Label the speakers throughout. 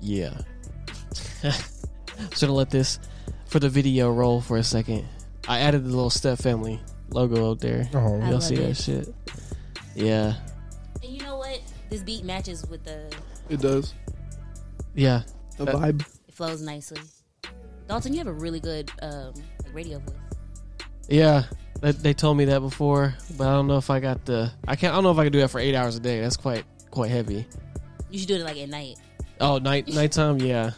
Speaker 1: Yeah. Should have let this for the video roll for a second. I added the little step family logo up there.
Speaker 2: Oh. I
Speaker 1: Y'all
Speaker 3: love
Speaker 1: see
Speaker 3: it.
Speaker 1: that shit? Yeah.
Speaker 4: And you know what? This beat matches with the.
Speaker 2: It does.
Speaker 1: Yeah.
Speaker 2: The
Speaker 1: Uh,
Speaker 2: vibe.
Speaker 4: It flows nicely. Dalton, you have a really good um, like radio voice.
Speaker 1: Yeah. They, they told me that before, but I don't know if I got the I can't I don't know if I can do that for 8 hours a day. That's quite quite heavy.
Speaker 4: You should do it like at night.
Speaker 1: Oh, night nighttime, yeah.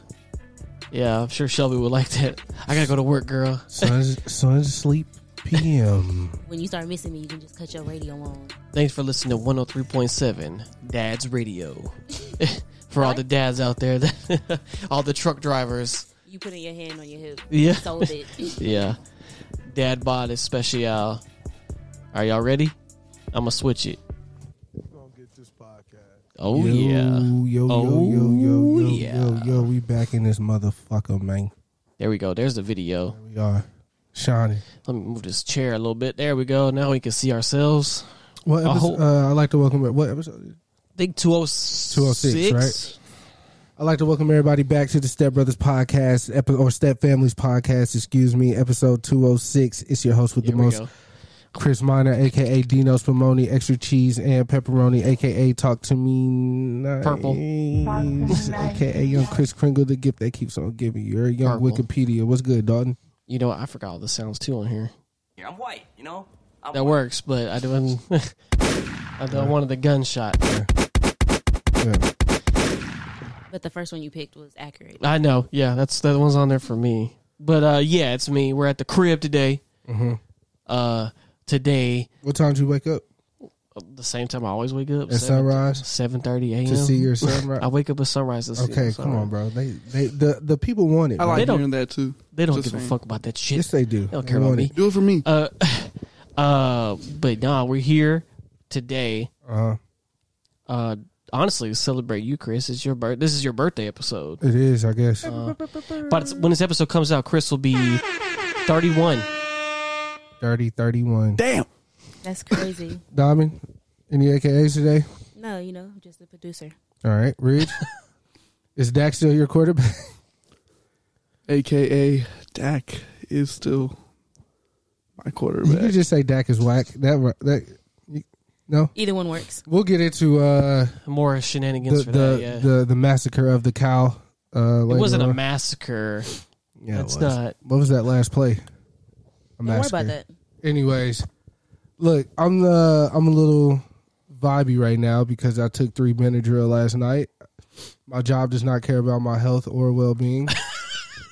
Speaker 1: Yeah, I'm sure Shelby would like that. I got to go to work, girl.
Speaker 2: Sun's, sun's sleep PM.
Speaker 4: When you start missing me, you can just cut your radio on.
Speaker 1: Thanks for listening to 103.7 Dad's Radio. for all the dads out there, that, all the truck drivers.
Speaker 4: You putting your hand on your hip.
Speaker 1: Yeah.
Speaker 4: Sold it.
Speaker 1: Yeah. Dad bod is special. Are y'all ready? I'm going to switch it. Oh, yeah.
Speaker 2: Yo, yo,
Speaker 1: Oh,
Speaker 2: yo, yo, yo,
Speaker 1: yeah.
Speaker 2: yo, yo. We back in this motherfucker, man.
Speaker 1: There we go. There's the video.
Speaker 2: We are shining.
Speaker 1: Let me move this chair a little bit. There we go. Now we can see ourselves.
Speaker 2: What
Speaker 1: I
Speaker 2: episode,
Speaker 1: hope-
Speaker 2: uh, I'd like to welcome what episode?
Speaker 1: I think 206.
Speaker 2: 206, right? I'd like to welcome everybody back to the Step Brothers Podcast epi- or Step Families Podcast, excuse me, episode 206. It's your host with
Speaker 1: Here
Speaker 2: the
Speaker 1: we
Speaker 2: most
Speaker 1: go.
Speaker 2: Chris Miner, aka Dino Spumoni, extra cheese and pepperoni, aka talk to me nice,
Speaker 1: Purple.
Speaker 2: aka young Chris Kringle, the gift that keeps on giving. You're a young
Speaker 1: Purple.
Speaker 2: Wikipedia. What's good, Dalton?
Speaker 1: You know, I forgot all the sounds too on here.
Speaker 5: Yeah, I'm white, you know? I'm
Speaker 1: That
Speaker 5: white.
Speaker 1: works, but I don't. I don't wanted the gunshot.
Speaker 2: Yeah.
Speaker 4: but the first one you picked was accurate.
Speaker 1: I know. Yeah, that's that one's on there for me. But uh, yeah, it's me. We're at the crib today.
Speaker 2: Mm-hmm.
Speaker 1: Uh, today,
Speaker 2: What time did you wake up
Speaker 1: the same time I always wake up
Speaker 2: At sunrise?
Speaker 1: seven thirty a.m.
Speaker 2: to see your sunrise?
Speaker 1: I wake up at sunrise. To see
Speaker 2: okay,
Speaker 1: the
Speaker 2: come
Speaker 1: sunrise.
Speaker 2: on, bro. They, they, the, the people want it.
Speaker 5: I
Speaker 2: man.
Speaker 5: like
Speaker 1: don't-
Speaker 5: hearing that too.
Speaker 1: They don't
Speaker 5: Just
Speaker 1: give a
Speaker 5: saying.
Speaker 1: fuck about that shit.
Speaker 2: yes, they do.
Speaker 1: don't
Speaker 2: They
Speaker 1: care about
Speaker 2: want
Speaker 1: me.
Speaker 2: it.
Speaker 5: Do it for me.
Speaker 1: uh, uh, but nah, we're here today.
Speaker 2: Uh-huh.
Speaker 1: Uh, honestly, to celebrate you, Chris. It's your birth. This is your birthday episode.
Speaker 2: It is, I guess.
Speaker 1: Uh, But it's- when this episode comes out, Chris will be thirty-one.
Speaker 2: 30, 31.
Speaker 5: Damn.
Speaker 4: That's crazy.
Speaker 2: Diamond, any AKAs today?
Speaker 4: no, you know, just a producer.
Speaker 2: All right, Ridge. is Dak still your quarterback?
Speaker 5: AKA Dak is still my
Speaker 2: You could
Speaker 5: quarterback.
Speaker 2: just say Dak is whack. That that you, no.
Speaker 4: Either one works.
Speaker 2: We'll get into uh,
Speaker 1: More
Speaker 2: the
Speaker 1: shenanigans
Speaker 2: the,
Speaker 1: for that. Yeah.
Speaker 2: the the massacre of the cow. Uh,
Speaker 1: it wasn't a
Speaker 2: on.
Speaker 1: massacre.
Speaker 2: Yeah, it
Speaker 1: it's
Speaker 2: was.
Speaker 1: not.
Speaker 2: What was that last play? A
Speaker 4: Don't worry about that.
Speaker 2: Anyways, look, I'm uh, I'm a little vibey right now because I took three Benadryl last night. My job does not care about my health or well being.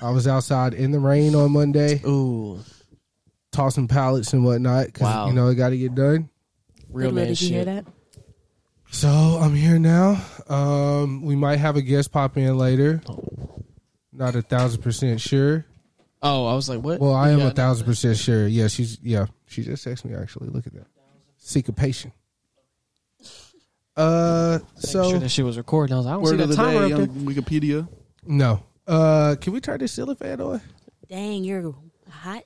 Speaker 2: I was outside in the rain on Monday,
Speaker 1: Ooh,
Speaker 2: tossing pallets and whatnot. 'cause,
Speaker 1: Wow.
Speaker 2: you know it got to get done.
Speaker 1: real
Speaker 4: Goodwill,
Speaker 1: man
Speaker 4: did you
Speaker 1: shit.
Speaker 4: hear that?
Speaker 2: So I'm here now. Um, we might have a guest pop in later. Not a thousand percent sure.
Speaker 1: Oh, I was like, what?
Speaker 2: Well, I am
Speaker 1: Yeah,
Speaker 2: a thousand percent sure. Yeah, she's yeah. She just texted me actually. Look at that. Syncopation. Uh,
Speaker 1: I'm sure
Speaker 2: so
Speaker 1: that shit was recording. I was like, I don't
Speaker 5: Word
Speaker 1: see
Speaker 5: of
Speaker 1: that
Speaker 5: the
Speaker 1: timer
Speaker 5: day
Speaker 1: up
Speaker 5: on
Speaker 1: there.
Speaker 5: Wikipedia.
Speaker 2: no. Uh, can we turn this ceiling fan on?
Speaker 4: Dang, you're hot.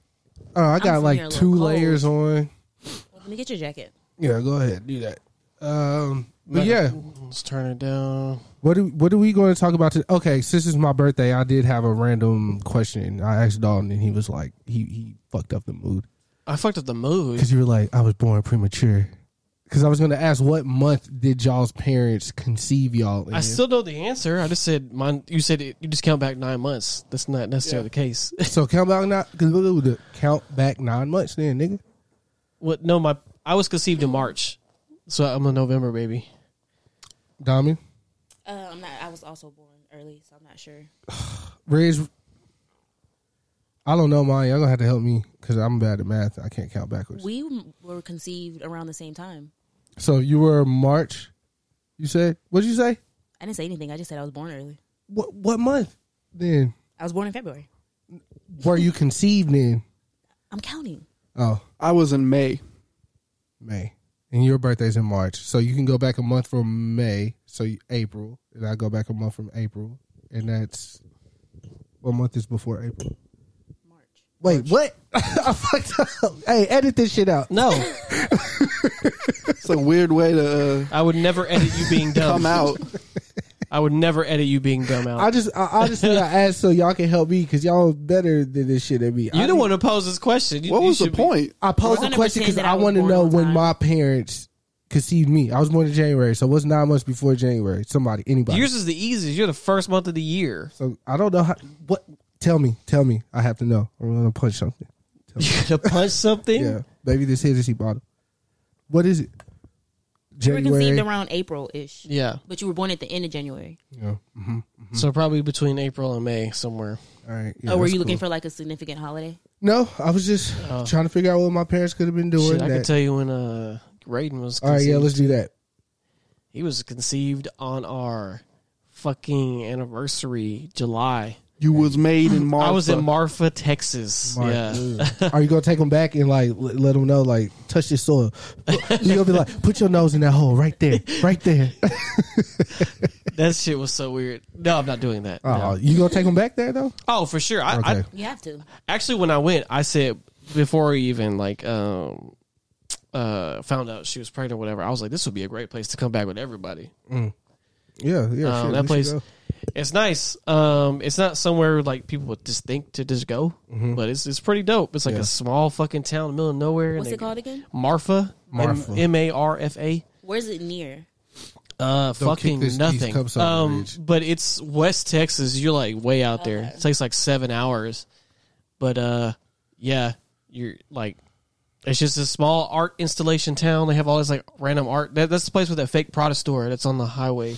Speaker 2: Oh, I got
Speaker 4: sitting here a
Speaker 2: like
Speaker 4: little
Speaker 2: two
Speaker 4: cold.
Speaker 2: layers on.
Speaker 4: Let me get your jacket.
Speaker 2: Yeah, go ahead, do that. Um, but yeah,
Speaker 1: Let's turn it down.
Speaker 2: What do, what are we going to talk about today? Okay, since it's my birthday, I did have a random question. I asked Dalton, and he was like, he he fucked up the mood
Speaker 1: I fucked up the mood.
Speaker 2: because you were like, I was born premature. Because I was going to ask, what month did y'all's parents conceive y'all in?
Speaker 1: I still know the answer. I just said mine. You said it, you just count back nine months. That's not necessarily the case.
Speaker 2: so count back nine. Count back nine months, then, nigga.
Speaker 1: what? No, my I was conceived in March, so I'm a November baby.
Speaker 2: Diamond,
Speaker 4: Uh, I'm not. I was also born early, so I'm not sure.
Speaker 2: Reg. I don't know mine. Y'all gonna have to help me because I'm bad at math. I can't count backwards.
Speaker 4: We m- were conceived around the same time.
Speaker 2: so you were March. You said what would you say?
Speaker 4: I didn't say anything. I just said I was born early.
Speaker 2: What what month? Then
Speaker 4: I was born in February.
Speaker 2: were you conceived in?
Speaker 4: I'm counting.
Speaker 2: Oh,
Speaker 5: I was in May.
Speaker 2: May. And your birthday's in March, so you can go back a month from May. So you- April, and I go back a month from April, and that's what month is before April.
Speaker 4: March.
Speaker 2: Wait, what? I fucked up. Hey, edit this shit out.
Speaker 1: No,
Speaker 5: It's a weird way to uh,
Speaker 1: I would never edit you being dumb
Speaker 5: come out.
Speaker 1: I would never edit you being dumb out.
Speaker 2: I just, I, honestly, I asked so y'all can help me because y'all better than this shit at me.
Speaker 1: you
Speaker 2: I,
Speaker 1: don't want to pose this question. You-
Speaker 5: What
Speaker 1: you
Speaker 5: was the
Speaker 1: should be-
Speaker 5: point?
Speaker 2: I posed
Speaker 4: We're
Speaker 2: a
Speaker 4: gonna
Speaker 2: question
Speaker 4: pretend
Speaker 2: because
Speaker 4: that
Speaker 2: I
Speaker 4: I was
Speaker 2: want to
Speaker 4: born
Speaker 2: know
Speaker 4: on
Speaker 2: when
Speaker 4: time.
Speaker 2: my parents conceived me. I was born in January, so what's nine months before January? Somebody, anybody.
Speaker 1: Yours is the easiest. You're the first month of the year.
Speaker 2: so I don't know how. What? Tell me, tell me. I have to know. I'm gonna punch something.
Speaker 1: You're gonna punch something.
Speaker 2: Yeah, baby, this Hennessy bottle. What is it?
Speaker 4: We were conceived
Speaker 2: January.
Speaker 4: around April ish.
Speaker 1: Yeah.
Speaker 4: But you were born at the end of January.
Speaker 2: Yeah. hmm
Speaker 1: So probably between April and May somewhere.
Speaker 2: All right. Yeah,
Speaker 4: oh, were
Speaker 2: that's
Speaker 4: you looking
Speaker 2: cool.
Speaker 4: for like a significant holiday?
Speaker 2: No, I was just trying to figure out what my parents could have been doing.
Speaker 1: Oh. Shit, I
Speaker 2: that-
Speaker 1: could tell you when uh Raiden was.
Speaker 2: All right, yeah,
Speaker 1: conceived.
Speaker 2: let's do that.
Speaker 1: He was conceived on our fucking anniversary, July.
Speaker 5: You was made in March.
Speaker 1: I was in Marfa, Texas.
Speaker 2: Mark,
Speaker 1: Yeah.
Speaker 2: ugh. Are you gonna take them back and like l- let them know like touch this soil? You gonna be like put your nose in that hole right there, right there.
Speaker 1: That shit was so weird. No, I'm not doing that.
Speaker 2: Oh,
Speaker 1: no.
Speaker 2: you gonna take them back there though?
Speaker 1: Oh, for sure. I, I
Speaker 2: Okay.
Speaker 4: You have to.
Speaker 1: actually when I went, I said before I even like um uh found out she was pregnant or whatever, I was like, this would be a great place to come back with everybody.
Speaker 2: Yeah, yeah.
Speaker 1: Um,
Speaker 2: shit,
Speaker 1: that
Speaker 2: we should
Speaker 1: place,
Speaker 2: go.
Speaker 1: it's nice. Um, it's not somewhere like people would just think to just go, but it's it's pretty dope. It's like
Speaker 2: Mm-hmm. Yeah.
Speaker 1: a small fucking town in the middle of nowhere. and
Speaker 4: What's it
Speaker 1: they-
Speaker 4: called again?
Speaker 1: Marfa.
Speaker 2: Marfa.
Speaker 1: M A R F A.
Speaker 4: Where's it near?
Speaker 1: Uh, fucking
Speaker 2: kick this East
Speaker 1: nothing.
Speaker 2: Cup soccer
Speaker 1: Um,
Speaker 2: bitch.
Speaker 1: but it's West Texas. You're like way out there. It takes like seven hours. But uh, yeah, you're like, it's just a small art installation town. They have all this like random art. That, that's the place with that fake Prada store that's on the highway.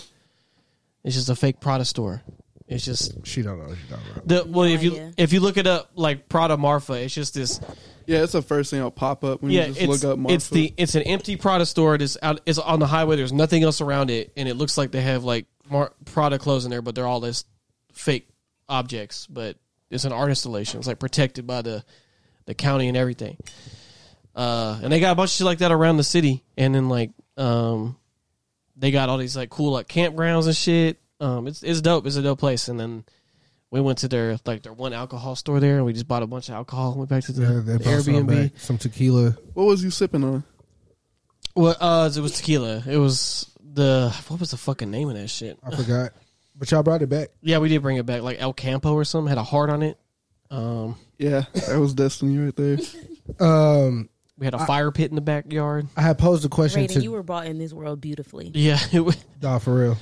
Speaker 1: It's just a fake Prada store. It's just
Speaker 2: She don't know what you're talking about.
Speaker 1: the well. if you
Speaker 4: idea.
Speaker 1: if you look it up, like Prada Marfa, it's just this
Speaker 5: Yeah, it's the first thing that'll pop up when
Speaker 1: yeah,
Speaker 5: you just
Speaker 1: it's,
Speaker 5: look up March.
Speaker 1: it's the it's an empty Prada store. It's out. It's on the highway. There's nothing else around it, and it looks like they have like Mar- Prada clothes in there, but they're all this fake objects. But it's an art installation. It's like protected by the the county and everything. Uh, and they got a bunch of shit like that around the city, and then like um, they got all these like cool like campgrounds and shit. Um, it's it's dope. It's a dope place. And then we went to their like their one alcohol store there, and we just bought a bunch of alcohol. and Went back to the,
Speaker 2: Yeah, they
Speaker 1: the
Speaker 2: brought some
Speaker 1: Airbnb.
Speaker 2: back, some tequila.
Speaker 5: what was you sipping on?
Speaker 1: Well, uh, it was tequila. It was the what was the fucking name of that shit?
Speaker 2: I forgot, but y'all brought it back.
Speaker 1: Yeah, we did bring it back, like El Campo or something. Had a heart on it. Um,
Speaker 5: Yeah, that was Destiny right there.
Speaker 2: Um,
Speaker 1: we had a fire pit in the backyard.
Speaker 2: I had posed a question
Speaker 4: Raiden,
Speaker 2: to
Speaker 4: you were brought in this world beautifully.
Speaker 1: Yeah, it, wa-
Speaker 2: Nah, for real.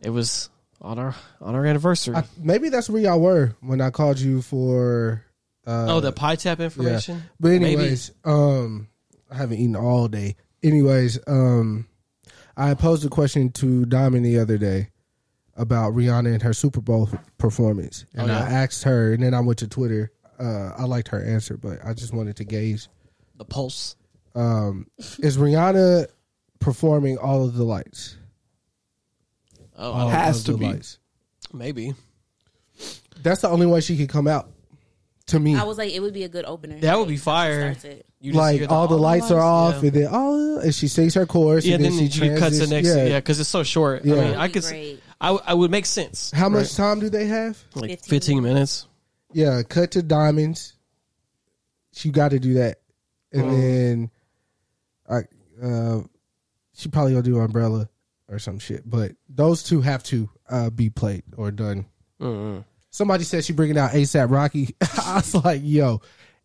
Speaker 1: it was on our on our anniversary.
Speaker 2: I, maybe that's where y'all were when I called you for. Uh,
Speaker 1: oh, the pie tap information.
Speaker 2: But
Speaker 1: Maybe.
Speaker 2: anyways, um, I haven't eaten all day. Anyways, um, I posed a question to Diamond the other day about Rihanna and her Super Bowl performance, and
Speaker 1: Oh, yeah?
Speaker 2: I asked her, and then I went to Twitter. Uh, I liked her answer, but I just wanted to gauge:
Speaker 1: the pulse.
Speaker 2: um, is Rihanna performing all of the lights?
Speaker 1: Oh,
Speaker 2: All
Speaker 5: Has
Speaker 2: of
Speaker 5: to
Speaker 2: the
Speaker 5: be.
Speaker 2: lights.
Speaker 1: maybe
Speaker 2: That's the only way she can come out. To me,
Speaker 4: I was like, it would be a good opener.
Speaker 1: that would
Speaker 4: Like,
Speaker 1: be
Speaker 4: she
Speaker 1: fire.
Speaker 4: starts it.
Speaker 1: You just
Speaker 2: like
Speaker 1: hear
Speaker 2: all the lights are off,
Speaker 1: Yeah,
Speaker 2: and then all and she sings her chorus.
Speaker 1: Yeah,
Speaker 2: and
Speaker 1: then,
Speaker 2: then, she
Speaker 1: you cut to the
Speaker 2: transitions-
Speaker 1: next. Yeah, because it's so short. I
Speaker 2: Yeah.
Speaker 1: mean,
Speaker 2: That
Speaker 1: I
Speaker 4: would be
Speaker 1: could. s-
Speaker 4: great.
Speaker 1: I w- I would make sense.
Speaker 2: How much time do they have?
Speaker 1: Like
Speaker 4: 15
Speaker 1: fifteen minutes.
Speaker 2: Yeah, cut to diamonds. She got to do that, and
Speaker 1: Mm.
Speaker 2: then I uh, she probably gonna do umbrella or some shit. But those two have to uh, be played or done.
Speaker 1: Mm-mm.
Speaker 2: Somebody said she bringing out ASAP Rocky. I was like, yo,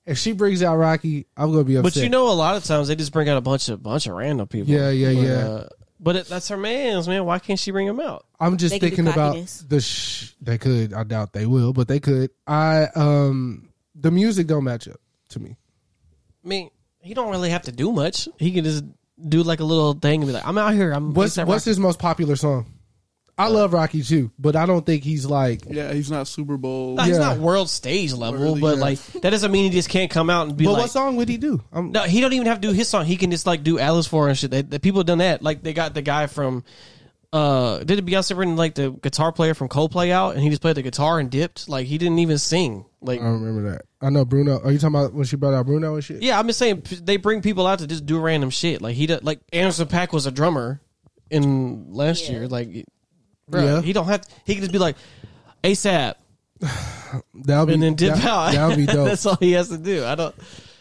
Speaker 2: If she brings out Rocky, I'm gonna be upset.
Speaker 1: But you know, a lot of times they just bring out a bunch of bunch of random people.
Speaker 2: Yeah, yeah,
Speaker 1: but,
Speaker 2: yeah.
Speaker 1: uh, but it, that's her man's man. Why can't she bring him out?
Speaker 2: I'm just
Speaker 4: They could do
Speaker 2: thinking about
Speaker 4: cockiness.
Speaker 2: the sh- they could. I doubt they will, but they could. I um the music don't match up to me.
Speaker 1: I mean, he don't really have to do much. He can just do like a little thing and be like, "I'm out here. I'm."
Speaker 2: What's
Speaker 1: ASAP
Speaker 2: what's
Speaker 1: Rocky."
Speaker 2: his most popular song? I love Rocky too, but I don't think he's like
Speaker 5: Yeah, he's not Super Bowl.
Speaker 1: Nah, He's
Speaker 2: yeah.
Speaker 1: not world stage level,
Speaker 5: Really,
Speaker 1: but
Speaker 5: yeah.
Speaker 1: like that doesn't mean he just can't come out and be
Speaker 2: But
Speaker 1: like.
Speaker 2: what song would he do? I'm,
Speaker 1: No, he don't even have to do his song. He can just like do Alice for and shit. They, the people done that. Like they got the guy from uh did it Beyonce bring like the guitar player from Coldplay out and he just played the guitar and dipped. Like he didn't even sing. Like
Speaker 2: I don't remember that. I know Bruno. Are you talking about when she brought out Bruno and shit?
Speaker 1: yeah, I'm just saying p- they bring people out to just do random shit. Like he does, like Anderson Pack was a drummer in last year. Like bro,
Speaker 2: Yeah.
Speaker 1: he don't have he can just be like ASAP
Speaker 2: That'll be
Speaker 1: and then dip
Speaker 2: that,
Speaker 1: out.
Speaker 2: That'll be dope.
Speaker 1: That's all he has to do. I don't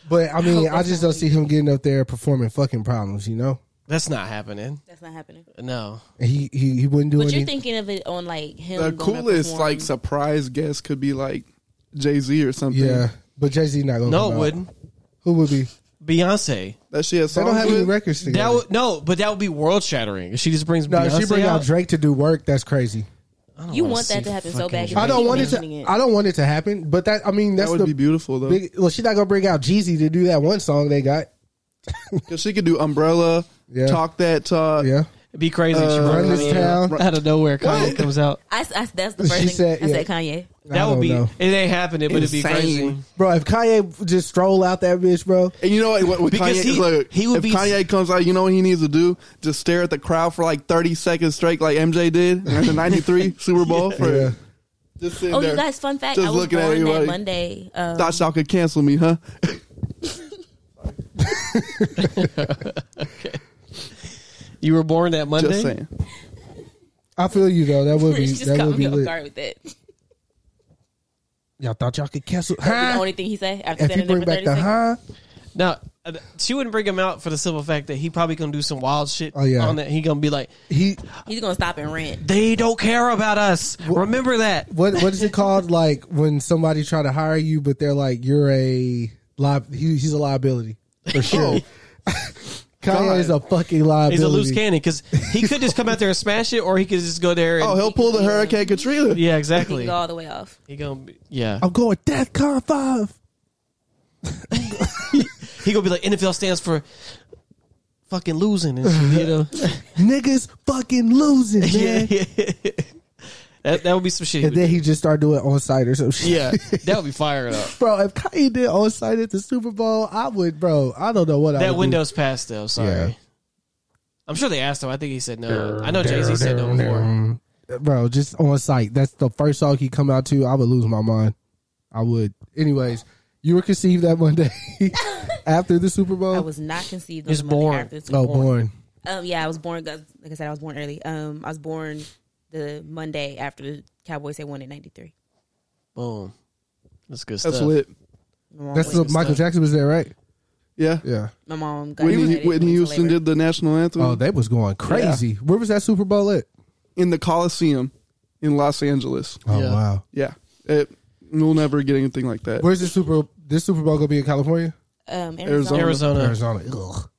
Speaker 2: but I mean, I just don't see him getting up there performing fucking problems. You know,
Speaker 1: that's not happening.
Speaker 4: That's not happening.
Speaker 1: No.
Speaker 2: and he he he wouldn't do
Speaker 4: But you're
Speaker 2: anything.
Speaker 4: thinking of it on like him.
Speaker 5: the
Speaker 4: going to
Speaker 5: coolest
Speaker 4: perform.
Speaker 5: like surprise guest could be like Jay Z or something.
Speaker 2: yeah, but Jay Z not gonna.
Speaker 1: No
Speaker 2: come
Speaker 1: it
Speaker 2: out.
Speaker 1: wouldn't.
Speaker 2: Who would be?
Speaker 1: Beyonce.
Speaker 5: that she has.
Speaker 2: They don't have any records together.
Speaker 1: That would no, but that would be world shattering. She just brings
Speaker 2: no,
Speaker 1: Beyonce
Speaker 2: if she bring out
Speaker 1: out.
Speaker 2: Drake to do work, that's crazy.
Speaker 1: I don't
Speaker 4: You
Speaker 1: wanna
Speaker 4: want that
Speaker 1: see
Speaker 4: to happen so
Speaker 1: fucking
Speaker 4: bad.
Speaker 1: Drake.
Speaker 2: I don't want it to.
Speaker 4: mentioning it.
Speaker 2: I don't want it to happen. But that I mean,
Speaker 5: That
Speaker 2: that's
Speaker 5: would
Speaker 2: the
Speaker 5: be beautiful though,
Speaker 2: big. Well, she's not gonna bring out Jeezy to do that one song they got.
Speaker 5: because she could do Umbrella,
Speaker 2: Yeah.
Speaker 5: Talk That Talk.
Speaker 2: Yeah,
Speaker 1: It'd be crazy. if she brought
Speaker 2: Uh, Run
Speaker 1: Kanye
Speaker 2: This Town.
Speaker 1: out of nowhere. Kanye comes out.
Speaker 4: I, I- that's the first
Speaker 2: She
Speaker 4: thing
Speaker 2: said,
Speaker 4: I
Speaker 2: yeah.
Speaker 4: said. Kanye.
Speaker 2: I
Speaker 1: That would
Speaker 2: don't
Speaker 1: be.
Speaker 2: know.
Speaker 1: It ain't happening, but it'd be
Speaker 5: Insane.
Speaker 1: crazy.
Speaker 2: bro. If Kanye just stroll out that bitch, bro.
Speaker 5: And you know what? what- what
Speaker 1: Because
Speaker 5: Kanye,
Speaker 1: he-
Speaker 5: is like,
Speaker 1: he would
Speaker 5: if
Speaker 1: be-
Speaker 5: Kanye comes out, you know what he needs to do? Just stare at the crowd for like 30 seconds straight, like MJ did in the 93 Super Bowl. For,
Speaker 2: Yeah.
Speaker 5: Just sitting
Speaker 4: Oh,
Speaker 5: there.
Speaker 4: you guys! Fun fact:
Speaker 5: Just
Speaker 4: I was
Speaker 5: looking
Speaker 4: born
Speaker 5: at
Speaker 4: that
Speaker 5: everybody.
Speaker 4: Monday. Um,
Speaker 5: Thought y'all could cancel me, huh?
Speaker 1: You were born that Monday.
Speaker 5: Just saying.
Speaker 2: I feel you though. That would be.
Speaker 4: she just
Speaker 2: That
Speaker 4: caught
Speaker 2: would
Speaker 4: me
Speaker 2: be
Speaker 4: off
Speaker 2: lit.
Speaker 4: guard with that. That's
Speaker 2: Y'all thought y'all could cancel?
Speaker 4: the
Speaker 2: Huh?
Speaker 4: only thing he said after
Speaker 2: If you
Speaker 4: standing there
Speaker 2: bring
Speaker 4: for
Speaker 2: back
Speaker 4: thirty
Speaker 2: the
Speaker 4: seconds.
Speaker 2: huh,
Speaker 1: Now uh, she wouldn't bring him out for the simple fact that he probably gonna do some wild shit.
Speaker 2: Oh, yeah.
Speaker 1: On that he gonna be like,
Speaker 2: he
Speaker 4: He's gonna stop and rant.
Speaker 1: they don't care about us. Remember that.
Speaker 2: what what is it called? like when somebody try to hire you, but they're like you're a li- he, he's a liability for sure. Kanye is a fucking liability.
Speaker 1: He's a loose cannon because he could just come out there and smash it, or he could just go there. And,
Speaker 5: Oh, he'll pull the Hurricane Katrina.
Speaker 1: yeah,
Speaker 4: He can
Speaker 1: exactly.
Speaker 4: go all the way off.
Speaker 1: He gonna be, yeah.
Speaker 2: I'm going Death Con Five.
Speaker 1: He gonna be like NFL stands for fucking losing and shit, you know.
Speaker 2: Niggas fucking losing, man.
Speaker 1: yeah, yeah. That that would be some shit. he
Speaker 2: And
Speaker 1: would
Speaker 2: then he just started doing on site or some shit.
Speaker 1: do. yeah, that would be fired up.
Speaker 2: Bro, if Kanye did on site at the Super Bowl, I would, bro. I don't know what I
Speaker 1: That
Speaker 2: would do.
Speaker 1: window's passed though. Sorry,
Speaker 2: Yeah.
Speaker 1: I'm sure they asked him. I think he said no. I know Jay Z said no before.
Speaker 2: bro, just on site. That's the first song he come out to. I would lose my mind. I would. Anyways, you were conceived that Monday after the Super Bowl.
Speaker 4: I was not conceived. on
Speaker 1: He's
Speaker 4: the Monday
Speaker 1: born.
Speaker 4: after it's
Speaker 2: oh,
Speaker 4: born.
Speaker 2: born.
Speaker 4: Um, yeah, I was born. Like I said, I was born early. Um, I was born the Monday after the Cowboys had won in '93.
Speaker 1: Boom. That's good stuff.
Speaker 5: That's lit.
Speaker 2: That's the, Michael Jackson was there, right?
Speaker 5: Yeah.
Speaker 2: Yeah.
Speaker 4: My mom got
Speaker 5: Whitney,
Speaker 4: united
Speaker 5: Whitney
Speaker 4: with
Speaker 5: Houston
Speaker 4: labor.
Speaker 5: did the national anthem
Speaker 2: Oh, they was going crazy. Where was that Super Bowl at?
Speaker 5: in the Coliseum in Los Angeles.
Speaker 2: Oh
Speaker 1: Yeah.
Speaker 2: wow.
Speaker 5: Yeah. It, we'll never get anything like that.
Speaker 2: Where's the Super? This Super Bowl gonna be in California,
Speaker 4: um, Arizona.
Speaker 5: Arizona.
Speaker 1: Arizona.
Speaker 2: Arizona. Ugh.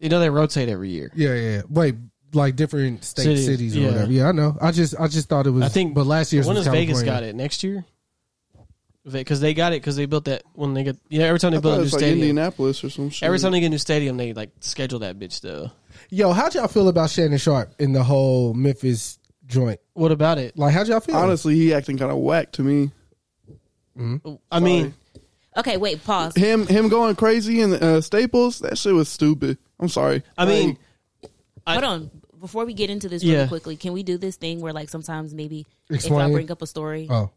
Speaker 1: You know they rotate every year.
Speaker 2: Yeah, yeah. yeah. Wait, like different state
Speaker 1: Cities,
Speaker 2: cities, or
Speaker 1: yeah.
Speaker 2: whatever. Yeah, I know. I just, I just thought it was.
Speaker 1: I think.
Speaker 2: but last year's
Speaker 1: when
Speaker 2: was
Speaker 1: does Vegas
Speaker 2: California.
Speaker 1: got it next year? Because they got it because they built that when they get yeah every time they
Speaker 5: I
Speaker 1: build
Speaker 5: thought it
Speaker 1: a new
Speaker 5: was like
Speaker 1: stadium
Speaker 5: Indianapolis or some shit.
Speaker 1: every time they get a new stadium they like schedule that bitch though.
Speaker 2: Yo, how'd y'all feel about Shannon Sharp in the whole Memphis joint?
Speaker 1: What about it?
Speaker 2: Like, how'd y'all feel?
Speaker 5: Honestly, he acting kind of whack to me.
Speaker 1: I mean,
Speaker 4: Okay, wait, pause.
Speaker 5: him him going crazy in uh, Staples, that shit was stupid. I'm sorry.
Speaker 1: I mean, I-
Speaker 4: Hold on. Before we get into this really
Speaker 1: Yeah.
Speaker 4: quickly, can we do this thing where like sometimes maybe if
Speaker 2: Explain.
Speaker 4: I bring up a story,
Speaker 2: oh,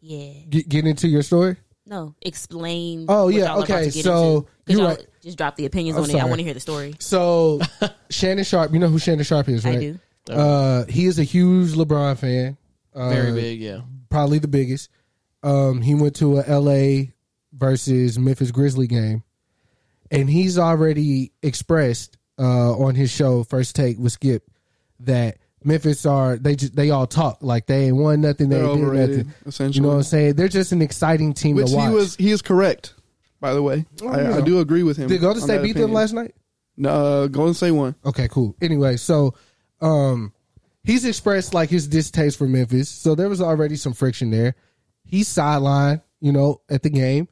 Speaker 4: yeah,
Speaker 2: get, get into your story.
Speaker 4: no, explain.
Speaker 2: Oh,
Speaker 4: what
Speaker 2: yeah,
Speaker 4: y'all about
Speaker 2: okay,
Speaker 4: to get
Speaker 2: so
Speaker 4: into. 'Cause
Speaker 2: you're
Speaker 4: y'all
Speaker 2: right.
Speaker 4: just drop the opinions
Speaker 2: I'm
Speaker 4: on it. I
Speaker 2: sorry.
Speaker 4: want to hear the story.
Speaker 2: So, Shannon Sharp, you know who Shannon Sharp is,
Speaker 4: I
Speaker 2: right?
Speaker 4: do.
Speaker 2: Uh, he is a huge LeBron fan. Uh,
Speaker 1: very big. Yeah,
Speaker 2: probably the biggest. Um, he went to a LA versus Memphis Grizzly game, and he's already expressed uh, on his show First Take with Skip that Memphis are they just they all talk like they ain't won nothing, they
Speaker 5: They're
Speaker 2: ain't did
Speaker 5: overrated,
Speaker 2: nothing. You
Speaker 5: essentially.
Speaker 2: know what I'm saying? They're just an exciting team
Speaker 5: Which
Speaker 2: to watch.
Speaker 5: he was he is correct. By the way,
Speaker 2: Oh,
Speaker 5: I,
Speaker 2: yeah.
Speaker 5: I do agree with him.
Speaker 2: Did Golden
Speaker 5: on
Speaker 2: State
Speaker 5: that
Speaker 2: beat them
Speaker 5: opinion.
Speaker 2: last night?
Speaker 5: No, uh, Golden State won.
Speaker 2: Okay, cool. Anyway, so um he's expressed like his distaste for Memphis. So there was already some friction there. He's sidelined, you know, at the game.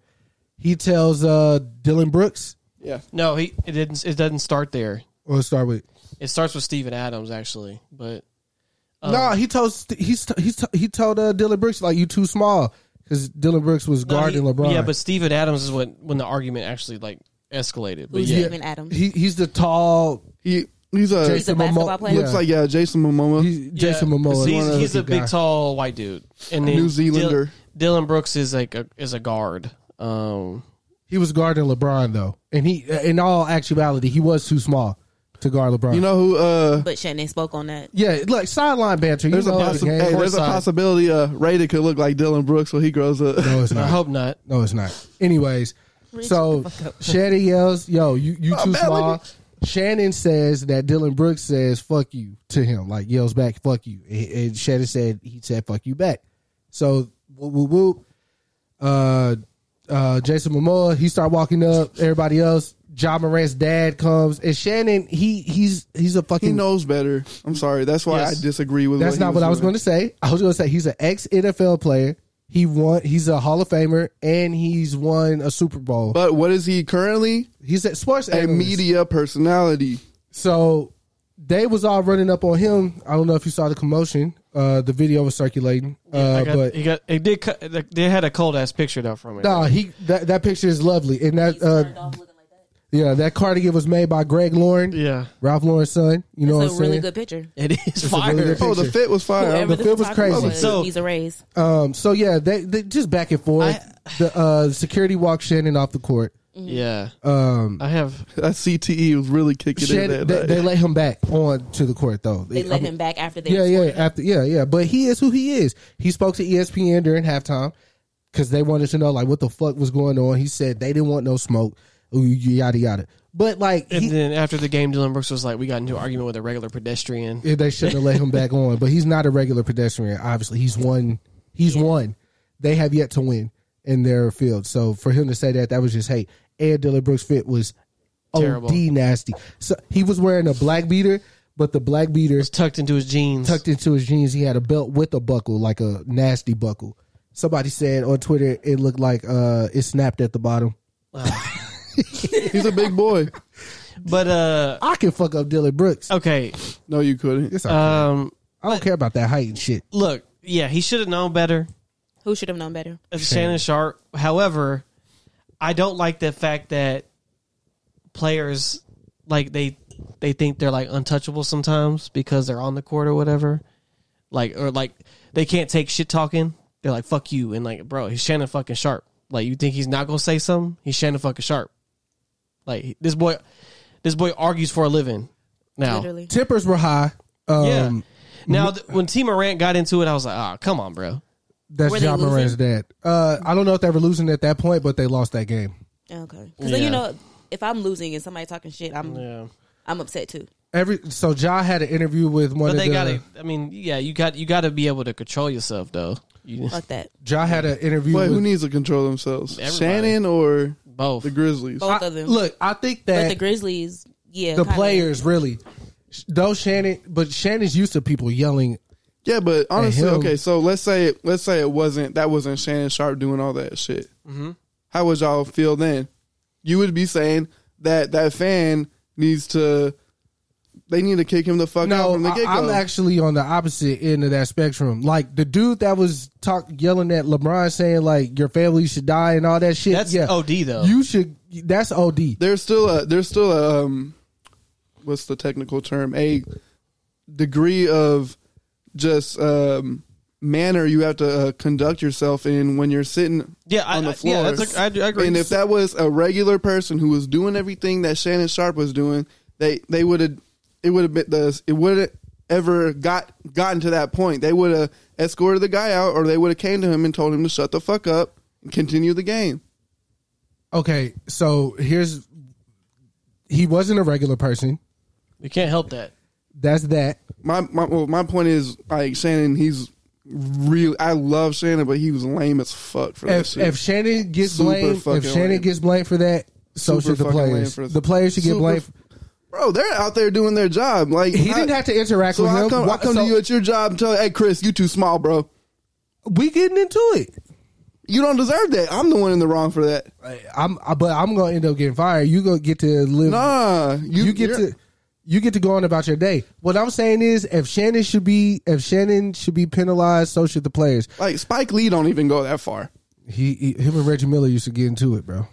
Speaker 2: He tells uh Dylan Brooks,
Speaker 5: Yeah,
Speaker 1: No, he it didn't. It doesn't start there.
Speaker 2: or let's start with
Speaker 1: It starts with Steven Adams actually, but Oh.
Speaker 2: No, he told St- he's he's he told uh, Dylan Brooks like you too small cuz Dylan Brooks was guarding
Speaker 1: he-
Speaker 2: LeBron.
Speaker 1: Yeah, but Steven Adams is when when the argument actually like escalated. But
Speaker 4: Who's
Speaker 1: yeah,
Speaker 4: Steven Adams?
Speaker 2: he he's the tall
Speaker 5: he he's a
Speaker 4: Jason- a basketball player?
Speaker 5: looks like yeah Jason Momoa.
Speaker 2: He's Jason
Speaker 1: Yeah,
Speaker 2: Momoa.
Speaker 1: 'cause
Speaker 2: is one
Speaker 1: He's,
Speaker 2: of
Speaker 1: he's
Speaker 2: the
Speaker 1: a big,
Speaker 2: guys.
Speaker 1: tall white dude, and then
Speaker 5: New
Speaker 1: Dylan-
Speaker 5: Zealander.
Speaker 1: Dylan Brooks is like a is a guard. Um,
Speaker 2: He was guarding LeBron though, and he in all actuality he was too small to guard LeBron.
Speaker 5: you know who? Uh,
Speaker 4: But Shannon spoke on that.
Speaker 2: Yeah, like sideline banter. You
Speaker 5: there's a
Speaker 2: know,
Speaker 5: possi-
Speaker 2: the game.
Speaker 5: hey, there's a
Speaker 1: courtside.
Speaker 5: possibility uh, Raider could look like Dylan Brooks when he grows up.
Speaker 2: no, it's
Speaker 1: I
Speaker 2: not.
Speaker 1: hope not.
Speaker 2: No, it's not. Anyways, so Shannon yells, "Yo, you you too
Speaker 5: Oh, man,
Speaker 2: small."
Speaker 5: look
Speaker 2: Shannon says that Dylan Brooks says "fuck you" to him, like yells back "fuck you," and, and Shannon said he said "fuck you" back. So whoop whoop whoop. Uh, uh, Jason Momoa he start walking up. Everybody else, John Morant's dad comes, and Shannon he he's he's a fucking
Speaker 5: He knows better. I'm sorry. That's why
Speaker 1: Yes.
Speaker 5: I disagree with.
Speaker 2: That's
Speaker 5: what
Speaker 2: not what I was going
Speaker 5: doing.
Speaker 2: to say. I was going to say he's an ex NFL player. He won. He's a Hall of Famer, and he's won a Super Bowl.
Speaker 5: But what is he currently?
Speaker 2: he's at sports
Speaker 5: A
Speaker 2: analyst.
Speaker 5: media personality.
Speaker 2: So they was all running up on him. I don't know if you saw the commotion. Uh, the video was circulating.
Speaker 1: I
Speaker 2: uh,
Speaker 1: got,
Speaker 2: but
Speaker 1: he got it did. cut- They had a cold ass picture though from it.
Speaker 2: nah, he that, that picture is lovely, and that uh, yeah, that cardigan was made by Greg Lauren,
Speaker 1: Yeah,
Speaker 2: Ralph Lauren's son. You know
Speaker 4: It's a
Speaker 2: what I'm
Speaker 4: really
Speaker 2: saying?
Speaker 4: good picture.
Speaker 1: it is
Speaker 2: a
Speaker 1: fire.
Speaker 2: really good
Speaker 5: Oh, the
Speaker 2: picture.
Speaker 5: fit was fire.
Speaker 4: Whoever
Speaker 2: the film was
Speaker 4: photographer
Speaker 2: crazy.
Speaker 1: So-
Speaker 4: needs a raise.
Speaker 2: Um, so yeah, they, they just back and forth. the uh, security walked Shannon off the court.
Speaker 1: yeah,
Speaker 2: Um,
Speaker 1: I have.
Speaker 5: That CTE was really kicking in
Speaker 2: Shed- they,
Speaker 5: that
Speaker 2: they
Speaker 5: night.
Speaker 2: let him back on to the court though.
Speaker 4: They let
Speaker 2: I mean,
Speaker 4: him back after they
Speaker 2: Yeah,
Speaker 4: were
Speaker 2: yeah,
Speaker 4: scored.
Speaker 2: after yeah, yeah. But he is who he is. He spoke to E ESPN during halftime because they wanted to know like what the fuck was going on. He said they didn't want no smoke. Ooh, yada yada. But like
Speaker 1: And
Speaker 2: he-
Speaker 1: then after the game, Dylan Brooks was like, "We got into an argument with a regular pedestrian."
Speaker 2: they shouldn't have let him back on. But he's not a regular pedestrian. Obviously, he's won. He's won. They have yet to win in their field. So for him to say that, that was just hate. And Dylan Brooks' fit was
Speaker 1: Terrible.
Speaker 2: OD nasty. So he was wearing a black beater, but the black beater
Speaker 1: It's tucked into his jeans.
Speaker 2: tucked into his jeans. He had a belt with a buckle, like a nasty buckle. Somebody said on Twitter it looked like uh, it snapped at the bottom.
Speaker 5: He's a big boy.
Speaker 1: But uh,
Speaker 2: I can fuck up Dylan Brooks.
Speaker 4: Uh,
Speaker 1: okay.
Speaker 5: No, you couldn't.
Speaker 2: It's okay.
Speaker 1: Um,
Speaker 2: I don't care about that height and shit.
Speaker 1: look, yeah, he should have known better.
Speaker 4: Who should have known better?
Speaker 1: of Shannon Sharp. However, I don't like the fact that players like they they think they're like untouchable sometimes because they're on the court or whatever. Like or like they can't take shit talking. They're like fuck you and like bro, he's Shannon fucking Sharp. Like you think he's not gonna say something? He's Shannon fucking Sharp. Like this boy, this boy argues for a living. Now,
Speaker 4: Literally.
Speaker 2: Tempers were high. Um,
Speaker 1: yeah. now th- when T Morant got into it, I was like, ah, come on, bro.
Speaker 2: That's
Speaker 4: Were they
Speaker 2: John Moran's dad. Uh, I don't know if they were losing at that point, but they lost that game.
Speaker 4: Okay. Because you
Speaker 1: Yeah.
Speaker 4: know, if I'm losing and somebody talking shit, I'm I'm upset too.
Speaker 2: Every so Ja had an interview with one
Speaker 1: But
Speaker 2: of
Speaker 1: they
Speaker 2: the
Speaker 1: got to. I mean, yeah, you got you got to be able to control yourself, though. You,
Speaker 4: Fuck that.
Speaker 2: Ja had an interview
Speaker 5: Wait,
Speaker 2: with
Speaker 5: who needs to control themselves?
Speaker 1: Everybody.
Speaker 5: Shannon or
Speaker 1: both.
Speaker 5: the Grizzlies?
Speaker 2: Oh.
Speaker 4: Both of them.
Speaker 2: Look, I think that
Speaker 4: but the Grizzlies, yeah,
Speaker 2: the
Speaker 4: kinda-
Speaker 2: players really though Shannon but Shannon's used to people yelling
Speaker 5: Yeah, but honestly,
Speaker 2: him.
Speaker 5: okay. So let's say let's say it wasn't that wasn't Shannon Sharp doing all that shit. How would y'all feel then? You would be saying that that fan needs to they need to kick him the fuck out
Speaker 2: No,
Speaker 5: from the get
Speaker 2: I, am
Speaker 5: go.
Speaker 2: actually on the opposite end of that spectrum. Like the dude that was talk yelling at LeBron saying like your family should die and all that shit.
Speaker 1: That's
Speaker 2: yeah,
Speaker 1: OD though.
Speaker 2: You should. That's OD.
Speaker 5: there's still a there's still a um, what's the technical term a degree of just um, manner you have to uh, conduct yourself in when you're sitting
Speaker 1: Yeah, I-
Speaker 5: on
Speaker 1: I-
Speaker 5: the
Speaker 1: yeah,
Speaker 5: floor.
Speaker 1: that's a- I do- I agree.
Speaker 5: And if that was a regular person who was doing everything that Shannon Sharp was doing, they they would have it would have been the it would have ever got gotten to that point. They would have escorted the guy out, or they would have came to him and told him to shut the fuck up and continue the game.
Speaker 2: Okay, so here's he wasn't a regular person.
Speaker 1: you can't help that.
Speaker 2: That's that.
Speaker 5: my my well, my point is like Shannon, he's really I love Shannon, but he was lame as fuck for that
Speaker 2: If,
Speaker 5: shit.
Speaker 2: if Shannon gets
Speaker 5: Super
Speaker 2: blamed,
Speaker 5: fucking
Speaker 2: if Shannon
Speaker 5: lame.
Speaker 2: gets blamed for that, so
Speaker 5: Super
Speaker 2: should the
Speaker 5: fucking lame
Speaker 2: players.
Speaker 5: for-
Speaker 2: The players should get
Speaker 5: Super-
Speaker 2: blamed.
Speaker 5: Bro, they're out there doing their job. Like
Speaker 2: He
Speaker 5: I-
Speaker 2: didn't have to interact
Speaker 5: So
Speaker 2: with
Speaker 5: I
Speaker 2: him.
Speaker 5: come,
Speaker 2: Why-
Speaker 5: I come
Speaker 2: so
Speaker 5: to you at your job and tell you, hey Chris, you too small, bro.
Speaker 2: we getting into it.
Speaker 5: You don't deserve that. I'm the one in the wrong for that.
Speaker 2: I'm, I, but I'm gonna end up getting fired. You gonna get to live.
Speaker 5: Nah, you,
Speaker 2: you, get
Speaker 5: you're-
Speaker 2: to you get to go on about your day. What I'm saying is, if Shannon should be if Shannon should be penalized, so should the players.
Speaker 5: like Spike Lee. Don't even go that far.
Speaker 2: He, he him and Reggie Miller used to get into it, bro.
Speaker 5: It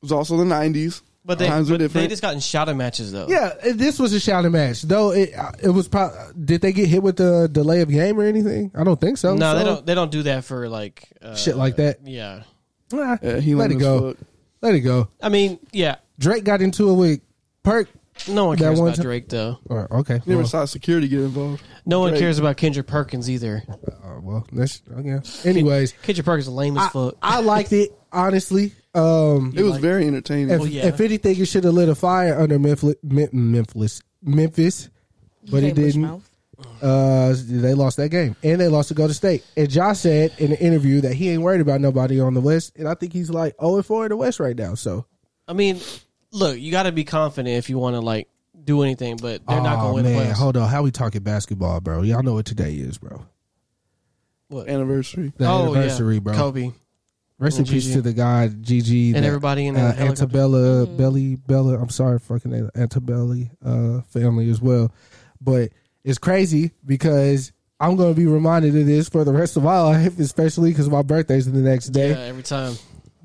Speaker 5: was also the '90s.
Speaker 1: But they,
Speaker 5: times were
Speaker 1: but they
Speaker 5: different.
Speaker 1: just got in shouting matches though.
Speaker 2: Yeah, uh, this was a shouting match, though. It uh, it was. Pro- did they get hit with the delay of game or anything? I don't think so.
Speaker 1: No,
Speaker 2: So,
Speaker 1: they don't. They don't do that for like uh,
Speaker 2: Shit like that.
Speaker 1: Yeah.
Speaker 2: Nah,
Speaker 5: Yeah, he
Speaker 2: let
Speaker 5: lame
Speaker 2: it
Speaker 5: as
Speaker 2: go.
Speaker 5: fuck.
Speaker 2: Let it go.
Speaker 1: I mean, yeah.
Speaker 2: Drake got into it with Perk.
Speaker 1: No one
Speaker 2: That
Speaker 1: cares
Speaker 2: one
Speaker 1: about
Speaker 2: ti-
Speaker 1: Drake though.
Speaker 2: Or, okay.
Speaker 5: Never
Speaker 2: Well,
Speaker 5: saw security get involved.
Speaker 1: No one
Speaker 5: Drake.
Speaker 1: cares about Kendrick Perkins either.
Speaker 2: uh, well that's okay. Anyways,
Speaker 1: Kendrick Perkins is lame as
Speaker 2: I,
Speaker 1: fuck.
Speaker 2: I liked it honestly. Um,
Speaker 5: It was very entertaining.
Speaker 2: If,
Speaker 1: Well, yeah.
Speaker 2: if anything, it should have lit a fire under Memphis, Memphis, Memphis but
Speaker 4: Hey,
Speaker 2: it
Speaker 4: mush
Speaker 2: didn't.
Speaker 4: mouth.
Speaker 2: Uh, they lost that game, and they lost to Go to State. And Josh said in an interview that he ain't worried about nobody on the West, and I think he's like 0 and 4 in the West right now. So
Speaker 1: I mean, look, you got to be confident if you want to like do anything, but they're not
Speaker 2: Aw,
Speaker 1: going to win
Speaker 2: man,
Speaker 1: the West.
Speaker 2: hold on. How we talking basketball, bro? Y'all know what today is, bro.
Speaker 5: Anniversary.
Speaker 2: The
Speaker 1: oh,
Speaker 2: anniversary,
Speaker 1: yeah.
Speaker 2: bro.
Speaker 1: Kobe
Speaker 2: Rest in
Speaker 1: and
Speaker 2: peace
Speaker 1: Gigi.
Speaker 2: to the guy Gigi
Speaker 1: and
Speaker 2: that,
Speaker 1: everybody in the
Speaker 2: uh,
Speaker 1: helicopter.
Speaker 2: Antebella, Belly, Bella. I'm sorry, fucking name, Antebelly uh, family as well. But it's crazy because I'm going to be reminded of this for the rest of my life, especially because my birthday's the next day.
Speaker 1: Yeah, every time.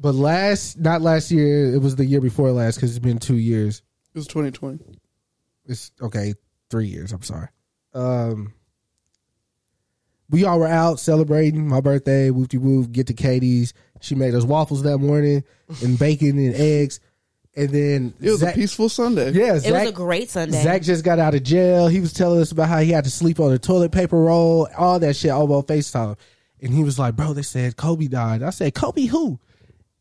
Speaker 2: But last, not last year, it was the year before last because it's been two years.
Speaker 5: It was 2020.
Speaker 2: It's okay, three years. I'm sorry. Um, we all were out celebrating my birthday. Woof de woof. Get to Katie's. She made us waffles that morning and bacon and eggs. And then
Speaker 5: It was
Speaker 2: Zach-
Speaker 5: a peaceful Sunday.
Speaker 2: yeah,
Speaker 4: It was
Speaker 2: Zach,
Speaker 4: a great Sunday.
Speaker 2: Zach just got out of jail. He was telling us about how he had to sleep on a toilet paper roll, all that shit, all about FaceTime. And he was like, bro, they said Kobe died. I said, Kobe who?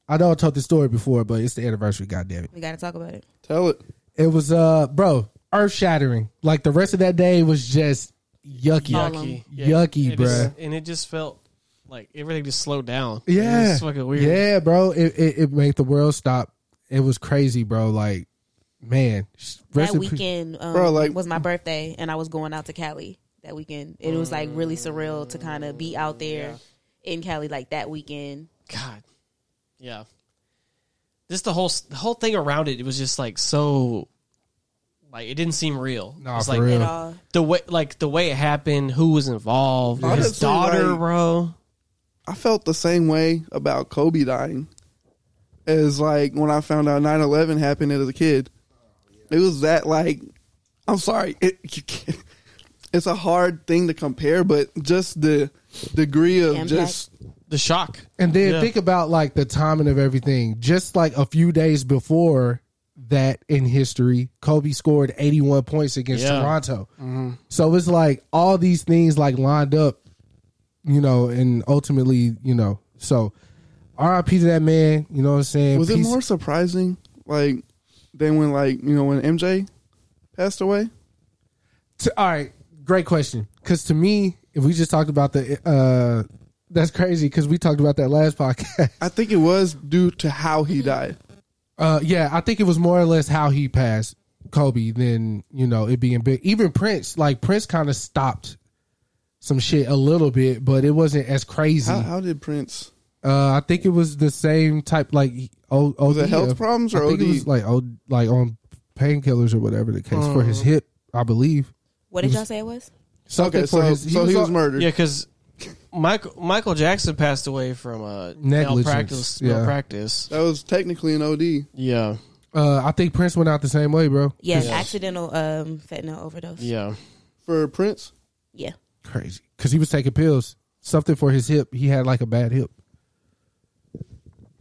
Speaker 2: I know I told this story before, but it's the anniversary, goddamn it.
Speaker 4: we got to talk about it.
Speaker 5: Tell it.
Speaker 2: It was uh bro, earth shattering. Like the rest of that day was just yucky.
Speaker 1: Yucky, yeah.
Speaker 2: Yucky,
Speaker 1: It
Speaker 2: bruh.
Speaker 1: just- and it just felt like everything just slowed down. it
Speaker 2: Yeah.
Speaker 1: was fucking weird.
Speaker 2: Yeah, bro. It, it it made the world stop. It was crazy, bro. Like, man. rest
Speaker 4: that
Speaker 2: in peace.
Speaker 4: weekend um,
Speaker 5: Bro, like-
Speaker 4: was my birthday and I was going out to Cali that weekend. It was like really surreal to kind of be out there in Cali like that weekend.
Speaker 1: God, yeah. Just the whole s- the whole thing around it. It was just like so, like it didn't seem real.
Speaker 2: Nah,
Speaker 1: it was
Speaker 2: for
Speaker 1: like
Speaker 2: real.
Speaker 4: It all
Speaker 1: the way, like the way it happened, who was involved, his
Speaker 5: Honestly,
Speaker 1: daughter,
Speaker 5: like-
Speaker 1: bro.
Speaker 5: I felt the same way about Kobe dying as like when I found out 9 11 happened as a kid. It was that like, I'm sorry, it, you can't, it's a hard thing to compare, but just the degree of
Speaker 4: Impact.
Speaker 5: just
Speaker 1: The shock,
Speaker 2: And then
Speaker 1: Yeah.
Speaker 2: think about like the timing of everything. Just like a few days before that in history, Kobe scored 81 points against
Speaker 1: Yeah.
Speaker 2: Toronto.
Speaker 5: Mm-hmm.
Speaker 2: So it's like all these things like lined up, you know, and ultimately, you know, so RIP to that man, you know what I'm saying?
Speaker 5: was it
Speaker 2: Peace-
Speaker 5: more surprising like than when like you know when MJ passed away?
Speaker 2: to- all right, great question. Because to me, if we just talked about the, uh, that's crazy because we talked about that last podcast.
Speaker 5: I think it was due to how he died.
Speaker 2: Uh, yeah, I think it was more or less how he passed Kobe than you know it being big. Even Prince, like Prince, kind of stopped some shit a little bit, but it wasn't as crazy.
Speaker 5: How,
Speaker 2: Uh,
Speaker 5: how did Prince?
Speaker 2: I think it was the same type, like O OD.
Speaker 5: it health problems or
Speaker 2: I think it
Speaker 5: OD?
Speaker 2: was like o, like on painkillers or whatever the case for
Speaker 5: Uh.
Speaker 2: his hip, I believe.
Speaker 4: What did y'all say it was?
Speaker 2: Something
Speaker 5: Okay, so,
Speaker 2: for his.
Speaker 5: so he was
Speaker 2: on-
Speaker 5: murdered.
Speaker 1: yeah, because Michael Michael Jackson passed away from uh,
Speaker 2: Negligence,
Speaker 1: malpractice.
Speaker 2: yeah.
Speaker 1: Malpractice.
Speaker 5: That was technically an OD.
Speaker 1: Yeah,
Speaker 2: Uh, I think Prince went out the same way, bro.
Speaker 4: Yes, accidental um, fentanyl overdose. Yeah.
Speaker 1: yeah.
Speaker 5: for Prince.
Speaker 2: Crazy, because he was taking pills. Something for his hip. He had like a bad hip.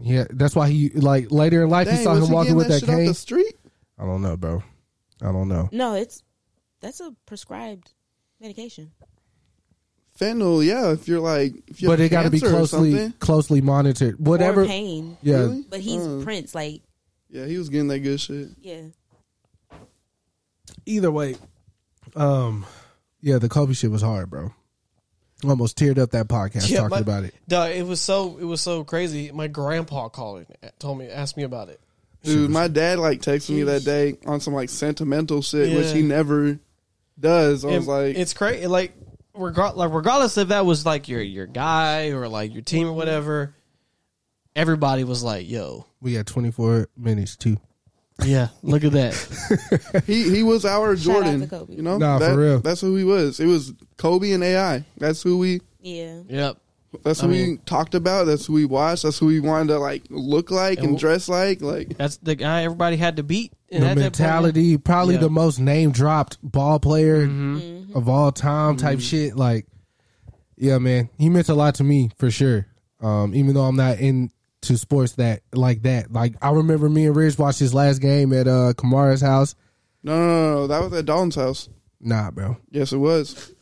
Speaker 2: Yeah, that's why he like later in life
Speaker 5: Dang,
Speaker 2: he saw
Speaker 5: was
Speaker 2: him walking
Speaker 5: getting
Speaker 2: with that,
Speaker 5: shit off
Speaker 2: cane.
Speaker 5: the street.
Speaker 2: I don't know, bro. I don't know.
Speaker 4: No, it's that's a prescribed medication.
Speaker 5: Fentanyl, yeah. If you're like, if you
Speaker 2: but
Speaker 5: have
Speaker 2: it got to be
Speaker 5: cancer or
Speaker 2: closely
Speaker 5: something.
Speaker 2: closely monitored.
Speaker 4: Whatever
Speaker 2: Whatever.
Speaker 4: pain. Mm-hmm.
Speaker 2: Yeah,
Speaker 5: Really?
Speaker 4: But he's
Speaker 3: Mm.
Speaker 4: Prince, like
Speaker 5: Yeah, he was getting that good shit.
Speaker 4: yeah.
Speaker 2: either way. Um, yeah, the Kobe shit was hard, bro. Almost teared up that podcast talking
Speaker 1: my-
Speaker 2: about it.
Speaker 1: Duh, it was so it was so crazy. My grandpa called and told me asked me about it.
Speaker 5: Dude, my dad like texted me that day on some like sentimental shit, which
Speaker 1: Yeah.
Speaker 5: he never does. I
Speaker 1: And
Speaker 5: was like,
Speaker 1: it's crazy. Like, regard, like regardless if that was like your your guy or like your team or whatever, everybody was like, "Yo,
Speaker 2: We got 24 minutes too.
Speaker 1: yeah, look at that."
Speaker 5: he he was
Speaker 4: Shout
Speaker 5: our
Speaker 4: out
Speaker 5: Jordan.
Speaker 4: to Kobe.
Speaker 5: You know,
Speaker 2: Nah, for
Speaker 5: That-
Speaker 2: real.
Speaker 5: That's who he was. It was Kobe and AI. That's who we.
Speaker 4: Yeah.
Speaker 1: yep.
Speaker 5: That's who
Speaker 1: I
Speaker 5: we
Speaker 1: mean-
Speaker 5: talked about. That's who we watched. That's who we wanted to like look like and,
Speaker 1: And w-
Speaker 5: dress like. Like
Speaker 1: That's the guy everybody had to beat. And
Speaker 2: the
Speaker 1: at that point-
Speaker 2: mentality, probably
Speaker 1: Yeah.
Speaker 2: the most name dropped ball player
Speaker 5: Mm-hmm.
Speaker 2: of all time, type shit. Like, yeah, man, he meant a lot to me for sure. Um, even though I'm not into sports that like that. Like, I remember me and Rich watched his last game at uh Kamara's house.
Speaker 5: no, no, no, no. That was at Dalton's house.
Speaker 2: Nah, bro,
Speaker 5: Yes, it was.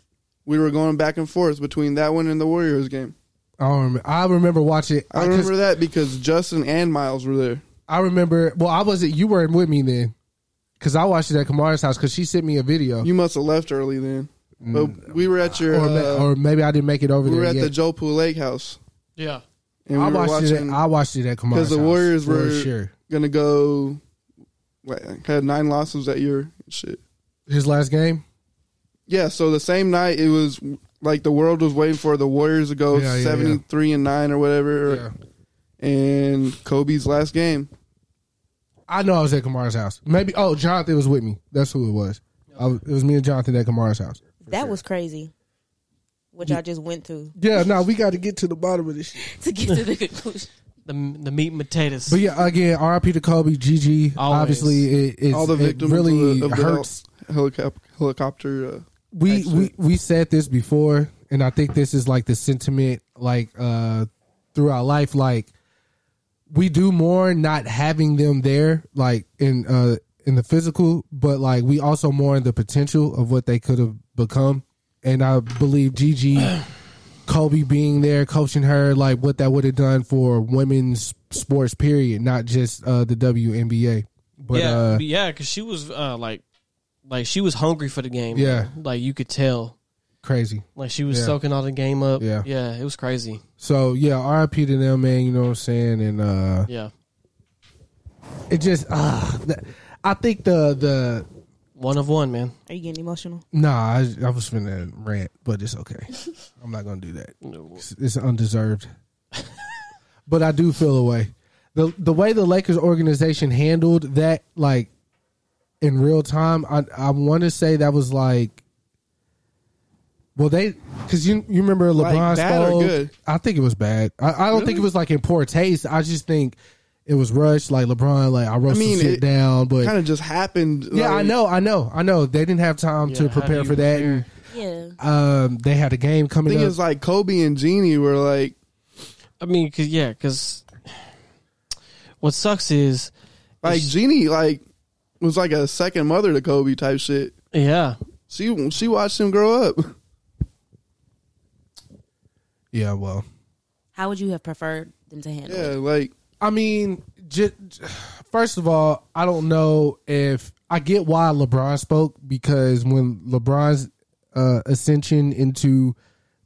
Speaker 5: We were going back and forth between that one and the Warriors game.
Speaker 2: I don't remember. I remember watching.
Speaker 5: I remember that because Justin and Miles were there.
Speaker 2: I remember. Well, I wasn't. You weren't with me then, because I watched it at Kamara's house because she sent me a video,
Speaker 5: You must have left early then. But we were at your.
Speaker 2: Mm. or,
Speaker 5: uh,
Speaker 2: ma- or maybe I didn't make it over
Speaker 5: we were
Speaker 2: there
Speaker 5: at the
Speaker 2: yet.
Speaker 5: Joe Lake house.
Speaker 1: Yeah.
Speaker 5: And we
Speaker 2: I
Speaker 5: were
Speaker 2: watched it. At,
Speaker 5: watching-
Speaker 2: I watched it at Kamara's
Speaker 5: because the
Speaker 2: house,
Speaker 5: Warriors
Speaker 2: for
Speaker 5: were
Speaker 2: sure.
Speaker 5: gonna go. What, had nine losses that year. and Shit.
Speaker 2: His last game.
Speaker 5: Yeah. So the same night, it was like the world was waiting for the Warriors to go
Speaker 2: Yeah, yeah, yeah.
Speaker 5: seventy-three and nine or whatever,
Speaker 2: Yeah.
Speaker 5: and Kobe's last game.
Speaker 2: I know I was at Kamara's house. Maybe oh Jonathan was with me. That's who it was. I was- it was me and Jonathan at Kamara's house.
Speaker 4: That was crazy. What y'all just went through
Speaker 2: Yeah, no, we got to get to the bottom of this. Shit.
Speaker 4: to get to the conclusion.
Speaker 1: The the meat and potatoes.
Speaker 2: But yeah, again, R.I.P. to Kobe, GG.
Speaker 1: Always.
Speaker 2: Obviously, it, it's,
Speaker 5: All the
Speaker 2: it
Speaker 5: victims
Speaker 2: really
Speaker 5: of the, of the hel-
Speaker 2: hurts.
Speaker 5: helicop- helicopter. Uh,
Speaker 2: we we
Speaker 5: Excellent.
Speaker 2: we said this before and i think this is like the sentiment like uh throughout life like we do more not having them there like in uh in the physical but like we also mourn the potential of what they could have become and i believe gigi kobe being there coaching her like what that would have done for women's sports period not just uh the WNBA but
Speaker 1: yeah,
Speaker 2: uh
Speaker 1: but yeah, because she was uh, like, like she was hungry for the game.
Speaker 2: Yeah.
Speaker 1: like you could tell,
Speaker 2: crazy
Speaker 1: like she was
Speaker 2: Yeah.
Speaker 1: soaking all the game up.
Speaker 2: Yeah.
Speaker 1: yeah, it was crazy.
Speaker 2: so yeah RIP to them man you know what I'm saying and uh
Speaker 1: Yeah,
Speaker 2: it just uh, I think the the
Speaker 1: one of one, man.
Speaker 4: Are you getting emotional?
Speaker 2: nah I, I was finna rant, but it's okay. I'm not gonna do that. It's, it's undeserved. but I do feel a way. the The way the Lakers organization handled that, like in real time, I I want to say that was like. Well, they because you you remember
Speaker 5: Like,
Speaker 2: LeBron
Speaker 5: bad or
Speaker 2: spoke.
Speaker 5: good?
Speaker 2: I think it was bad. I, I don't think it was like in poor taste. I just think it was rushed. Like LeBron, like I wrote
Speaker 5: mean,
Speaker 2: some shit
Speaker 5: it
Speaker 2: down, but
Speaker 5: kind of just happened.
Speaker 2: yeah, I
Speaker 5: like-
Speaker 2: know, I know, I know. They didn't have time
Speaker 1: Yeah,
Speaker 2: to
Speaker 1: how do
Speaker 2: prepare
Speaker 1: you
Speaker 2: for that.
Speaker 1: prepare?
Speaker 4: Yeah.
Speaker 2: And, um, they had a game
Speaker 5: The
Speaker 2: coming
Speaker 5: thing
Speaker 2: up.
Speaker 5: is, like Kobe and Jeannie were like,
Speaker 1: I mean, cause yeah, cause what sucks is,
Speaker 5: like Jeannie, like was like a second mother to Kobe type shit.
Speaker 1: yeah,
Speaker 5: She she watched him grow up.
Speaker 2: yeah, well,
Speaker 4: How would you have preferred them to handle?
Speaker 5: Yeah,
Speaker 4: it?
Speaker 5: like
Speaker 2: I mean, j- first of all, I don't know if I get why LeBron spoke because when LeBron's uh, ascension into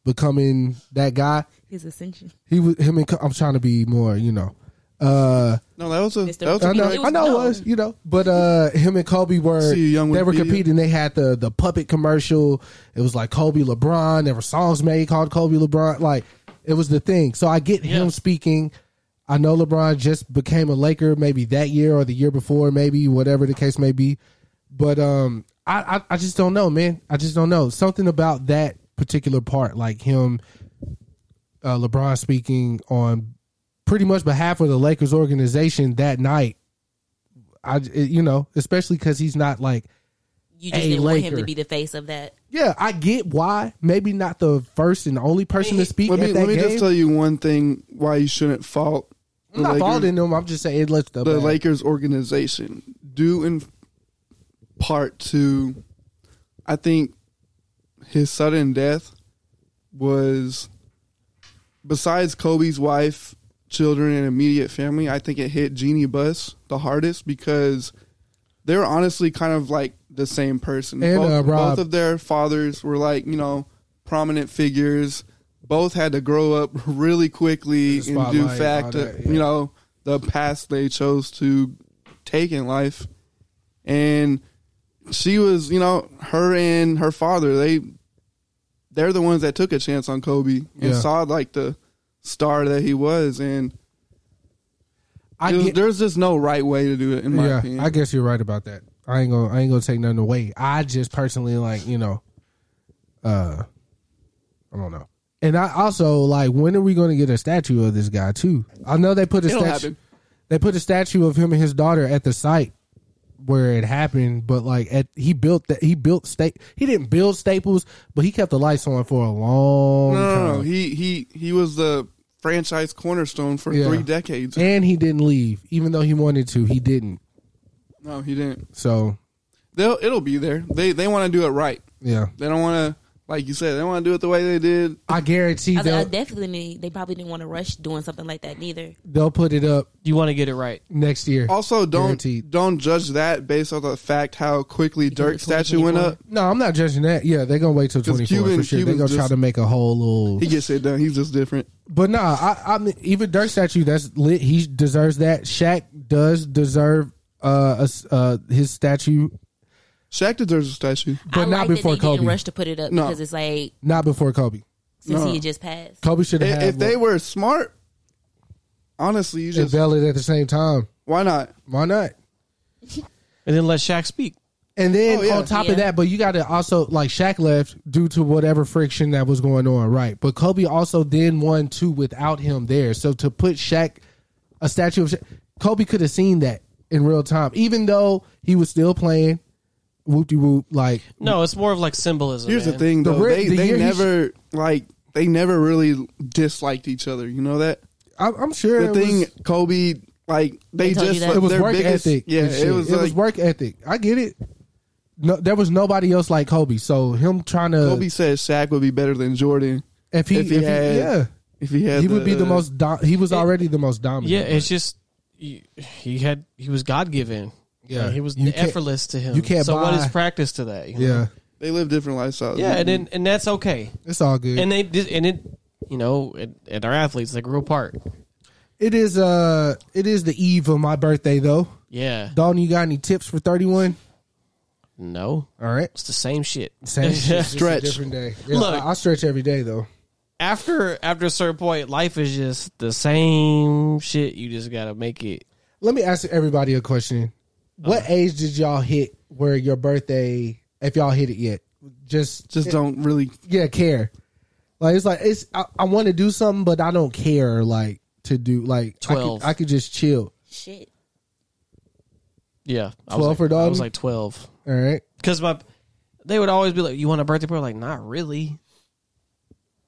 Speaker 2: becoming that guy,
Speaker 4: His ascension.
Speaker 2: he was him and Co- I'm trying to be more, you know. Uh,
Speaker 5: no, that was a
Speaker 4: Mr.
Speaker 5: that was
Speaker 2: I
Speaker 5: a
Speaker 4: It
Speaker 2: know,
Speaker 5: great
Speaker 2: I know it was, you know, but uh, him and Kobe were
Speaker 5: See you, young
Speaker 2: they were
Speaker 5: Wikipedia.
Speaker 2: competing. They had the the puppet commercial. It was like Kobe LeBron. There were songs made called Kobe LeBron. Like it was the thing. So I get
Speaker 1: Yeah.
Speaker 2: him speaking. I know LeBron just became a Laker maybe that year or the year before, maybe whatever the case may be. But um, I I, I just don't know, man. I just don't know something about that particular part, like him uh, LeBron speaking on pretty much behalf of the Lakers organization that night. I it- you know, especially because he's not like,
Speaker 4: You just
Speaker 2: A
Speaker 4: didn't want him to
Speaker 2: Laker.
Speaker 4: be the face of that.
Speaker 2: yeah, I get why. Maybe not the first and only person to speak
Speaker 5: Let me
Speaker 2: at that
Speaker 5: let me
Speaker 2: game.
Speaker 5: just tell you one thing why you shouldn't fault the,
Speaker 2: I'm not
Speaker 5: Lakers,
Speaker 2: faulting them. I'm just saying it looks the,
Speaker 5: the
Speaker 2: bad.
Speaker 5: Lakers organization due in part to I think his sudden death was besides Kobe's wife, children and immediate family, I think it hit Jeannie Buss the hardest because they're honestly kind of like the same person.
Speaker 2: And,
Speaker 5: both,
Speaker 2: uh, Rob.
Speaker 5: both of their fathers were like, you know, prominent figures. Both had to grow up really quickly
Speaker 2: The
Speaker 5: and do
Speaker 2: spotlight,
Speaker 5: fact,
Speaker 2: all that, yeah.
Speaker 5: you know, the path they chose to take in life. And she was, you know, her and her father, they they're the ones that took a chance on Kobe and
Speaker 2: Yeah.
Speaker 5: saw like the star that he was and
Speaker 2: I
Speaker 5: it was-
Speaker 2: get-
Speaker 5: there's just no right way to do it in my
Speaker 2: yeah,
Speaker 5: opinion.
Speaker 2: I guess you're right about that. I ain't gonna I ain't gonna take nothing away. I just personally like you know, uh, I don't know. And I also like when are we gonna get a statue of this guy too? I know they put a
Speaker 5: It'll
Speaker 2: statue.
Speaker 5: happen.
Speaker 2: They put a statue of him and his daughter at the site where it happened, but like at he built that he built state he didn't build Staples, but he kept the lights on for a long
Speaker 5: no,
Speaker 2: time.
Speaker 5: no, no. He he he was the franchise cornerstone for
Speaker 2: Yeah.
Speaker 5: three decades.
Speaker 2: and he didn't leave, even though he wanted to. He didn't.
Speaker 5: No, he didn't.
Speaker 2: So
Speaker 5: They'll it'll be there. They they want to do it right.
Speaker 2: yeah,
Speaker 5: They don't want to like you said. They want to do it the way they did.
Speaker 2: I guarantee
Speaker 3: I, was like, I
Speaker 2: they'll
Speaker 3: definitely they probably didn't want to rush doing something like that neither.
Speaker 2: they'll put it up
Speaker 1: You want to get it right.
Speaker 2: next year.
Speaker 5: Also, don't
Speaker 2: Guaranteed.
Speaker 5: don't judge that based on the fact how quickly Dirk's statue went up.
Speaker 2: No, I'm not judging that. Yeah, they're gonna wait till
Speaker 5: 'Cause
Speaker 2: 24 for
Speaker 5: Cuban-
Speaker 2: sure. They're
Speaker 5: Cuban's
Speaker 2: gonna try
Speaker 5: just-
Speaker 2: to make a whole little.
Speaker 5: He gets it done. He's just different.
Speaker 2: but nah, I, I mean, even Dirk statue that's lit. He deserves that. Shaq does deserve uh, a s- uh his statue,
Speaker 5: Shaq deserves a statue.
Speaker 2: but
Speaker 3: I
Speaker 2: not
Speaker 3: like
Speaker 2: before
Speaker 3: that they
Speaker 2: Kobe.
Speaker 3: didn't rush to put it up
Speaker 5: No.
Speaker 3: because it's like
Speaker 2: Not before Kobe.
Speaker 3: since
Speaker 5: No.
Speaker 3: he had just passed.
Speaker 2: Kobe should have
Speaker 5: If,
Speaker 2: had
Speaker 5: if they
Speaker 2: one
Speaker 5: were smart, honestly, you
Speaker 2: and
Speaker 5: just
Speaker 2: valid at the same time.
Speaker 5: why not?
Speaker 2: Why not?
Speaker 1: And then let Shaq speak.
Speaker 2: And then
Speaker 5: Oh, yeah.
Speaker 2: on top
Speaker 3: Yeah.
Speaker 2: of that, but you got to also like Shaq left due to whatever friction that was going on, right? But Kobe also then won two without him there. So to put Shaq a statue of Shaq, Kobe could have seen that in real time, even though he was still playing. Whoop de whoop, like
Speaker 1: No, it's more of like symbolism.
Speaker 5: Here's the
Speaker 1: man.
Speaker 5: thing,
Speaker 2: The
Speaker 5: though.
Speaker 2: re-
Speaker 5: they
Speaker 2: the year
Speaker 5: they
Speaker 2: he
Speaker 5: never like they never really disliked each other. You know that
Speaker 2: I, I'm sure
Speaker 5: the
Speaker 2: it
Speaker 5: thing,
Speaker 2: was-
Speaker 5: Kobe. Like they,
Speaker 3: They told you
Speaker 5: just
Speaker 3: that?
Speaker 5: like,
Speaker 2: it was
Speaker 5: their
Speaker 2: work
Speaker 5: biggest,
Speaker 2: ethic.
Speaker 5: Yeah,
Speaker 2: and shit.
Speaker 5: it was like
Speaker 2: work ethic. I get it. No, there was nobody else like Kobe. So him trying to
Speaker 5: Kobe said Shaq would be better than Jordan
Speaker 2: if he,
Speaker 5: if he had-
Speaker 2: yeah,
Speaker 5: if he had.
Speaker 2: he would be the
Speaker 5: uh,
Speaker 2: most. Do- he was already the most dominant.
Speaker 1: Yeah, it's just he, he had he was God given.
Speaker 2: Yeah.
Speaker 1: Yeah, he was
Speaker 2: You can't-
Speaker 1: effortless to him.
Speaker 2: you can't
Speaker 1: So what
Speaker 2: buy-
Speaker 1: is practice to that? you know?
Speaker 2: yeah,
Speaker 5: They live different lifestyles.
Speaker 1: yeah, and then, and that's okay.
Speaker 2: it's all good.
Speaker 1: And they did, and it you know and, and our athletes they grew apart.
Speaker 2: It is uh it is the eve of my birthday though.
Speaker 1: Yeah,
Speaker 2: Dalton, you got any tips for thirty one?
Speaker 1: no,
Speaker 2: All right.
Speaker 1: it's the same shit.
Speaker 2: Same shit, just a
Speaker 5: Stretch.
Speaker 2: different day. Yeah,
Speaker 1: Look.
Speaker 2: I, I stretch every day though.
Speaker 1: after after a certain point, life is just the same shit. You just gotta make it.
Speaker 2: Let me ask everybody a question. What age did y'all hit where your birthday if y'all hit it yet? Just
Speaker 5: just don't really.
Speaker 2: yeah, care. Like it's like it's I, I want to do something but I don't care like to do like I could-
Speaker 1: 12.
Speaker 2: I could, just chill.
Speaker 3: Shit.
Speaker 1: Yeah, I was
Speaker 2: 12
Speaker 1: like-
Speaker 2: for dog?
Speaker 1: I was like twelve
Speaker 2: All right.
Speaker 1: because my they would always be like, "You want a birthday party?" Like, not really.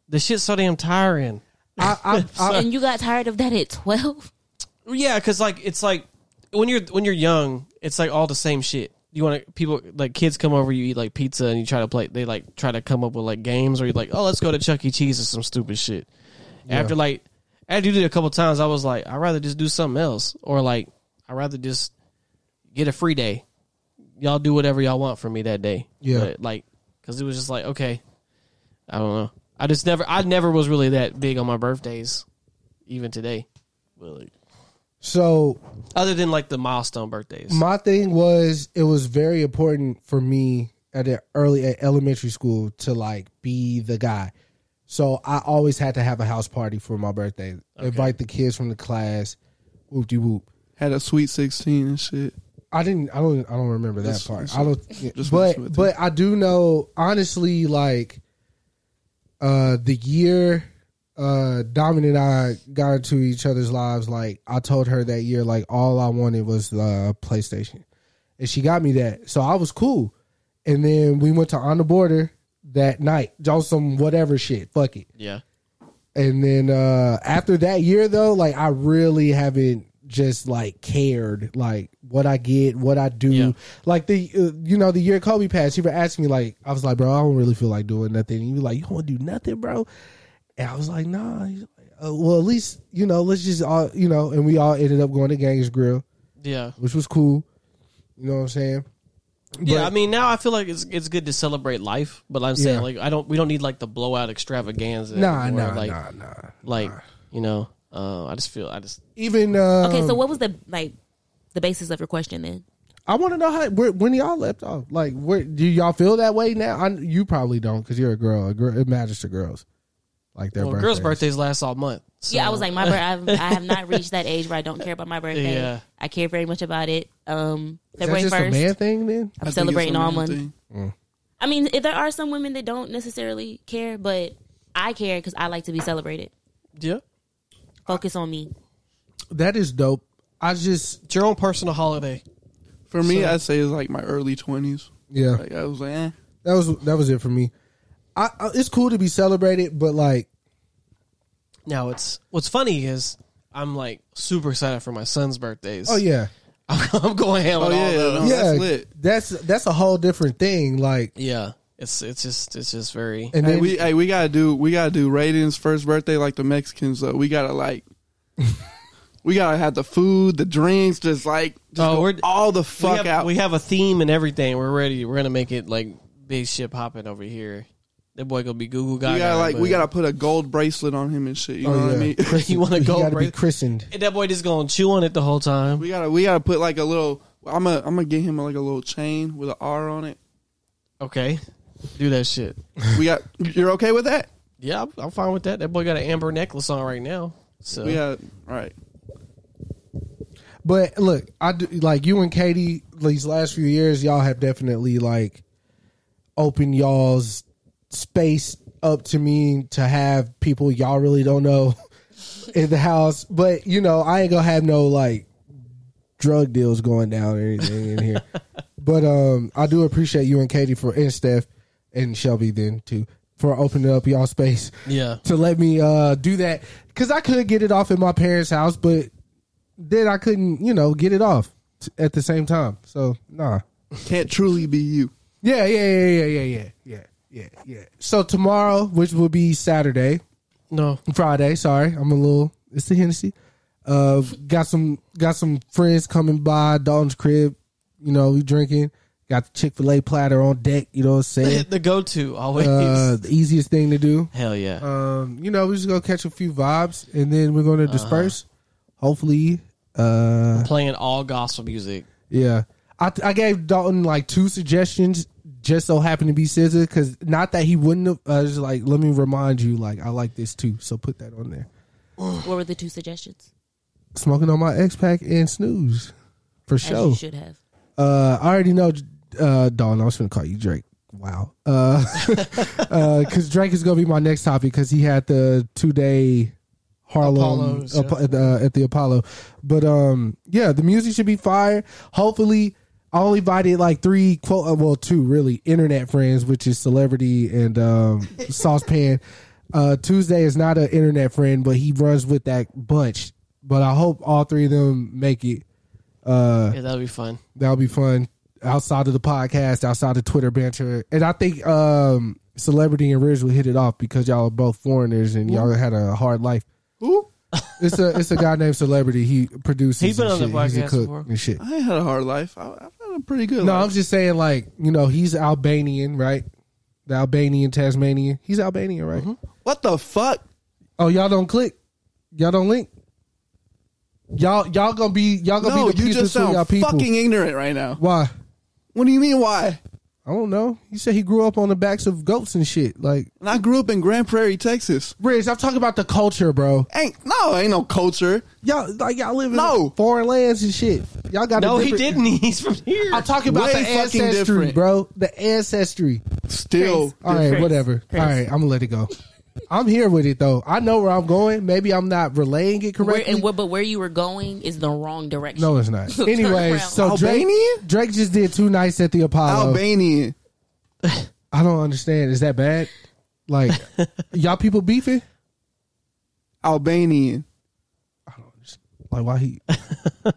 Speaker 1: The shit's so damn tiring.
Speaker 2: I I, I
Speaker 3: and you got tired of that at twelve.
Speaker 1: Yeah, because like it's like when you're when you're young, it's like all the same shit. You want to people like kids come over, you eat like pizza, and you try to play. They like try to come up with like games, or you're like, oh, let's go to Chuck E. Cheese or some stupid shit. After like after you did it a couple times, I was like, I'd rather just do something else, or like I'd rather just get a free day. Y'all do whatever y'all want from me that day.
Speaker 2: Yeah.
Speaker 1: But, like because it was just like okay, I don't know. I just never I never was really that big on my birthdays, even today. But, like,
Speaker 2: so
Speaker 1: other than like the milestone birthdays.
Speaker 2: My thing was it was very important for me at an early at elementary school to like be the guy. So I always had to have a house party for my birthday. Invite the kids from the class. Whoop de whoop.
Speaker 5: Had a sweet sixteen and shit.
Speaker 2: I didn't. I don't. I don't remember that
Speaker 5: Just-
Speaker 2: part.
Speaker 5: just-
Speaker 2: I don't.
Speaker 5: just mess
Speaker 2: but
Speaker 5: with
Speaker 2: but I do know honestly. Like, uh, the year uh Diamond and I got into each other's lives. Like, I told her that year, like all I wanted was the uh, PlayStation, and she got me that. So I was cool. And then we went to on the border that night. Y'all some whatever shit. Fuck it.
Speaker 1: yeah.
Speaker 2: And then uh after that year though, like I really haven't just like cared like what I get, what I do.
Speaker 1: Yeah.
Speaker 2: Like the uh, you know the year Kobe passed, you were asking me like I was like, bro, I don't really feel like doing nothing. And you were like, you don't want to do nothing, bro. And I was like, nah. He's like, uh, well, at least you know, let's just all you know. And we all ended up going to Gangs Grill,
Speaker 1: Yeah.
Speaker 2: which was cool. You know what I'm saying?
Speaker 1: yeah, I mean, now I feel like it's it's good to celebrate life, but I'm saying
Speaker 2: Yeah.
Speaker 1: like I don't we don't need like the blowout extravaganza.
Speaker 2: Nah,
Speaker 1: anymore,
Speaker 2: nah,
Speaker 1: like,
Speaker 2: nah, nah.
Speaker 1: Like you know, uh, I just feel I just
Speaker 2: Even uh,
Speaker 3: Okay, so what was the like the basis of your question then?
Speaker 2: I want to know how where, when y'all left off. Like, where do y'all feel that way now? I, you probably don't because you're a girl. A girl it matters to girls, like their
Speaker 1: well,
Speaker 2: birthday.
Speaker 1: girls' birthdays last all month. so-
Speaker 3: Yeah, I was like, my birth. I've, I have not reached that age where I don't care about my birthday.
Speaker 1: Yeah.
Speaker 3: I care very much about it. Um,
Speaker 2: Is that
Speaker 3: February
Speaker 2: just a
Speaker 3: first,
Speaker 2: man
Speaker 3: I'm
Speaker 2: thing then?
Speaker 5: it's
Speaker 3: celebrating
Speaker 5: a
Speaker 3: all
Speaker 5: man
Speaker 3: month.
Speaker 5: thing.
Speaker 3: I mean, if there are some women that don't necessarily care, but I care because I like to be celebrated.
Speaker 1: yeah,
Speaker 3: Focus on me.
Speaker 2: That is dope. I just
Speaker 1: it's your own personal holiday.
Speaker 5: For me, I'd say it's like my early twenties.
Speaker 2: yeah.
Speaker 5: Like I was like, eh.
Speaker 2: That was that was it for me. I, I it's cool to be celebrated, but like
Speaker 1: Now it's what's funny is I'm like super excited for my son's birthdays.
Speaker 2: oh yeah,
Speaker 1: I'm going ham
Speaker 5: Oh
Speaker 1: with all
Speaker 5: yeah,
Speaker 1: those.
Speaker 5: no,
Speaker 2: yeah.
Speaker 5: that's lit.
Speaker 2: That's that's a whole different thing. Like
Speaker 1: Yeah, it's it's just it's just very
Speaker 2: and
Speaker 5: Hey,
Speaker 2: then
Speaker 5: we hey, we gotta do we gotta do Raiden's first birthday like the Mexicans though. We gotta like we gotta have the food, the drinks, just like just
Speaker 1: Oh,
Speaker 5: go
Speaker 1: we're-
Speaker 5: all the
Speaker 1: we
Speaker 5: fuck
Speaker 1: have,
Speaker 5: out.
Speaker 1: We have a theme and everything. We're ready. We're gonna make it like big ship hopping over here. That boy gonna be Google guy.
Speaker 5: we gotta like we gotta put a gold bracelet on him and shit. You
Speaker 2: Oh,
Speaker 5: know what uh, I
Speaker 2: yeah.
Speaker 5: mean?
Speaker 1: you want to
Speaker 2: you
Speaker 1: go.
Speaker 2: gotta
Speaker 1: Bra-
Speaker 2: be christened.
Speaker 1: and that boy just gonna chew on it the whole time.
Speaker 5: we gotta we gotta put like a little. I'm gonna I'm gonna get him like a little chain with an R on it.
Speaker 1: Okay, do that shit.
Speaker 5: We got you're okay with that?
Speaker 1: Yeah, I'm, I'm fine with that. That boy got an amber necklace on right now. So
Speaker 5: We got all right.
Speaker 2: But look, I do, like you and Katie. These last few years, y'all have definitely like opened y'all's space up to me to have people y'all really don't know in the house. But you know, I ain't gonna have no like drug deals going down or anything in here. But um, I do appreciate you and Katie for and Steph and Shelby then too for opening up y'all space
Speaker 1: yeah,
Speaker 2: to let me uh do that because I could get it off at my parents' house, but then I couldn't, you know, get it off t- at the same time. So nah,
Speaker 5: Can't truly be you.
Speaker 2: yeah, yeah, yeah, yeah, yeah, yeah, yeah, yeah, yeah. So tomorrow, which will be Saturday,
Speaker 1: no,
Speaker 2: Friday. Sorry, I'm a little. It's the Hennessy. Uh, got some got some friends coming by Dalton's crib. You know, we drinking. Got the Chick Fil A platter on deck. You know what I'm saying?
Speaker 1: the go to always.
Speaker 2: Uh, the easiest thing to do.
Speaker 1: Hell
Speaker 5: uh,
Speaker 1: yeah.
Speaker 2: um, you know, we're just gonna catch a few vibes and then we're
Speaker 3: Uh-huh.
Speaker 2: gonna disperse. Hopefully, uh,
Speaker 1: Playing all gospel music.
Speaker 2: yeah. I, I gave Dalton like two suggestions, just so happened to be Scissor, because not that he wouldn't have. Uh, just like, let me remind you, like I like this too, so put that on there.
Speaker 3: What were the two suggestions?
Speaker 2: Smoking on my X pack and snooze, for
Speaker 3: As
Speaker 2: sure.
Speaker 3: you should have.
Speaker 2: Uh, I already know, uh, Dalton. I was gonna call you Drake. Wow, uh, because Drake is gonna be my next topic because he had the two day Harlem
Speaker 1: Apollos,
Speaker 2: Apo- at, uh, at the Apollo. But um, yeah, the music should be fire. Hopefully, I only invited like three quote, uh, well, two really internet friends, which is Celebrity and um, Saucepan. Uh, Tuesday is not an internet friend, but he runs with that bunch. But I hope all three of them make it.
Speaker 5: uh.
Speaker 1: yeah, that'll be fun.
Speaker 2: That'll be fun outside of the podcast, outside of Twitter banter. And I think um Celebrity and Riz will hit it off because y'all are both foreigners and y'all had a hard life.
Speaker 5: Who?
Speaker 2: It's a it's a guy named Celebrity. He produces.
Speaker 1: He's been
Speaker 2: and
Speaker 1: on the
Speaker 2: shit. He's a
Speaker 1: podcast
Speaker 2: cook
Speaker 1: before.
Speaker 2: and shit.
Speaker 5: I ain't had a hard life. I, I've had a pretty good.
Speaker 2: No,
Speaker 5: life.
Speaker 2: I'm just saying like you know he's Albanian, right? The Albanian Tasmanian. He's Albanian, right?
Speaker 1: Mm-hmm.
Speaker 5: what the fuck?
Speaker 2: Oh, y'all don't click. Y'all don't link. Y'all y'all gonna be y'all gonna
Speaker 5: No,
Speaker 2: be the
Speaker 5: you
Speaker 2: peace
Speaker 5: just
Speaker 2: between y'all
Speaker 5: sound
Speaker 2: people.
Speaker 5: fucking ignorant right now.
Speaker 2: Why?
Speaker 5: What do you mean why?
Speaker 2: I don't know. He said he grew up on the backs of goats and shit. Like
Speaker 5: And I grew up in Grand Prairie, Texas.
Speaker 2: Rich, I'm talking about the culture, bro.
Speaker 5: Ain't no, ain't no culture.
Speaker 2: Y'all like y'all live in
Speaker 5: No.
Speaker 2: foreign lands and shit. Y'all got a
Speaker 1: No, he
Speaker 2: different-
Speaker 1: didn't. He's from here.
Speaker 2: I'm talking about
Speaker 5: Way
Speaker 2: the
Speaker 5: fucking
Speaker 2: ancestry,
Speaker 5: different.
Speaker 2: bro. The ancestry.
Speaker 5: Still,
Speaker 2: All right, whatever. All right, I'm gonna let it go. I'm here with it though. I know where I'm going. Maybe I'm not relaying it
Speaker 3: Where,
Speaker 2: correctly.
Speaker 3: and what, but where you were going is the wrong direction.
Speaker 2: no, it's not.
Speaker 3: Turn
Speaker 2: Anyway,
Speaker 3: around.
Speaker 2: so Drake,
Speaker 5: Albanian?
Speaker 2: Drake just did two nights at the
Speaker 5: Uh,
Speaker 2: Apollo.
Speaker 5: Albanian.
Speaker 2: I don't understand. Is that bad? Like, y'all people beefing?
Speaker 5: Albanian.
Speaker 2: Like, why he?
Speaker 5: Fucking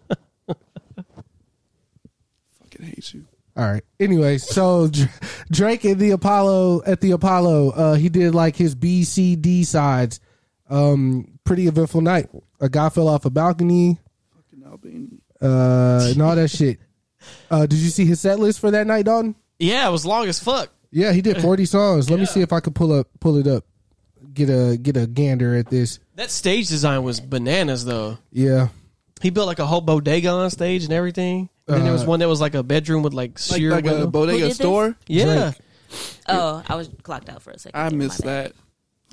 Speaker 5: hate you.
Speaker 2: All right. Anyway, so Dr- Drake at the Apollo at the Apollo, uh, he did like his B C D sides. Um, pretty eventful night. A guy fell off a balcony
Speaker 5: Fucking Albanian.
Speaker 2: uh, and all that shit. Uh, did you see his set list for that night, Dalton?
Speaker 1: Yeah, it was long as fuck.
Speaker 2: Yeah, he did forty songs. Let me see if I could pull up, pull it up, get a get a gander at this.
Speaker 1: That stage design was bananas though.
Speaker 2: Yeah,
Speaker 1: He built like a whole bodega on stage and everything. And then there was one that was like a bedroom with like
Speaker 5: Uh, Like,
Speaker 1: sheer
Speaker 5: like a
Speaker 1: window.
Speaker 3: Who did
Speaker 5: bodega
Speaker 3: this?
Speaker 5: store.
Speaker 1: yeah.
Speaker 3: Oh, I was clocked out for a second.
Speaker 5: I
Speaker 3: My
Speaker 5: missed
Speaker 3: bad.
Speaker 5: that.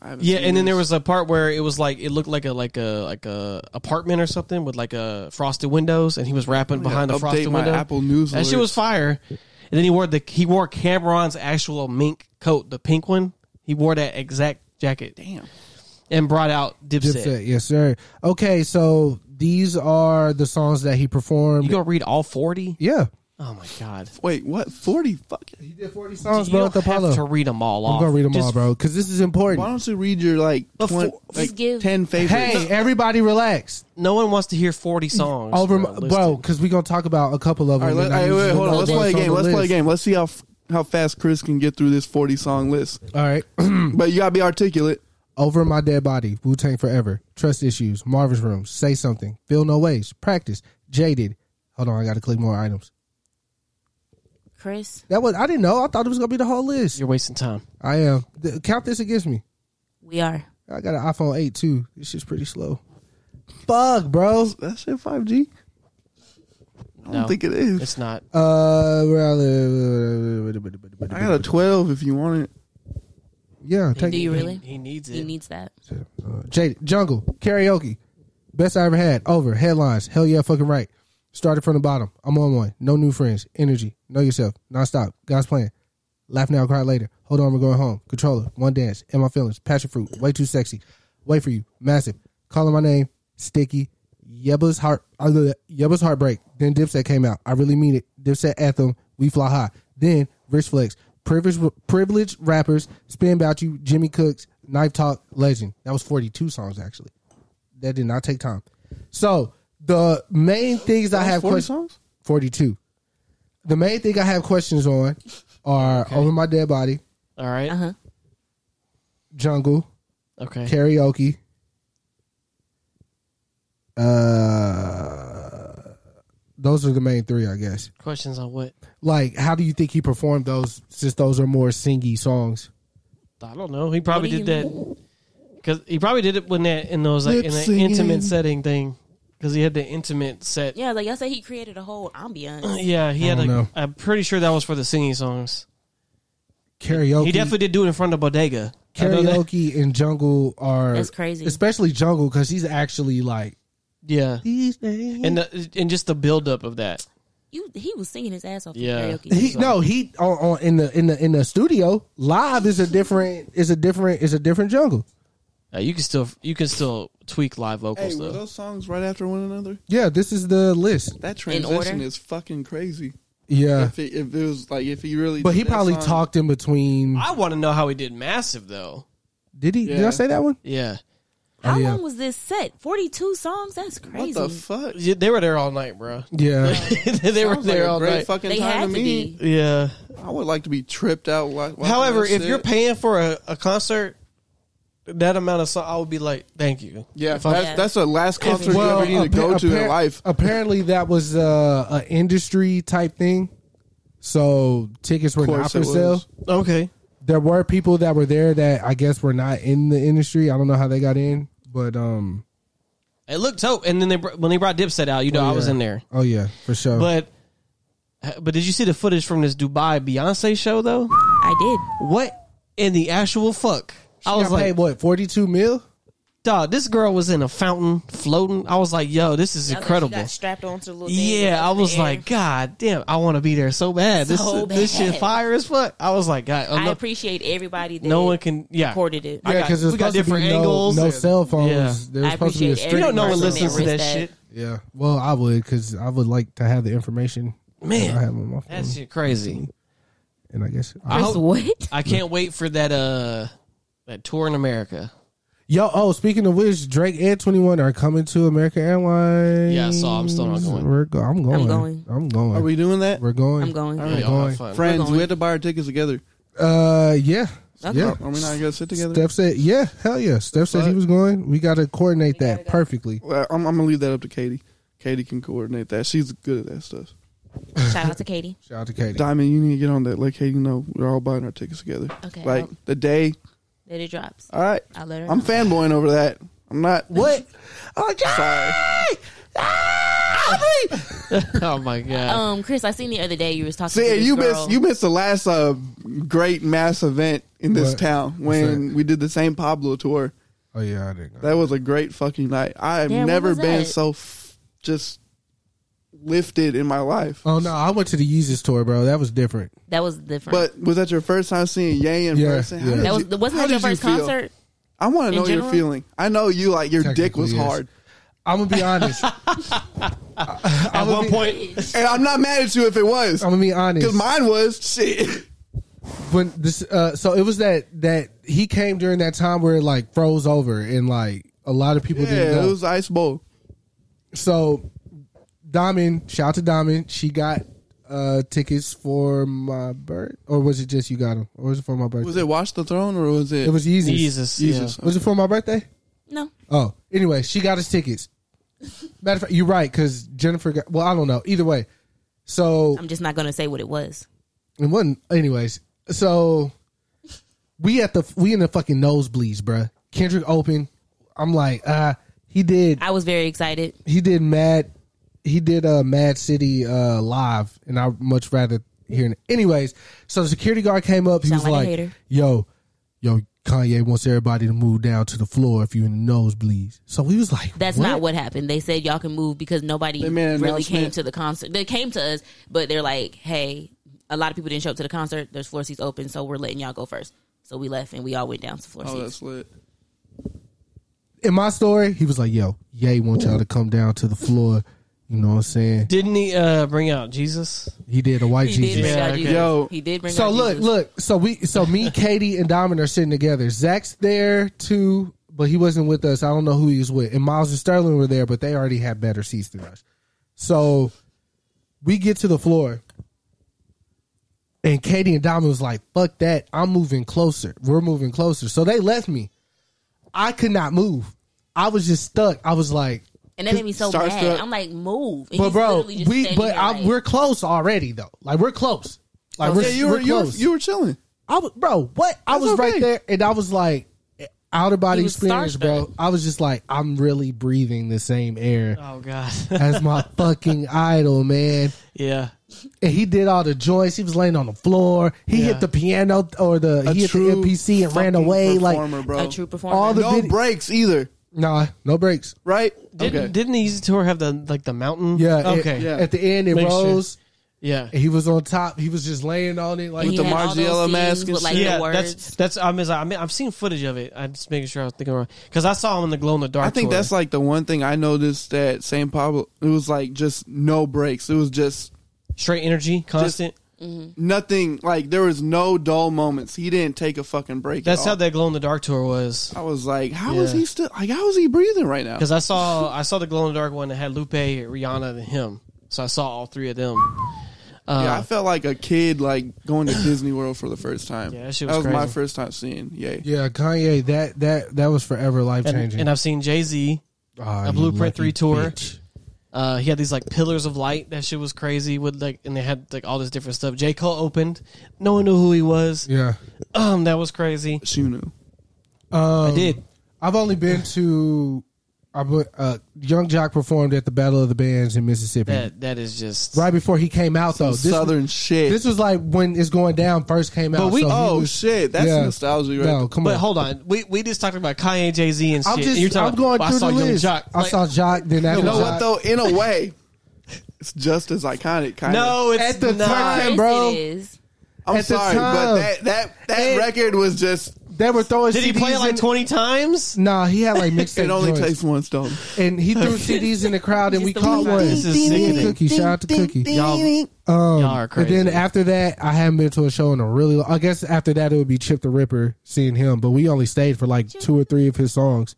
Speaker 5: I haven't
Speaker 1: Yeah,
Speaker 5: seen
Speaker 1: and then there
Speaker 5: this.
Speaker 1: was a part where it was like it looked like a like a like a apartment or something with like a frosted windows, and he was rapping behind the
Speaker 5: Oh, update
Speaker 1: frosted
Speaker 5: my
Speaker 1: window.
Speaker 5: Apple News
Speaker 1: that shit was
Speaker 5: alerts.
Speaker 1: fire. And then he wore the he wore Cameron's actual mink coat, the pink one. He wore that exact jacket. Damn. And brought out Dipset.
Speaker 2: Dipset, yes sir. Okay, so these are the songs that he performed.
Speaker 1: You gonna read all forty?
Speaker 2: yeah,
Speaker 1: Oh my god!
Speaker 5: Wait, what? Forty? Fuck.
Speaker 2: he did forty songs,
Speaker 1: you
Speaker 2: bro.
Speaker 1: don't
Speaker 2: At the
Speaker 1: have
Speaker 2: Apollo.
Speaker 1: to read them all off.
Speaker 2: I'm gonna read them all,
Speaker 1: Just-
Speaker 2: bro, because this is
Speaker 5: Why
Speaker 2: important.
Speaker 5: don't you read your like,
Speaker 1: But
Speaker 5: twen-
Speaker 1: for-
Speaker 5: like
Speaker 3: Just give-
Speaker 5: ten favorites?
Speaker 2: Hey, everybody, relax.
Speaker 1: No one wants to hear forty songs.
Speaker 2: Over,
Speaker 1: bro, listed.
Speaker 2: bro, because we're gonna talk about a couple of
Speaker 5: all right,
Speaker 2: them.
Speaker 5: let,
Speaker 2: and I
Speaker 5: hey,
Speaker 2: need
Speaker 5: wait,
Speaker 2: you to
Speaker 5: hold on.
Speaker 2: know
Speaker 5: Let's
Speaker 2: what's
Speaker 5: play a
Speaker 2: on
Speaker 5: game.
Speaker 2: the
Speaker 5: Let's play a
Speaker 2: list.
Speaker 5: game. Let's see how f- how fast Chris can get through this forty song list.
Speaker 2: All right.
Speaker 5: But you gotta be articulate.
Speaker 2: Over My Dead Body, Wu Tang Forever, Trust Issues, Marvin's Room, Say Something, Feel No Ways, Practice, Jaded. Hold on, I gotta click more items.
Speaker 3: Chris,
Speaker 2: That was I didn't know. I thought it was gonna be the whole list.
Speaker 1: you're wasting time.
Speaker 2: I am. Th- count this against me.
Speaker 3: we are.
Speaker 2: I got an iPhone 8 too. This shit's pretty slow. Fuck, bro.
Speaker 5: Oh, That shit five G. I don't
Speaker 1: No.
Speaker 5: think it is.
Speaker 1: It's not.
Speaker 2: Uh, where I
Speaker 5: I got a
Speaker 2: live. uh,
Speaker 5: twelve if you want it.
Speaker 2: Yeah, take
Speaker 3: Do you
Speaker 2: it.
Speaker 3: really?
Speaker 1: He needs it.
Speaker 3: He needs that.
Speaker 2: Uh, Jaded, Jungle, Karaoke, Best I Ever Had, Over, Headlines, Hell Yeah, Fucking Right. Started from the bottom. I'm on one. No new friends. Energy. Know yourself. Nonstop. God's plan. Laugh now, cry later. Hold on, we're going home. Controller. One dance. In my feelings. Passion fruit. Way too sexy. Wait for you. Massive. Calling my name. Sticky. Yebba's heart. uh, Yebba's heartbreak. Then Dipset came out. I really mean it. Dipset anthem. We fly high. Then Rich Flex. Privileged, privileged rappers. Spin about you. Jimmy Cooks. Knife Talk. Legend. That was 42 songs actually. That did not take time. So the main things I have
Speaker 5: 40
Speaker 2: quest-
Speaker 5: songs?
Speaker 2: 42. The main thing I have questions on are Over My Dead Body,
Speaker 1: All right.
Speaker 5: Uh-huh.
Speaker 3: Uh huh.
Speaker 2: Jungle,
Speaker 1: Okay.
Speaker 2: Karaoke, uh, those are the main three, I guess.
Speaker 1: Questions on what?
Speaker 2: Like, how do you think he performed those since those are more singy songs?
Speaker 1: I don't know. He probably
Speaker 3: What do
Speaker 1: did that because he probably did it when that in those like, in that intimate setting thing because he had the intimate set.
Speaker 3: Yeah, like I said, he created a whole
Speaker 5: Mm.
Speaker 3: ambiance.
Speaker 1: Yeah, he had.
Speaker 2: don't
Speaker 1: A,
Speaker 2: know.
Speaker 1: I'm pretty sure that was for the singing songs.
Speaker 2: Karaoke,
Speaker 1: He definitely did do it in front of Bodega. I know that.
Speaker 2: karaoke, and Jungle are
Speaker 3: That's crazy.
Speaker 2: especially Jungle because he's actually like
Speaker 1: Yeah,
Speaker 2: these days.
Speaker 1: and the, and just the buildup of that.
Speaker 3: You, he was singing his ass off. in
Speaker 1: Yeah.
Speaker 3: Karaoke.
Speaker 2: He, no, he on, on in the in the in the studio live is a different is a different is a different jungle.
Speaker 1: Uh, you can still you can still tweak live
Speaker 5: Hey,
Speaker 1: vocals
Speaker 5: were
Speaker 1: though.
Speaker 5: those songs right after one another?
Speaker 2: Yeah, this is the list.
Speaker 5: That
Speaker 3: In order?
Speaker 5: transition is fucking crazy.
Speaker 2: Yeah,
Speaker 5: If, it, if it was like if he really,
Speaker 2: but
Speaker 5: did
Speaker 2: he
Speaker 5: that
Speaker 2: probably
Speaker 5: song-
Speaker 2: talked in between.
Speaker 1: I want to know how he did massive though.
Speaker 2: Did he? Did I
Speaker 5: Yeah.
Speaker 2: say that one?
Speaker 1: Yeah.
Speaker 3: How
Speaker 2: Oh, yeah.
Speaker 3: long was this set? Forty-two songs. That's
Speaker 5: What
Speaker 3: crazy.
Speaker 5: the fuck?
Speaker 1: Yeah, they were there all night, bro.
Speaker 2: Yeah,
Speaker 1: they were
Speaker 5: Sounds like
Speaker 1: there
Speaker 5: a
Speaker 1: all
Speaker 5: great
Speaker 1: night.
Speaker 5: fucking
Speaker 3: they
Speaker 5: time
Speaker 3: had to
Speaker 5: to me.
Speaker 3: be.
Speaker 1: yeah.
Speaker 5: I would like to be tripped out. wa- watching
Speaker 1: However,
Speaker 5: that
Speaker 1: if you're
Speaker 5: shit.
Speaker 1: paying for a, a concert, that amount of song, I would be like, thank you.
Speaker 5: yeah,
Speaker 1: If I-
Speaker 5: that's, that's the last concert
Speaker 2: Well,
Speaker 5: you ever need to
Speaker 2: appa-
Speaker 5: go to
Speaker 2: appar-
Speaker 5: in life.
Speaker 2: Apparently, that was uh, an industry type thing. So tickets were
Speaker 5: Of
Speaker 2: not
Speaker 5: course
Speaker 2: for
Speaker 5: it
Speaker 2: sale.
Speaker 5: was.
Speaker 1: okay.
Speaker 2: There were people that were there that I guess were not in the industry. I don't know how they got in, but um,
Speaker 1: It looked dope. And then they br- when they brought Dipset out, you know, I was
Speaker 2: yeah.
Speaker 1: in there.
Speaker 2: oh yeah, for sure.
Speaker 1: But but did you see the footage from this Dubai Beyonce show though?
Speaker 3: I did.
Speaker 1: What in the actual fuck? I
Speaker 2: I
Speaker 1: was like,
Speaker 2: paid what forty two mil?
Speaker 1: dog, this girl was in a fountain floating. I was like, yo, this is
Speaker 4: She
Speaker 1: incredible.
Speaker 4: got strapped onto the little. thing
Speaker 1: Yeah,
Speaker 4: up
Speaker 1: I
Speaker 4: in the
Speaker 1: was
Speaker 4: air.
Speaker 1: like, God damn, I want to be there so bad.
Speaker 3: So
Speaker 1: this this shit
Speaker 3: bad.
Speaker 1: fire as fuck. I was like, God,
Speaker 3: I
Speaker 1: no,
Speaker 3: appreciate everybody. That
Speaker 1: no one can. Yeah,
Speaker 3: recorded it.
Speaker 1: I
Speaker 2: Yeah,
Speaker 1: got-
Speaker 2: because
Speaker 1: we got different
Speaker 2: to be no-
Speaker 1: angles
Speaker 2: No,
Speaker 1: and-
Speaker 2: cell phones.
Speaker 1: Yeah.
Speaker 2: There's
Speaker 3: I
Speaker 2: supposed to be a
Speaker 3: appreciate
Speaker 2: strict
Speaker 1: You don't know
Speaker 3: Person
Speaker 1: one
Speaker 3: that
Speaker 1: listens to that,
Speaker 3: risked that.
Speaker 1: shit.
Speaker 2: Yeah. Well, I would because I would like to have the information.
Speaker 1: Man.
Speaker 2: that I have on my phone,
Speaker 1: That shit crazy.
Speaker 2: and I guess
Speaker 1: I
Speaker 3: Chris,
Speaker 1: hope-
Speaker 3: what?
Speaker 1: I can't wait for that uh that tour in America.
Speaker 2: yo. Oh, speaking of which, Drake and Twenty One are coming to American Airlines.
Speaker 1: Yeah, I saw. I'm still not going.
Speaker 2: We're go- I'm going. I'm
Speaker 3: going.
Speaker 2: going. I'm going.
Speaker 5: Are we doing that?
Speaker 2: We're going.
Speaker 3: I'm going.
Speaker 1: Y'all have
Speaker 2: going.
Speaker 1: fun.
Speaker 5: Friends,
Speaker 3: going.
Speaker 5: we had to buy our tickets together.
Speaker 2: Uh, yeah. Yeah.
Speaker 5: Are we not gonna sit together?
Speaker 2: Steph said, "Yeah, hell yeah." Steph said he was going. We got to coordinate that perfectly.
Speaker 5: Well, I'm, I'm gonna leave that up to Katie. Katie can coordinate that. She's good at that stuff.
Speaker 3: Shout out to Katie.
Speaker 2: Shout out to Katie.
Speaker 5: Diamond, you need to get on that. Like, hey, you know, we're all buying our tickets together.
Speaker 3: Okay.
Speaker 5: Like
Speaker 3: I'll-
Speaker 5: the day.
Speaker 3: that it drops.
Speaker 5: All right.
Speaker 3: I'll let her
Speaker 5: I'm
Speaker 3: know.
Speaker 5: fanboying over that. I'm not. What? oh, sorry.
Speaker 3: Ah,
Speaker 1: oh my god.
Speaker 3: Um, Chris, I seen the other day you was talking. to
Speaker 5: See,
Speaker 3: this
Speaker 5: you
Speaker 3: girl.
Speaker 5: missed you missed the last uh, great mass event in this
Speaker 2: What?
Speaker 5: town when
Speaker 2: that?
Speaker 5: we did the Saint Pablo tour.
Speaker 2: Oh yeah, I didn't. Know.
Speaker 5: That was a great fucking night. I have
Speaker 3: Yeah, what
Speaker 5: never
Speaker 3: was
Speaker 5: been
Speaker 3: that?
Speaker 5: so f- just lifted in my life.
Speaker 2: Oh no, I went to the Yeezus tour, bro. That was different.
Speaker 3: That was different.
Speaker 5: But was that your first time seeing Ye in
Speaker 2: Yeah,
Speaker 5: person? How
Speaker 2: yeah.
Speaker 5: did
Speaker 3: that was
Speaker 5: you-
Speaker 3: wasn't
Speaker 5: how
Speaker 3: that your
Speaker 5: did you
Speaker 3: first
Speaker 5: feel?
Speaker 3: concert?
Speaker 5: I want to
Speaker 3: in
Speaker 5: know your
Speaker 3: general?
Speaker 5: feeling. I know you like your dick
Speaker 2: Technically,
Speaker 5: was
Speaker 2: yes.
Speaker 5: hard,
Speaker 2: I'm gonna be honest. I,
Speaker 1: At
Speaker 2: am gonna
Speaker 1: one
Speaker 2: be,
Speaker 1: point,
Speaker 5: and I'm not mad at you if it was
Speaker 2: I'm gonna be honest.
Speaker 5: because mine was shit.
Speaker 2: when this uh so it was that that he came during that time where it like froze over and like a lot of people didn't
Speaker 5: Yeah,
Speaker 2: go.
Speaker 5: it was ice bowl.
Speaker 2: so Diamond, shout out to Diamond. She got uh tickets for my birth or was it just you got them? Or was it for my birthday?
Speaker 5: Was it Watch the Throne or was it?
Speaker 2: it was Yeezus.
Speaker 1: Jesus,
Speaker 5: Jesus.
Speaker 2: Was it for my birthday?
Speaker 3: No,
Speaker 2: Oh, anyway, she got us tickets. Matter of fact, you're right because Jennifer got. Well, I don't know. Either way, so
Speaker 3: I'm just not gonna say what it was.
Speaker 2: it wasn't. Anyways, so we at the we in the fucking nosebleeds, bruh. Kendrick open. I'm like, uh, he did
Speaker 3: I was very excited.
Speaker 2: he did mad he did uh mad city uh live and i much rather hearing it anyways so the security guard came up he
Speaker 3: Sound
Speaker 2: was
Speaker 3: like a
Speaker 2: like,
Speaker 3: hater.
Speaker 2: yo yo kanye wants everybody to move down to the floor if you in the nosebleeds so we was like
Speaker 3: That's not what happened. They said y'all can move because nobody
Speaker 5: They made an
Speaker 3: really came
Speaker 5: announcement.
Speaker 3: to the concert. They came to us, but they're like, "Hey, a lot of people didn't show up to the concert. There's floor seats open, so we're letting y'all go first. So we left and we all went down to floor
Speaker 5: Oh,
Speaker 3: seats.
Speaker 5: that's lit.
Speaker 2: in my story he was like yo yay want y'all to come down to the floor you know what i'm saying
Speaker 1: didn't he uh, bring out Jesus?
Speaker 2: he did a white
Speaker 3: He
Speaker 2: jesus
Speaker 3: did bring
Speaker 1: Yeah,
Speaker 3: out
Speaker 1: okay.
Speaker 3: Jesus.
Speaker 5: Yo.
Speaker 3: He did bring
Speaker 2: so
Speaker 3: out
Speaker 2: look,
Speaker 3: Jesus.
Speaker 2: look. So we, so me, Katie, and Diamond are sitting together. Zach's there too, but he wasn't with us. I don't know who he was with. And Miles and Sterling were there, but they already had better seats than us. So we get to the floor, and Katie and Diamond was like, "Fuck that! I'm moving closer. We're moving closer." So they left me. I could not move. I was just stuck. I was like,
Speaker 3: and that made me so mad.
Speaker 5: Starstruck.
Speaker 3: I'm like, move. And
Speaker 2: "But
Speaker 3: he's
Speaker 2: bro,
Speaker 3: literally just
Speaker 2: we,
Speaker 3: standing
Speaker 2: but
Speaker 3: there
Speaker 2: I,
Speaker 3: like-
Speaker 2: we're close already, though. Like we're close." Like we're,
Speaker 5: yeah, you were
Speaker 2: we're
Speaker 5: you were,
Speaker 2: close.
Speaker 5: you were chilling.
Speaker 2: I was, bro, what? I
Speaker 5: That's
Speaker 2: was right
Speaker 5: okay.
Speaker 2: there, and I was like, outer body
Speaker 3: He was
Speaker 2: experience, bro.
Speaker 3: starstruck.
Speaker 2: I was just like, I'm really breathing the same air
Speaker 1: Oh God,
Speaker 2: as my fucking idol, man.
Speaker 1: yeah.
Speaker 2: And he did all the joints. He was laying on the floor. He
Speaker 1: Yeah.
Speaker 2: hit the piano or the
Speaker 5: A
Speaker 2: he hit the
Speaker 5: true
Speaker 2: NPC and ran
Speaker 5: fucking
Speaker 2: away. Like,
Speaker 5: performer, bro.
Speaker 3: a true performer.
Speaker 2: all the
Speaker 5: no
Speaker 2: vid-
Speaker 5: breaks either,
Speaker 2: nah, no breaks.
Speaker 5: right?
Speaker 1: Didn't didn't the Yeezy tour have the like the mountain?
Speaker 2: Yeah. it-
Speaker 1: Okay.
Speaker 5: Yeah.
Speaker 2: At the end, it
Speaker 1: Make sure.
Speaker 2: rose.
Speaker 1: yeah.
Speaker 2: and He was on top. He was just laying on it like
Speaker 3: And
Speaker 5: With
Speaker 3: he
Speaker 5: the
Speaker 3: had all those
Speaker 5: Margiela
Speaker 3: scenes
Speaker 5: mask and
Speaker 3: with, like
Speaker 5: shit.
Speaker 3: the words.
Speaker 1: that's that's I mean, I mean I've seen footage of it. I'm just making sure I was thinking wrong because I saw him in the glow in the dark.
Speaker 5: I think that's like the one thing I noticed that St. Pablo. It was like just no breaks. It was just
Speaker 1: straight energy, constant.
Speaker 5: nothing. Like there was no dull moments. He didn't take a fucking break.
Speaker 1: that's
Speaker 5: at
Speaker 1: how
Speaker 5: all.
Speaker 1: that glow in the dark tour was.
Speaker 5: I was like, how is
Speaker 1: Yeah.
Speaker 5: he still? Like how is he breathing right now?
Speaker 1: Because I saw I saw the glow in the dark one that had Lupe, Rihanna, and him. So I saw all three of them. Uh,
Speaker 5: yeah, I felt like a kid like going to Disney World for the first time.
Speaker 1: Yeah, that shit was
Speaker 5: my
Speaker 1: crazy.
Speaker 5: first time seeing. Yay.
Speaker 2: Yeah, Kanye. That that that was forever life
Speaker 1: and,
Speaker 2: changing.
Speaker 1: and I've seen Jay Z.
Speaker 2: Ah,
Speaker 1: a
Speaker 2: you
Speaker 1: Blueprint 3
Speaker 2: lucky
Speaker 1: tour.
Speaker 2: bitch.
Speaker 1: Uh, he had these like pillars of light. That shit was crazy. With like, and they had like all this different stuff. J Cole opened. No one knew who he was.
Speaker 2: Yeah.
Speaker 1: Um, that was crazy.
Speaker 5: Shunu.
Speaker 2: Um,
Speaker 1: I did.
Speaker 2: I've only been to. I bu- uh, Young Jock performed at the Battle of the Bands in Mississippi.
Speaker 1: That that is just
Speaker 2: Right before he came out, though. This,
Speaker 5: Southern shit.
Speaker 2: This was like when it's going down first came out.
Speaker 1: But we-
Speaker 2: so he
Speaker 5: oh
Speaker 2: was-
Speaker 5: shit, that's
Speaker 2: yeah.
Speaker 5: nostalgia right
Speaker 2: No,
Speaker 5: there.
Speaker 2: come
Speaker 1: But
Speaker 2: on.
Speaker 1: hold on, we we just talked about Kanye, Jay Z, and shit.
Speaker 2: I'm
Speaker 1: and
Speaker 2: just. I'm
Speaker 1: about,
Speaker 2: going
Speaker 1: "Well,
Speaker 2: through the
Speaker 1: Young
Speaker 2: list.
Speaker 1: Jock."
Speaker 2: I
Speaker 1: Like,
Speaker 2: saw Jock. Then after
Speaker 5: You know
Speaker 2: Jock.
Speaker 5: what though? In a way, it's just as iconic. Kind
Speaker 1: No, it's
Speaker 2: At the
Speaker 1: not.
Speaker 2: time-
Speaker 3: Yes,
Speaker 2: bro.
Speaker 3: it is.
Speaker 5: I'm
Speaker 2: At the
Speaker 5: sorry,
Speaker 2: time.
Speaker 5: but that that that
Speaker 2: It-
Speaker 5: record was just.
Speaker 2: They were throwing.
Speaker 1: Did he
Speaker 2: CDs
Speaker 1: play it like
Speaker 2: in-
Speaker 1: twenty times?
Speaker 2: Nah, he had like mixtape
Speaker 5: It only
Speaker 2: joints.
Speaker 5: takes one stone.
Speaker 2: and he threw CDs in the crowd, and we
Speaker 3: Just the
Speaker 2: caught
Speaker 3: one
Speaker 2: one.
Speaker 3: time.
Speaker 1: This is sickening.
Speaker 2: Cookie, shout out to Cookie.
Speaker 1: Y'all,
Speaker 2: Um,
Speaker 1: Y'all are crazy.
Speaker 2: And then after that, I haven't been to a show in a really. I guess after that, it would be Chip the Ripper seeing him, but we only stayed for like two or three of his songs.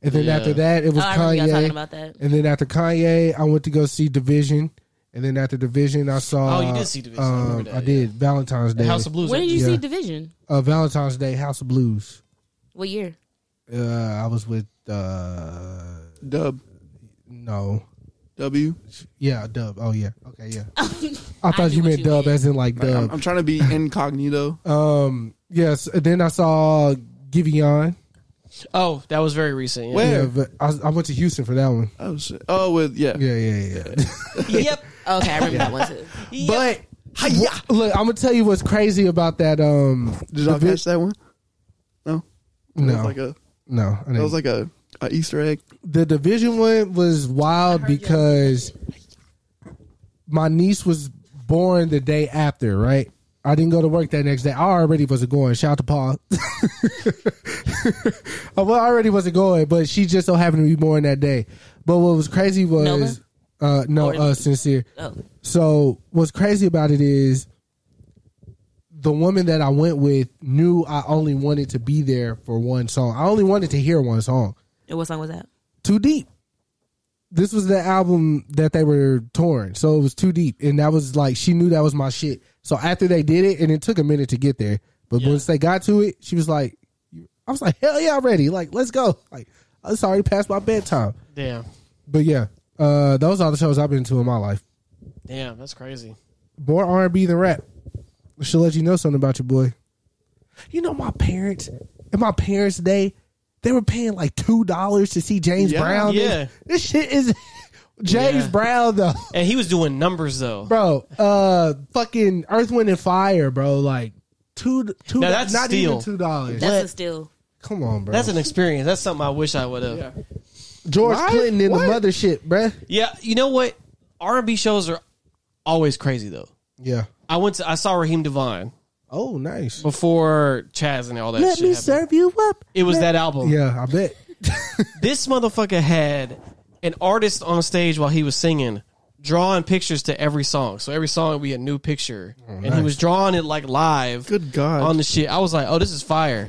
Speaker 2: And then
Speaker 1: Yeah.
Speaker 2: after that, it was
Speaker 3: Oh, I remember y'all
Speaker 2: Kanye.
Speaker 3: talking about that.
Speaker 2: And then after Kanye, I went to go see Division. And then after Division, I saw. um,
Speaker 1: Oh, you did see Division. I remember that,
Speaker 2: I did Valentine's Day.
Speaker 1: House of Blues.
Speaker 3: Where did you
Speaker 2: Yeah.
Speaker 3: see Division?
Speaker 2: uh, Valentine's Day, House of Blues.
Speaker 3: What year?
Speaker 2: Uh, I was with. uh
Speaker 5: Dub.
Speaker 2: No,
Speaker 5: W.
Speaker 2: Yeah, dub. Oh yeah. Okay, yeah. I thought you meant dub as in like
Speaker 5: Like, I'm,
Speaker 2: dub.
Speaker 5: I'm trying to be incognito.
Speaker 2: Um yes, and then I saw Giveon.
Speaker 1: Oh, that was very recent. Yeah.
Speaker 5: Where?
Speaker 2: Yeah, but I, I went to Houston for that one.
Speaker 5: Oh shit. Oh, with yeah.
Speaker 2: Yeah, yeah, yeah.
Speaker 3: yep. Okay, I remember that one too.
Speaker 2: But look, I'm gonna tell you what's crazy about that. Um,
Speaker 5: Did y'all
Speaker 2: the vi-
Speaker 5: catch that one? No. That
Speaker 2: No,
Speaker 5: was like a
Speaker 2: no, I
Speaker 5: that
Speaker 2: didn't.
Speaker 5: was like a, a Easter egg.
Speaker 2: the division one was wild because my niece was born the day after, right? I didn't go to work that next day. I already wasn't going. Shout out to Paul. I wa- already wasn't going, but she just so happened to be born that day. But what was crazy was, uh, no,
Speaker 3: Or-
Speaker 2: uh, sincere.
Speaker 3: Oh.
Speaker 2: So what's crazy about it is the woman that I went with knew I only wanted to be there for one song. I only wanted to hear one song.
Speaker 3: And what song was that?
Speaker 2: Too Deep. This was the album that they were touring, so it was Too Deep, and that was like she knew that was my shit. So after they did it, and it took a minute to get there, but once they got to it, she was like, "I was like, hell yeah, I'm ready! Like, let's go! Like, it's already past my bedtime."
Speaker 1: Damn.
Speaker 2: But yeah, uh, those are the shows I've been to in my life.
Speaker 1: Damn, that's crazy.
Speaker 2: More R and B than rap. She'll let you know something about your boy. You know, my parents at my parents' day, they were paying like two dollars to see James
Speaker 5: Yeah,
Speaker 2: Brown. This-
Speaker 1: yeah.
Speaker 2: this shit is James
Speaker 1: Yeah.
Speaker 2: Brown though,
Speaker 1: And he was doing numbers though.
Speaker 2: bro. Uh, fucking Earth, Wind and Fire, bro. Like two, two.
Speaker 1: Now that's
Speaker 2: not
Speaker 1: steal.
Speaker 2: even two dollars.
Speaker 3: That's a still.
Speaker 2: Come on, bro.
Speaker 1: That's an experience. That's something I wish I would have. Yeah.
Speaker 2: George
Speaker 5: What?
Speaker 2: Clinton in
Speaker 5: What?
Speaker 2: the mothership, bro.
Speaker 1: you know what? R and B shows are always crazy though.
Speaker 2: Yeah.
Speaker 1: I went to I saw Raheem Devine
Speaker 2: Oh, nice.
Speaker 1: before Chaz and all that.
Speaker 2: Let
Speaker 1: shit
Speaker 2: me
Speaker 1: happened.
Speaker 2: serve you up.
Speaker 1: It was that album.
Speaker 2: Yeah, I bet.
Speaker 1: This motherfucker had an artist on stage while he was singing, drawing pictures to every song. So every song would be a new picture, and he was drawing it like live.
Speaker 5: Oh, Good God.
Speaker 1: on the shit. I was like, oh, this is fire.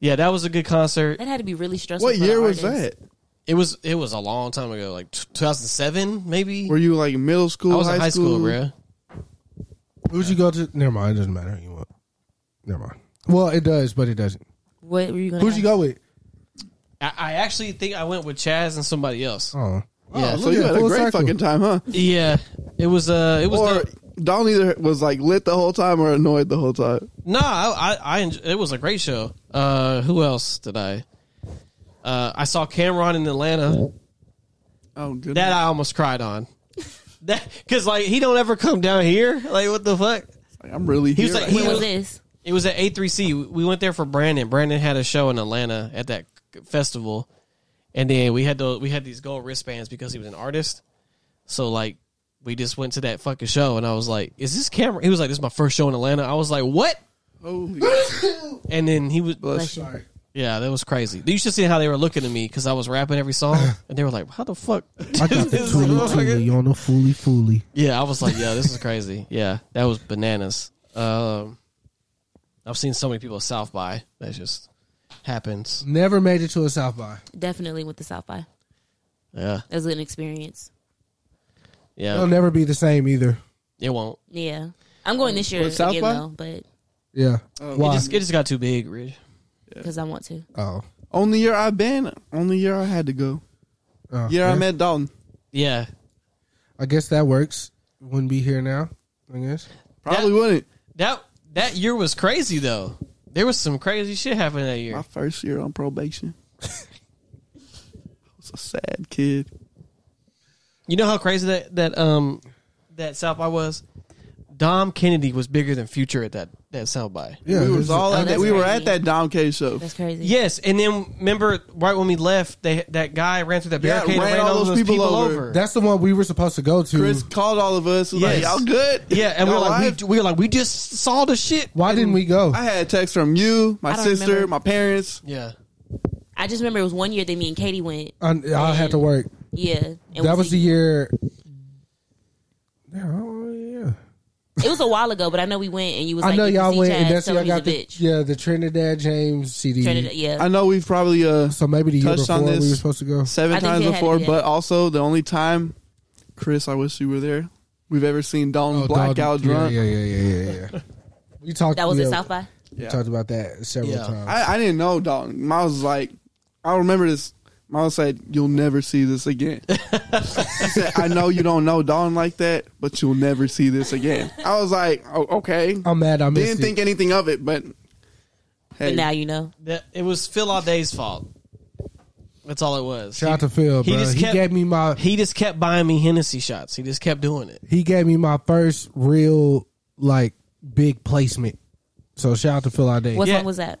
Speaker 1: Yeah, that was a good concert.
Speaker 3: That had to be really stressful.
Speaker 5: what
Speaker 3: for the
Speaker 5: year was
Speaker 3: artist.
Speaker 5: that?
Speaker 1: It was it was a long time ago, like t- 2007 maybe.
Speaker 5: Were you like middle school?
Speaker 1: I was
Speaker 5: high
Speaker 1: in high school,
Speaker 5: school
Speaker 1: bro.
Speaker 2: Who'd you go to? Never mind. It doesn't matter. You want? Never mind. Well, it does, but it doesn't.
Speaker 3: What were you going
Speaker 2: Who'd you go with?
Speaker 1: I, I actually think I went with Chaz and somebody else.
Speaker 2: Oh,
Speaker 1: Yeah.
Speaker 2: Oh,
Speaker 5: So
Speaker 2: look
Speaker 5: you
Speaker 2: at
Speaker 5: had
Speaker 2: it,
Speaker 5: a
Speaker 2: full
Speaker 5: great
Speaker 2: circle.
Speaker 5: fucking time, huh?
Speaker 1: Yeah, it was. Uh, it was.
Speaker 5: Or
Speaker 1: the-
Speaker 5: Don either was like lit the whole time or annoyed the whole time.
Speaker 1: no, I, I, I enj- it was a great show. Uh, who else did I? Uh, I saw Cameron in Atlanta.
Speaker 5: Oh, good.
Speaker 1: That I almost cried on. That because like he don't ever come down here. Like what the fuck?
Speaker 5: I'm really.
Speaker 1: He
Speaker 5: He
Speaker 1: was
Speaker 5: here.
Speaker 1: like- he
Speaker 3: When was
Speaker 1: was-
Speaker 3: this?
Speaker 1: It was at A3C. We went there for Brandon. Brandon had a show in Atlanta at that festival, and then we had to we had these gold wristbands because he was an artist. So like, we just went to that fucking show, and I was like, "Is this camera?" He was like, "This is my first show in Atlanta." I was like, "What?"
Speaker 5: Holy
Speaker 1: And then he was,
Speaker 5: bless you.
Speaker 1: yeah, that was crazy. You should see how they were looking at me because I was rapping every song, and they were like, "How the fuck?"
Speaker 2: I got the
Speaker 1: This
Speaker 2: toolie
Speaker 1: motherfucker-
Speaker 2: toolie on the foolie foolie.
Speaker 1: Yeah, I was like, yeah, this is crazy. Yeah, that was bananas. Um, I've seen so many people at South by that just happens.
Speaker 2: Never made it to a South by.
Speaker 3: Definitely with the South by.
Speaker 1: Yeah,
Speaker 3: That was an experience.
Speaker 1: yeah, Oh.
Speaker 2: It'll never be the same either.
Speaker 1: it won't.
Speaker 3: Yeah. I'm going this year
Speaker 5: With South
Speaker 3: again
Speaker 5: by?
Speaker 3: though, but
Speaker 2: Yeah.
Speaker 1: It
Speaker 2: Why?
Speaker 1: just, it just got too big, Ridge.
Speaker 3: because I want to.
Speaker 2: oh.
Speaker 5: Only year I've been. Only year I had to go.
Speaker 2: Oh,
Speaker 5: Year I
Speaker 2: yeah.
Speaker 5: met Dalton.
Speaker 1: Yeah,
Speaker 2: I guess that works. Wouldn't be here now. I guess.
Speaker 5: Probably wouldn't.
Speaker 1: that that year was crazy though. There was some crazy shit happening that
Speaker 5: My
Speaker 1: year.
Speaker 5: first year on probation. I was a sad kid.
Speaker 1: You know how crazy that that um that South by was. Dom Kennedy was bigger than Future at that that South by.
Speaker 2: Yeah.
Speaker 5: we
Speaker 2: it
Speaker 5: was all
Speaker 3: Oh,
Speaker 5: at that.
Speaker 3: that's
Speaker 5: We were
Speaker 3: crazy.
Speaker 5: at that Dom K show.
Speaker 3: That's crazy.
Speaker 1: Yes, and then remember right when we left, they, that guy ran through that
Speaker 5: Yeah,
Speaker 1: barricade and ran all those people, over.
Speaker 2: That's the one we were supposed to go to.
Speaker 5: Chris called all of us. Was
Speaker 1: Yes.
Speaker 5: like, y'all good?
Speaker 1: Yeah, and we
Speaker 5: Y'all
Speaker 1: we're like,
Speaker 5: alive?"
Speaker 1: we, we were like, we just saw the shit.
Speaker 2: Why didn't we go?
Speaker 5: I had a text from you, my
Speaker 3: I don't
Speaker 5: sister,
Speaker 3: remember.
Speaker 5: my parents.
Speaker 1: Yeah,
Speaker 3: I just remember it was one year that me and Katie went.
Speaker 2: I, I had to work.
Speaker 3: Yeah. It
Speaker 2: That was
Speaker 3: a-
Speaker 2: the year. Yeah. oh, yeah.
Speaker 3: It was a while ago, but I know we went and you was
Speaker 2: I
Speaker 3: like,
Speaker 2: know
Speaker 3: you can
Speaker 2: y'all
Speaker 3: see
Speaker 2: went,
Speaker 3: Chaz
Speaker 2: and that's
Speaker 3: telling
Speaker 2: where I got
Speaker 3: he's
Speaker 2: the
Speaker 3: a bitch.
Speaker 2: yeah the Trinidad James CD.
Speaker 3: Trinidad- yeah.
Speaker 5: I know we've probably uh
Speaker 2: So maybe the year
Speaker 5: touched
Speaker 2: before
Speaker 5: on
Speaker 2: we
Speaker 5: this
Speaker 2: were supposed to go.
Speaker 5: seven
Speaker 3: I think it
Speaker 5: times
Speaker 3: had to
Speaker 5: before,
Speaker 3: be
Speaker 5: but
Speaker 3: that.
Speaker 5: also the only time, Chris, I wish you were there. We've ever seen Dalton blackout
Speaker 2: Dog-
Speaker 5: drunk.
Speaker 2: Oh, Yeah, yeah, yeah, yeah, yeah. yeah. we talked.
Speaker 3: that was
Speaker 2: yeah,
Speaker 3: at South by.
Speaker 2: We talked about that several
Speaker 1: Yeah.
Speaker 2: times.
Speaker 5: I, I didn't know Dalton. Miles was like, I remember this Miles said, "You'll never see this again." he said, "I know you don't know Dawn like that, but you'll never see this again." I was like, oh, "Okay."
Speaker 2: I'm mad. I missed
Speaker 5: Didn't think
Speaker 2: it.
Speaker 5: anything of it, but hey,
Speaker 3: But now you know.
Speaker 1: That it was Phil Auday's fault. That's all it was.
Speaker 2: Shout out to Phil, bro. He gave me my-
Speaker 1: He just kept buying me Hennessy shots. He just kept doing it.
Speaker 2: He gave me my first real like big placement. So shout out to Phil Ade.
Speaker 3: What
Speaker 1: Yeah.
Speaker 3: song was that?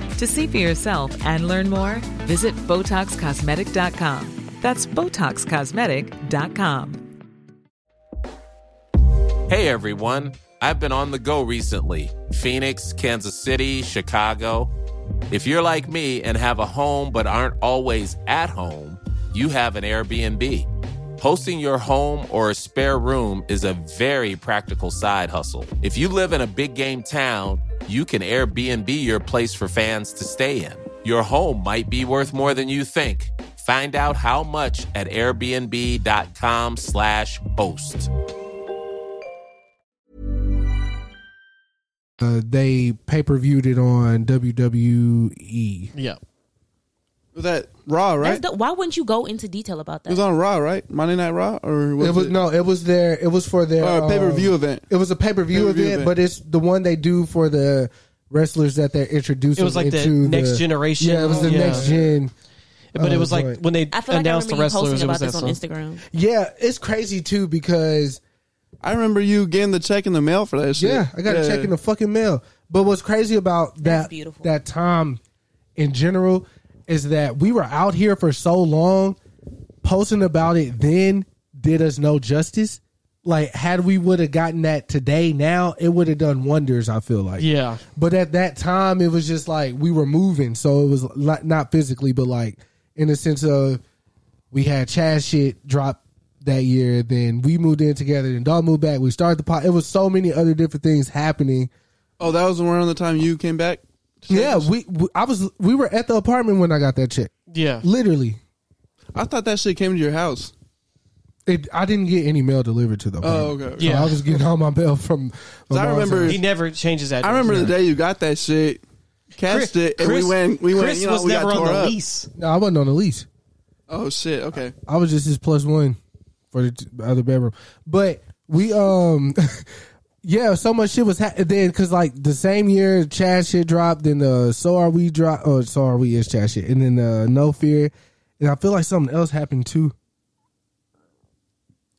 Speaker 6: To see for yourself and learn more, visit BotoxCosmetic.com. That's BotoxCosmetic.com.
Speaker 7: Hey everyone, I've been on the go recently Phoenix, Kansas City, Chicago. If you're like me and have a home but aren't always at home, you have an Airbnb. Hosting your home or a spare room is a very practical side hustle. If you live in a big game town, you can Airbnb your place for fans to stay in. Your home might be worth more than you think. Find out how much at airbnb.com slash host.
Speaker 2: uh they pay per viewed it on E. WWE.
Speaker 1: Yeah.
Speaker 5: was that Raw right?
Speaker 3: That's dope. Why wouldn't you go into detail about
Speaker 5: it was
Speaker 3: that?
Speaker 5: on Raw right? Monday Night Raw or was
Speaker 2: It
Speaker 5: it?
Speaker 2: was no, it was their, it was for their um,
Speaker 5: Or a Uh, pay-per-view event.
Speaker 2: It was a pay per view
Speaker 5: Pay-per-view
Speaker 2: event,
Speaker 5: event.
Speaker 2: but it's the one they do for the wrestlers that they're introducing.
Speaker 1: It was like the
Speaker 2: into
Speaker 1: next generation.
Speaker 2: Yeah, it was the
Speaker 1: Yeah.
Speaker 2: next gen.
Speaker 1: But
Speaker 2: Oh,
Speaker 1: it was like
Speaker 2: joint.
Speaker 1: when they
Speaker 3: I feel like I
Speaker 1: announced
Speaker 3: remember you
Speaker 1: the
Speaker 3: posting
Speaker 1: wrestlers. It was
Speaker 3: about
Speaker 1: that
Speaker 3: this on
Speaker 1: song.
Speaker 3: Instagram.
Speaker 2: Yeah, it's crazy too because
Speaker 5: I remember you getting the check in the mail for that shit.
Speaker 2: Yeah, I got to check in the fucking mail. But what's crazy about that
Speaker 3: beautiful.
Speaker 2: that time in general is that we were out here for so long posting about it then did us no justice. Like had we would have gotten that today now, it would have done wonders, I feel like.
Speaker 1: Yeah.
Speaker 2: But at that time it was just like we were moving, so it was li- not physically but like in the sense of we had Chad shit drop that year. Then we moved in together. Then Dog moved back. We started the pot. It was so many other different things happening.
Speaker 5: Oh, that was around the time you came back.
Speaker 2: Yeah, we, we I was we were at the apartment when I got that check.
Speaker 1: Yeah.
Speaker 2: Literally,
Speaker 5: I thought that shit came to your house.
Speaker 2: it, I didn't get any mail delivered to the apartment.
Speaker 5: Oh, okay.
Speaker 2: So
Speaker 1: Yeah.
Speaker 2: I was getting all my mail from. my
Speaker 5: I
Speaker 2: mom's
Speaker 5: remember-
Speaker 2: house.
Speaker 1: He never changes that.
Speaker 5: I remember the day you got that shit,
Speaker 1: Chris,
Speaker 5: cashed it, and we went. We went.
Speaker 1: Chris
Speaker 5: You know,
Speaker 1: was
Speaker 5: we
Speaker 1: never
Speaker 5: got
Speaker 1: on
Speaker 5: tore
Speaker 1: the
Speaker 5: up.
Speaker 1: lease.
Speaker 2: No, I wasn't on the lease.
Speaker 5: Oh shit! Okay,
Speaker 2: I was just his plus one for the t- other bedroom. But we um yeah, so much shit was ha- then because like the same year Chad shit dropped, then the so are we drop or so are we is Chad shit, and then uh, no fear, and I feel like something else happened too.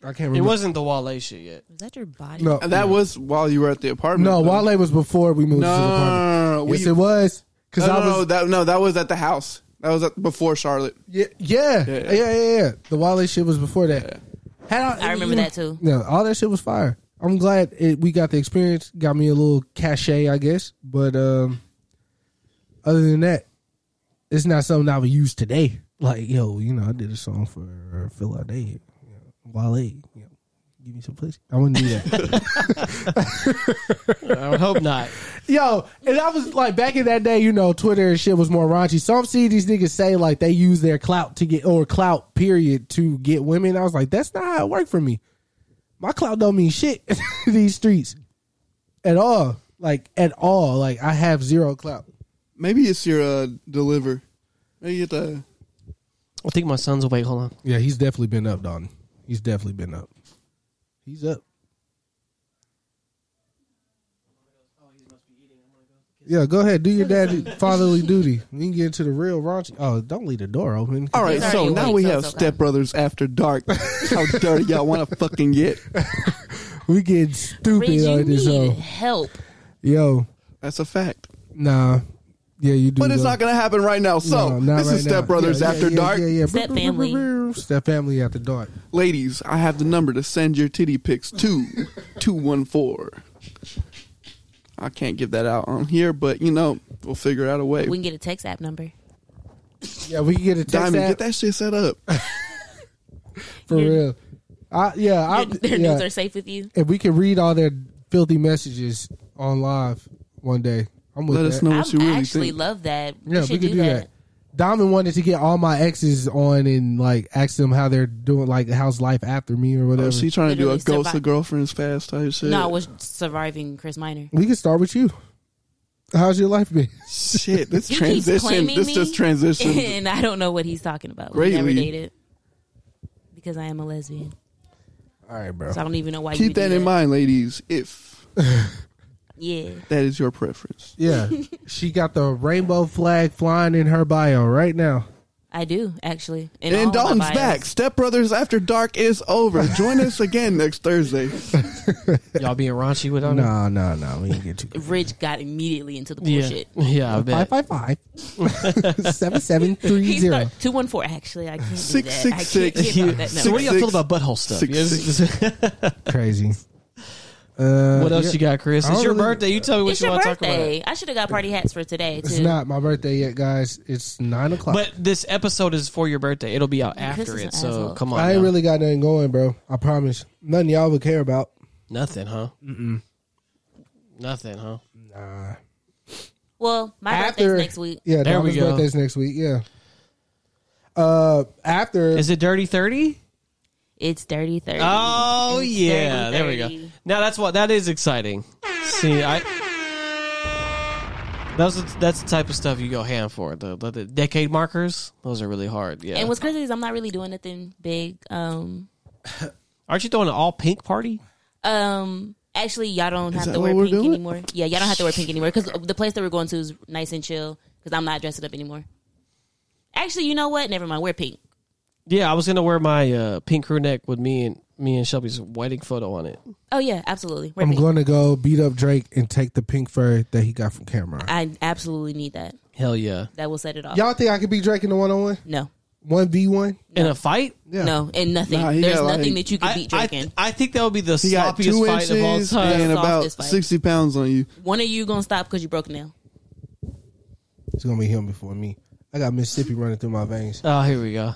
Speaker 2: I can't remember.
Speaker 1: It wasn't the Wale shit yet.
Speaker 3: Is that your body?
Speaker 2: no
Speaker 5: and that was while you were at the apartment.
Speaker 2: no
Speaker 5: though.
Speaker 2: Wale was before we moved
Speaker 5: No,
Speaker 2: to the apartment.
Speaker 5: no, no, no.
Speaker 2: yes,
Speaker 5: We-
Speaker 2: it was because
Speaker 5: No, no,
Speaker 2: I was
Speaker 5: no, that no, that was at the house. That was at, before Charlotte.
Speaker 2: yeah, yeah yeah
Speaker 5: Yeah.
Speaker 2: yeah yeah. The Wale shit was before that. Had
Speaker 3: I remember that too.
Speaker 2: No, all that shit was fire. I'm glad it, we got the experience. Got me a little cachet, I guess. But um, other than that, it's not something I would use today. Like, yo, you know, I did a song for Phil Ade, you know, Wale. You know, give me some pussy. I wouldn't do that.
Speaker 1: I would hope not.
Speaker 2: yo, and I was like, back in that day, you know, Twitter and shit was more raunchy. So I'm seeing these niggas say like they use their clout to get or clout period to get women. I was like, that's not how it worked for me. my clout don't mean shit in these streets at all. Like at all. Like I have zero clout.
Speaker 5: Maybe it's your uh, deliver. Maybe you get the
Speaker 1: I think my son's awake. Hold on.
Speaker 2: Yeah, he's definitely been up, Don. He's definitely been up. He's up. Yeah, go ahead. Do your dad fatherly duty. We can get into the real raunchy. Oh, don't leave the door open.
Speaker 5: All right, so
Speaker 3: already
Speaker 5: now
Speaker 3: awake,
Speaker 5: we
Speaker 3: so
Speaker 5: have
Speaker 3: it's okay.
Speaker 5: Step Brothers After Dark. How dirty y'all want to fucking get?
Speaker 2: we getting stupid
Speaker 3: Ridge, you
Speaker 2: on this.
Speaker 3: need
Speaker 2: Yo,
Speaker 3: help.
Speaker 2: yo,
Speaker 5: That's a fact.
Speaker 2: nah, yeah, you do.
Speaker 5: But it's
Speaker 2: though.
Speaker 5: not going to happen right now. So
Speaker 2: No, not
Speaker 5: this
Speaker 2: right
Speaker 5: is
Speaker 2: now.
Speaker 5: Step Brothers
Speaker 2: Yeah, yeah,
Speaker 5: After
Speaker 2: yeah,
Speaker 5: Dark.
Speaker 2: Yeah, yeah.
Speaker 3: Step family.
Speaker 2: Step family after dark.
Speaker 5: Ladies, I have the number to send your titty pics to 214. I can't give that out on here, but you know, we'll figure out a way.
Speaker 3: We can get a text app number.
Speaker 2: Yeah, we can get a text
Speaker 5: Diamond,
Speaker 2: app.
Speaker 5: get that shit set up.
Speaker 2: For real. I, yeah, I,
Speaker 3: Their
Speaker 2: yeah.
Speaker 3: nudes are safe with you.
Speaker 2: If we can read all their filthy messages on live one day, I'm with
Speaker 5: Let
Speaker 2: that.
Speaker 5: us know
Speaker 3: I
Speaker 5: what you really
Speaker 3: actually
Speaker 5: think.
Speaker 3: love that.
Speaker 2: Yeah,
Speaker 3: we
Speaker 2: we
Speaker 3: should
Speaker 2: could
Speaker 3: do that.
Speaker 2: Diamond wanted to get all my exes on and like ask them how they're doing, like how's life after me or whatever.
Speaker 5: Oh, she trying to do a
Speaker 3: Literally
Speaker 5: ghost
Speaker 3: survive-
Speaker 5: of girlfriends fast type shit.
Speaker 3: No, I was surviving Chris Minor.
Speaker 2: we can start with you. How's your life been?
Speaker 5: shit. This
Speaker 3: He keeps
Speaker 5: transition.
Speaker 3: claiming
Speaker 5: This
Speaker 3: me,
Speaker 5: just transition.
Speaker 3: and I don't know what he's talking about. We
Speaker 5: Greatly.
Speaker 3: never dated because I am a lesbian.
Speaker 2: All right, bro.
Speaker 3: So I don't even know why. you
Speaker 5: Keep
Speaker 3: would do
Speaker 5: that in mind, ladies. If
Speaker 3: Yeah,
Speaker 5: that is your preference,
Speaker 2: Yeah, she got the rainbow flag flying in her bio right now.
Speaker 3: I do actually. In all
Speaker 5: and
Speaker 3: my
Speaker 5: Dalton's
Speaker 3: bios.
Speaker 5: back. Step Brothers After Dark is over. Join us again next Thursday.
Speaker 1: Y'all being raunchy with them?
Speaker 2: No, no, no. We didn't get you.
Speaker 3: Rich got immediately into the
Speaker 1: Yeah.
Speaker 3: bullshit.
Speaker 1: Yeah, I bet.
Speaker 2: Five five five seven seven three
Speaker 3: He
Speaker 2: zero.
Speaker 3: start two one four. Actually, I can't
Speaker 5: Six,
Speaker 3: do that. I
Speaker 5: six,
Speaker 3: can't
Speaker 5: six.
Speaker 3: get about that
Speaker 1: So what do
Speaker 3: number.
Speaker 1: y'all feel about butthole stuff?
Speaker 5: Six,
Speaker 1: Yeah, this is-
Speaker 2: Crazy. Uh,
Speaker 1: what else
Speaker 2: yeah.
Speaker 1: you got, Chris?
Speaker 2: I don't
Speaker 1: It's your
Speaker 2: really-
Speaker 1: birthday. You tell me what
Speaker 3: It's
Speaker 1: you
Speaker 3: your
Speaker 1: want to talk about.
Speaker 3: birthday. I should have got party hats for today too.
Speaker 2: It's not my birthday yet, guys. It's nine o'clock.
Speaker 1: But this episode is for your birthday. It'll be out
Speaker 3: Chris
Speaker 1: after
Speaker 3: is
Speaker 1: it.
Speaker 3: an
Speaker 1: So
Speaker 3: asshole.
Speaker 1: come on.
Speaker 2: I ain't
Speaker 1: now.
Speaker 2: really got nothing going, bro. I promise. Nothing y'all would care about.
Speaker 1: nothing, huh? Mm-mm. Nothing, huh?
Speaker 2: Nah.
Speaker 3: Well, my
Speaker 2: After
Speaker 3: birthday's next week.
Speaker 2: Yeah,
Speaker 1: There we
Speaker 2: Donna's
Speaker 1: go.
Speaker 2: birthday's next week. Yeah. Uh, after
Speaker 1: Is it Dirty Thirty?
Speaker 3: It's dirty thirty.
Speaker 1: Oh
Speaker 3: It's
Speaker 1: yeah,
Speaker 3: dirty
Speaker 1: there we go.
Speaker 3: 30.
Speaker 1: Now that's what that is exciting. See, I that's the, that's the type of stuff you go ham for. The, the, the decade markers, those are really hard. Yeah,
Speaker 3: And what's crazy is I'm not really doing nothing big. Um,
Speaker 1: aren't you throwing an all pink party?
Speaker 3: um. Actually, y'all don't have
Speaker 5: that
Speaker 3: to
Speaker 5: what
Speaker 3: wear
Speaker 5: we're
Speaker 3: pink
Speaker 5: doing?
Speaker 3: anymore. Yeah, y'all don't have to wear pink anymore because the place that we're going to is nice and chill. Because I'm not dressing up anymore. Actually, you know what? Never mind. Wear pink.
Speaker 1: Yeah, I was gonna wear my uh, pink crew neck with me and me and Shelby's wedding photo on it.
Speaker 3: Oh yeah, absolutely. Wear
Speaker 2: I'm
Speaker 3: pink.
Speaker 2: going to go beat up Drake and take the pink fur that he got from Cameron.
Speaker 3: I absolutely need that.
Speaker 1: Hell yeah!
Speaker 3: That will set it off.
Speaker 2: Y'all think I could beat Drake in the one on one,
Speaker 3: No,
Speaker 2: one v one?
Speaker 1: In a fight,
Speaker 2: Yeah.
Speaker 3: no, and nothing.
Speaker 5: Nah, he
Speaker 3: There's
Speaker 5: got,
Speaker 3: nothing
Speaker 5: like-
Speaker 3: that you can beat
Speaker 1: I,
Speaker 3: Drake in.
Speaker 1: I think that would be the
Speaker 5: He got
Speaker 1: sloppiest
Speaker 5: two
Speaker 1: fight of all
Speaker 5: inches
Speaker 1: time.
Speaker 3: Softest
Speaker 5: and about
Speaker 3: fight.
Speaker 5: sixty pounds on you.
Speaker 3: One of you gonna stop because you broke a nail.
Speaker 2: It's gonna be him before me. I got Mississippi running through my veins.
Speaker 1: Oh, here we go.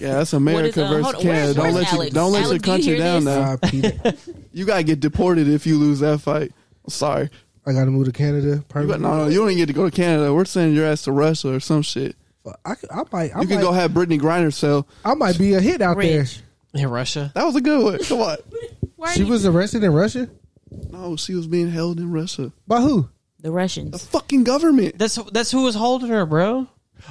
Speaker 5: Yeah, that's
Speaker 3: What is,
Speaker 5: America
Speaker 3: uh, hold
Speaker 5: versus
Speaker 3: on, where's-
Speaker 5: Canada. Don't
Speaker 3: where's
Speaker 5: let you
Speaker 3: Alex?
Speaker 5: don't let
Speaker 3: Alex,
Speaker 5: your
Speaker 3: do you
Speaker 5: country
Speaker 3: hear
Speaker 5: down
Speaker 3: this?
Speaker 5: now.
Speaker 2: I, Peter,
Speaker 5: You gotta get deported if you lose that fight. I'm sorry.
Speaker 2: I gotta move to Canada.
Speaker 5: You got,
Speaker 2: Permanently.
Speaker 5: no, no, you don't even get to go to Canada. We're sending your ass to Russia or some shit.
Speaker 2: I, could- I might. I
Speaker 5: You
Speaker 2: might,
Speaker 5: can go have Brittany Griner sell.
Speaker 2: I might be a hit out
Speaker 3: Rich.
Speaker 1: In Russia,
Speaker 5: That was a good one. Come on.
Speaker 2: there. She was arrested in Russia
Speaker 5: No, she was being held in Russia.
Speaker 2: by who?
Speaker 3: The
Speaker 5: The
Speaker 3: Russians.
Speaker 5: fucking government.
Speaker 1: that's that's who was holding her, bro.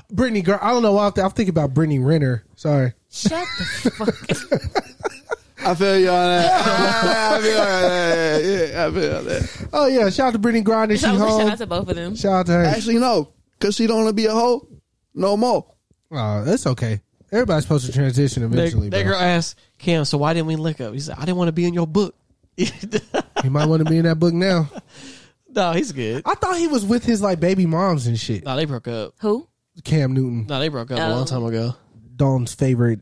Speaker 2: Brittany. Girl, I don't know. why I'm th- I'm thinking about Brittany Renner. Sorry.
Speaker 3: Shut the fuck. up.
Speaker 5: I feel you on that. Ah, I feel you on that. Yeah, I feel you on that.
Speaker 2: Oh yeah, shout out to Brittany Grinder. She
Speaker 3: Shout
Speaker 2: home.
Speaker 3: out to both of them.
Speaker 2: Shout out to her.
Speaker 5: Actually, no, because she don't want to be a hoe no more.
Speaker 2: oh, that's okay. Everybody's supposed to transition
Speaker 1: That,
Speaker 2: eventually.
Speaker 1: that
Speaker 2: bro.
Speaker 1: girl asked Cam, "So why didn't we link up?" He said, "I didn't want to be in your book."
Speaker 2: He might want to be in that book now.
Speaker 1: no, he's good.
Speaker 2: I thought he was with his like baby moms and shit.
Speaker 1: No, they broke up.
Speaker 3: Who?
Speaker 2: Cam Newton,
Speaker 1: No, they broke up a long time ago.
Speaker 2: Dawn's favorite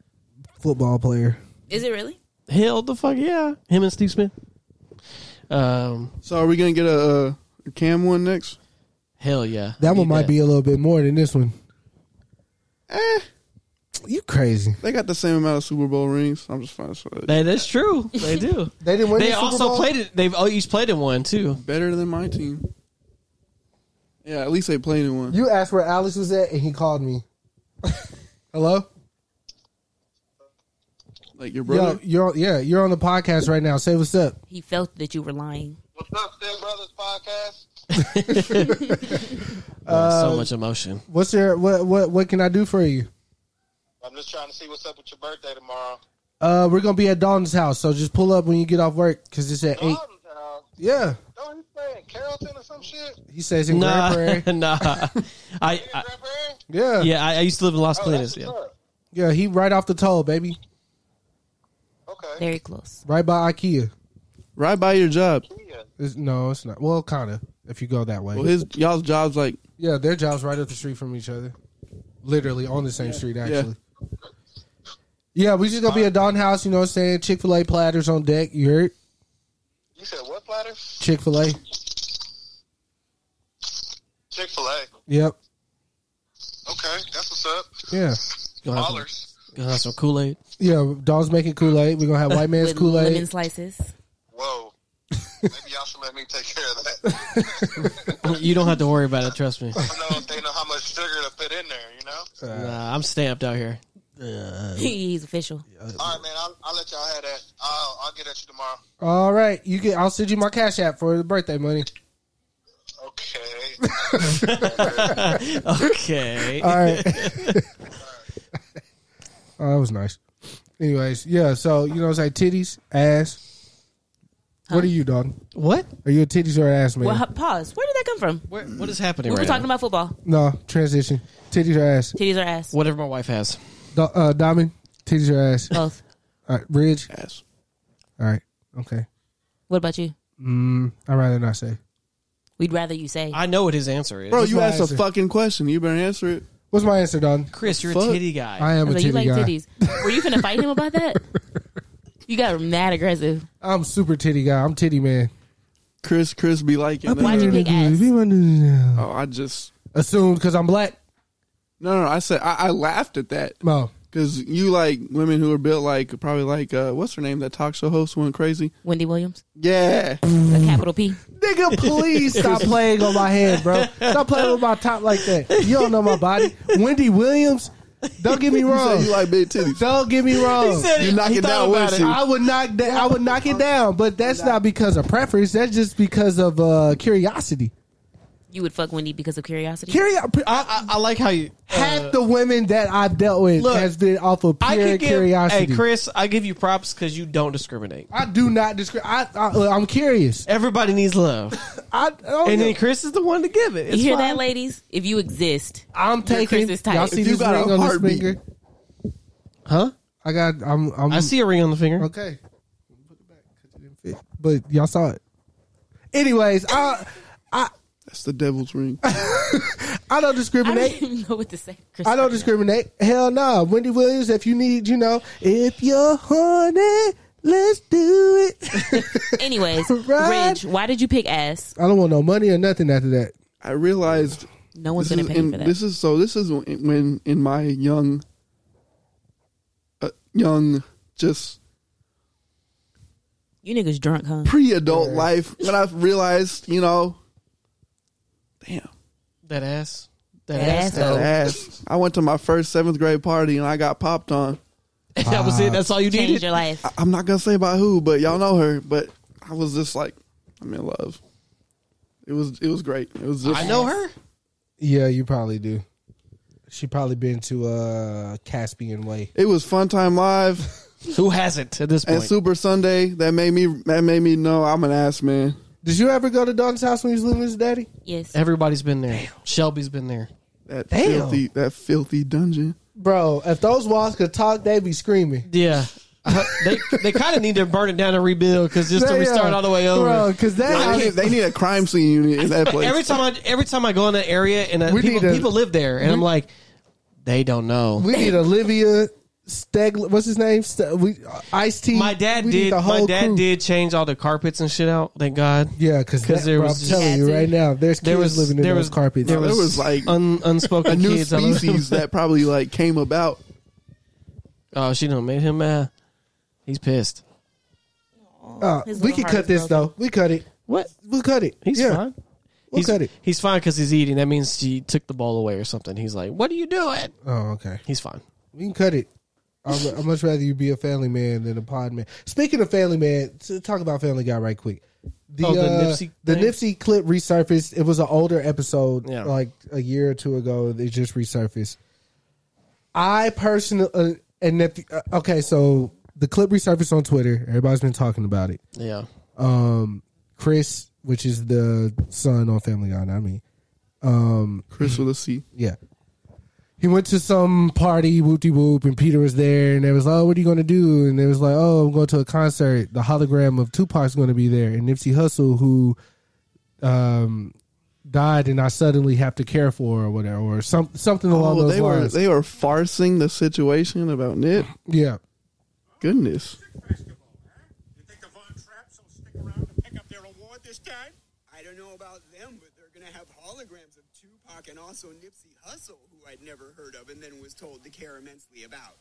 Speaker 2: football player.
Speaker 3: Is it really?
Speaker 1: Hell, the fuck yeah, him and Steve Smith. Um,
Speaker 5: So are we going to get a, uh, a cam one next?
Speaker 1: hell yeah,
Speaker 2: That
Speaker 1: I
Speaker 2: one
Speaker 1: need
Speaker 2: might be a little bit more than this one.
Speaker 5: Eh,
Speaker 2: You crazy?
Speaker 5: they got the same amount of Super Bowl rings. I'm just fine. So
Speaker 1: That- that's true. They do.
Speaker 2: They didn't win.
Speaker 1: they
Speaker 2: the Super
Speaker 1: also
Speaker 2: Bowl?
Speaker 1: played it. They've all each played in one too.
Speaker 5: better than my team. Yeah, at least they played in one.
Speaker 2: You asked where Alex was at, and he called me. Hello.
Speaker 5: Like your brother.
Speaker 2: Yo, you're on- yeah, you're on the podcast right now. Say what's up.
Speaker 3: He felt that you were lying.
Speaker 8: What's up, Step Brothers Podcast?
Speaker 2: Uh,
Speaker 1: so much emotion.
Speaker 2: What's your what what what can I do for you?
Speaker 8: I'm just trying to see what's up with your birthday tomorrow.
Speaker 2: Uh, we're gonna be at Dawn's house, so just pull up when you get off work because it's at eight.
Speaker 8: Dalton's house.
Speaker 2: Yeah,
Speaker 8: uh, Don't he play in Carrollton or some shit?
Speaker 2: he says in Grand
Speaker 1: Nah,
Speaker 2: Prairie.
Speaker 1: nah. I, I
Speaker 8: Grand Prairie?
Speaker 2: Yeah, yeah,
Speaker 1: yeah, I, I used to live in Las
Speaker 8: Oh, that's what's
Speaker 1: Colinas. Yeah,
Speaker 8: up.
Speaker 2: yeah. He right off the toll, baby.
Speaker 8: Okay.
Speaker 3: Very close.
Speaker 2: Right by IKEA.
Speaker 5: right by your job.
Speaker 8: Yeah.
Speaker 2: It's, no, it's not. Well, kind of. If you go that way,
Speaker 5: Well, his y'all's job's like
Speaker 2: yeah, their jobs right up the street from each other, literally on the same street. Actually, yeah, we just gonna be at Dawn House. You know, what I'm saying Chick Fil A platters on deck. You heard
Speaker 8: You said what platter?
Speaker 2: Chick Fil A.
Speaker 8: Chick fil A.
Speaker 2: Yep.
Speaker 8: Okay, that's what's up.
Speaker 2: Yeah.
Speaker 1: Gonna have to-
Speaker 8: Ballers.
Speaker 1: Gonna have some Kool Aid.
Speaker 2: Yeah, dogs making Kool Aid. We're gonna have white man's
Speaker 4: With
Speaker 2: Kool
Speaker 4: Lemon
Speaker 2: Aid.
Speaker 4: slices.
Speaker 8: Whoa. Maybe y'all should let me take care of that.
Speaker 1: you don't have to worry about it. Trust me.
Speaker 8: I don't know if they know how much sugar to put in there, you know?
Speaker 1: Nah, I'm stamped out here.
Speaker 2: Uh,
Speaker 1: Oh.
Speaker 3: He's official.
Speaker 8: All right, man. I'll, I'll let y'all have that. I'll, I'll get at you tomorrow.
Speaker 2: All right, you get. I'll send you my cash app for the birthday money.
Speaker 8: Okay.
Speaker 1: okay.
Speaker 2: All right. oh, that was nice. Anyways, yeah. So you know, it's like titties, ass. What are you, dog?
Speaker 1: What
Speaker 2: are you a titties or an ass man?
Speaker 3: Well, h- pause. Where did that come from?
Speaker 1: what is happening
Speaker 3: We were
Speaker 1: right
Speaker 3: talking
Speaker 1: now?
Speaker 3: about football.
Speaker 2: no transition. Titties or ass?
Speaker 3: Titties or ass?
Speaker 1: Whatever my wife has.
Speaker 2: Do, uh, Diamond, titties or ass?
Speaker 3: Both.
Speaker 2: All right, Bridge. Ass. All right. Okay.
Speaker 3: What about you?
Speaker 2: Mm, I'd rather not say.
Speaker 3: We'd rather you say.
Speaker 1: I know what his answer is.
Speaker 5: Bro, you
Speaker 2: my
Speaker 5: asked a
Speaker 2: answer.
Speaker 5: fucking question. You better answer it.
Speaker 2: What's my answer, Don?
Speaker 1: Chris, you're
Speaker 5: Fuck.
Speaker 1: a titty guy.
Speaker 2: I am a
Speaker 3: Like,
Speaker 2: titty
Speaker 3: you like
Speaker 2: guy.
Speaker 3: titties. Were you gonna fight him about that? You got mad aggressive.
Speaker 2: I'm super titty guy. I'm titty man.
Speaker 5: Chris, Chris be liking.
Speaker 3: Why'd
Speaker 5: that.
Speaker 3: you pick ass?
Speaker 5: Oh, I just
Speaker 2: assumed because I'm black.
Speaker 5: No, no. I said I, I laughed at that
Speaker 2: No.
Speaker 5: because you like women who are built like probably like uh, what's her name that talk show host who went crazy.
Speaker 3: Wendy Williams,
Speaker 5: Yeah,
Speaker 3: a capital P.
Speaker 2: Nigga, please stop playing on my head, bro. Stop playing with my top like that. You don't know my body. Wendy Williams, don't get me
Speaker 5: you said
Speaker 2: wrong.
Speaker 5: you like big titties.
Speaker 2: Don't get me wrong.
Speaker 5: You knock it down, Wilson.
Speaker 2: I would knock that. I would knock it down, but that's not because of preference. That's just because of uh, curiosity.
Speaker 3: You would fuck Wendy because of curiosity.
Speaker 2: Curiosity.
Speaker 1: I, I, I like how you. uh,
Speaker 2: Half the women that I've dealt with
Speaker 1: Look,
Speaker 2: has been off of
Speaker 1: I
Speaker 2: pure
Speaker 1: can give.
Speaker 2: curiosity.
Speaker 1: Hey, Chris, I give you props because you don't discriminate.
Speaker 2: I do not describe. I, I, look, I'm curious.
Speaker 1: Everybody needs love,
Speaker 2: I, oh,
Speaker 1: and then Chris is the one to give it.
Speaker 3: you
Speaker 1: It's
Speaker 3: hear
Speaker 1: fine.
Speaker 3: that, ladies? If you exist,
Speaker 2: I'm taking.
Speaker 3: Chris's type.
Speaker 2: Y'all see
Speaker 5: If you
Speaker 2: this
Speaker 5: got a
Speaker 2: ring on this
Speaker 5: heartbeat.
Speaker 2: finger?
Speaker 1: Huh?
Speaker 2: I got. I'm. I'm
Speaker 1: I see a ring on the finger.
Speaker 2: Okay. Put it back 'cause it didn't fit. But y'all saw it. Anyways, I
Speaker 5: That's the devil's ring.
Speaker 2: I don't
Speaker 3: I
Speaker 2: discriminate.
Speaker 3: don't even know what to say. Chris
Speaker 2: I don't discriminate. Hell no. Wendy Williams, if you need, you know, if you're horny, let's do it.
Speaker 3: Anyways,
Speaker 2: Right.
Speaker 3: Ridge, why did you pick ass?
Speaker 2: I don't want no money or nothing after that.
Speaker 5: I realized
Speaker 3: No one's
Speaker 5: this
Speaker 3: gonna
Speaker 5: is,
Speaker 3: pay
Speaker 5: in,
Speaker 3: you for that.
Speaker 5: this is so. This is when in my young, uh, young, just
Speaker 3: you niggas drunk, huh?
Speaker 5: pre-adult life when I realized, you know, damn.
Speaker 1: That ass. That,
Speaker 3: That
Speaker 1: ass.
Speaker 3: ass.
Speaker 5: That
Speaker 3: Oh.
Speaker 5: ass. I went to my first seventh grade party and I got popped on.
Speaker 1: that was it. That's all you
Speaker 3: Change
Speaker 1: needed.
Speaker 3: your life.
Speaker 5: I- I'm not gonna say by who, but y'all know her. But I was just like, I'm in love. It was it was great. It was just
Speaker 1: I know her.
Speaker 2: Yeah, you probably do. She probably been to uh Caspian Way.
Speaker 5: It was fun time live
Speaker 1: Who hasn't at this
Speaker 5: and
Speaker 1: point?
Speaker 5: Super Sunday. That made me that made me know I'm an ass man.
Speaker 2: Did you ever go to Don's house when he was living with his daddy?
Speaker 3: Yes.
Speaker 1: Everybody's been there. Shelby's been there.
Speaker 5: That
Speaker 2: Damn.
Speaker 5: filthy that filthy dungeon.
Speaker 2: Bro, if those walls could talk, they'd be screaming.
Speaker 1: Yeah. they they kind of need to burn it down and rebuild because just to
Speaker 2: Yeah,
Speaker 1: restart all the way over.
Speaker 2: uh, Bro, because that
Speaker 5: They
Speaker 2: house
Speaker 5: need, they need a crime scene unit in that place.
Speaker 1: Every time I every time I go in that area and uh,
Speaker 2: We
Speaker 1: people,
Speaker 2: need a-
Speaker 1: people live there and I'm like, they don't know.
Speaker 2: We need Olivia Stegl. What's his name? Ste- we Ice T.
Speaker 1: my dad
Speaker 2: we need
Speaker 1: did.
Speaker 2: the
Speaker 1: My
Speaker 2: whole
Speaker 1: dad
Speaker 2: crew.
Speaker 1: did change all the carpets and shit out. Thank God.
Speaker 2: Yeah, because
Speaker 1: 'Cause there
Speaker 2: there
Speaker 1: was
Speaker 2: I'm
Speaker 1: just-
Speaker 2: telling you right now, there's kids
Speaker 1: There was
Speaker 2: living in
Speaker 1: there was
Speaker 2: those carpets.
Speaker 1: There
Speaker 5: No,
Speaker 1: was,
Speaker 5: there was, like,
Speaker 1: un, unspoken
Speaker 5: a new
Speaker 1: kids. I love
Speaker 5: species
Speaker 1: him.
Speaker 5: that probably like came about.
Speaker 1: Oh, she done made him mad. He's pissed.
Speaker 2: Uh,
Speaker 3: His
Speaker 2: we
Speaker 3: little
Speaker 2: can
Speaker 3: heart
Speaker 2: cut
Speaker 3: is
Speaker 2: this
Speaker 3: broken.
Speaker 2: though. We cut it.
Speaker 1: What?
Speaker 2: We'll cut it.
Speaker 1: He's
Speaker 2: yeah.
Speaker 1: fine.
Speaker 2: We'll
Speaker 1: he's,
Speaker 2: cut it.
Speaker 1: He's fine because he's eating. That means she took the bowl away or something. He's like, "What are you doing?"
Speaker 2: Oh, okay.
Speaker 1: He's fine.
Speaker 2: We can cut it. I'd I'd much rather you be a family man than a pod man. Speaking of family man, to talk about Family Guy right quick. The,
Speaker 1: Oh, the
Speaker 2: uh,
Speaker 1: Nipsey
Speaker 2: the
Speaker 1: thing?
Speaker 2: Nipsey clip resurfaced. It was an older episode,
Speaker 1: Yeah.
Speaker 2: like a year or two ago. It just resurfaced. I personally, uh, and if, uh, okay, so the clip resurfaced on Twitter. Everybody's been talking about it.
Speaker 1: Yeah.
Speaker 2: Um, Chris, which is the son on Family Guy, I mean,
Speaker 5: Chris with a C.
Speaker 2: yeah. He went to some party, whoop de whoop, and Peter was there, and they was like, "Oh, what are you going to do?" And they was like, "Oh, I'm going to a concert. The hologram of Tupac's going to be there, and Nipsey Hussle, who um, died, and I suddenly have to care for, or whatever, or some something along
Speaker 5: Oh,
Speaker 2: those
Speaker 5: they were
Speaker 2: lines."
Speaker 5: they were farcing the situation about Nip.
Speaker 2: yeah,
Speaker 5: Goodness.
Speaker 8: You think the Von Trapps will stick around to pick up their award this time?
Speaker 9: I don't know about them, but they're going to have holograms of Tupac and also Nipsey Hussle, who I'd never heard of and then was told to care immensely about.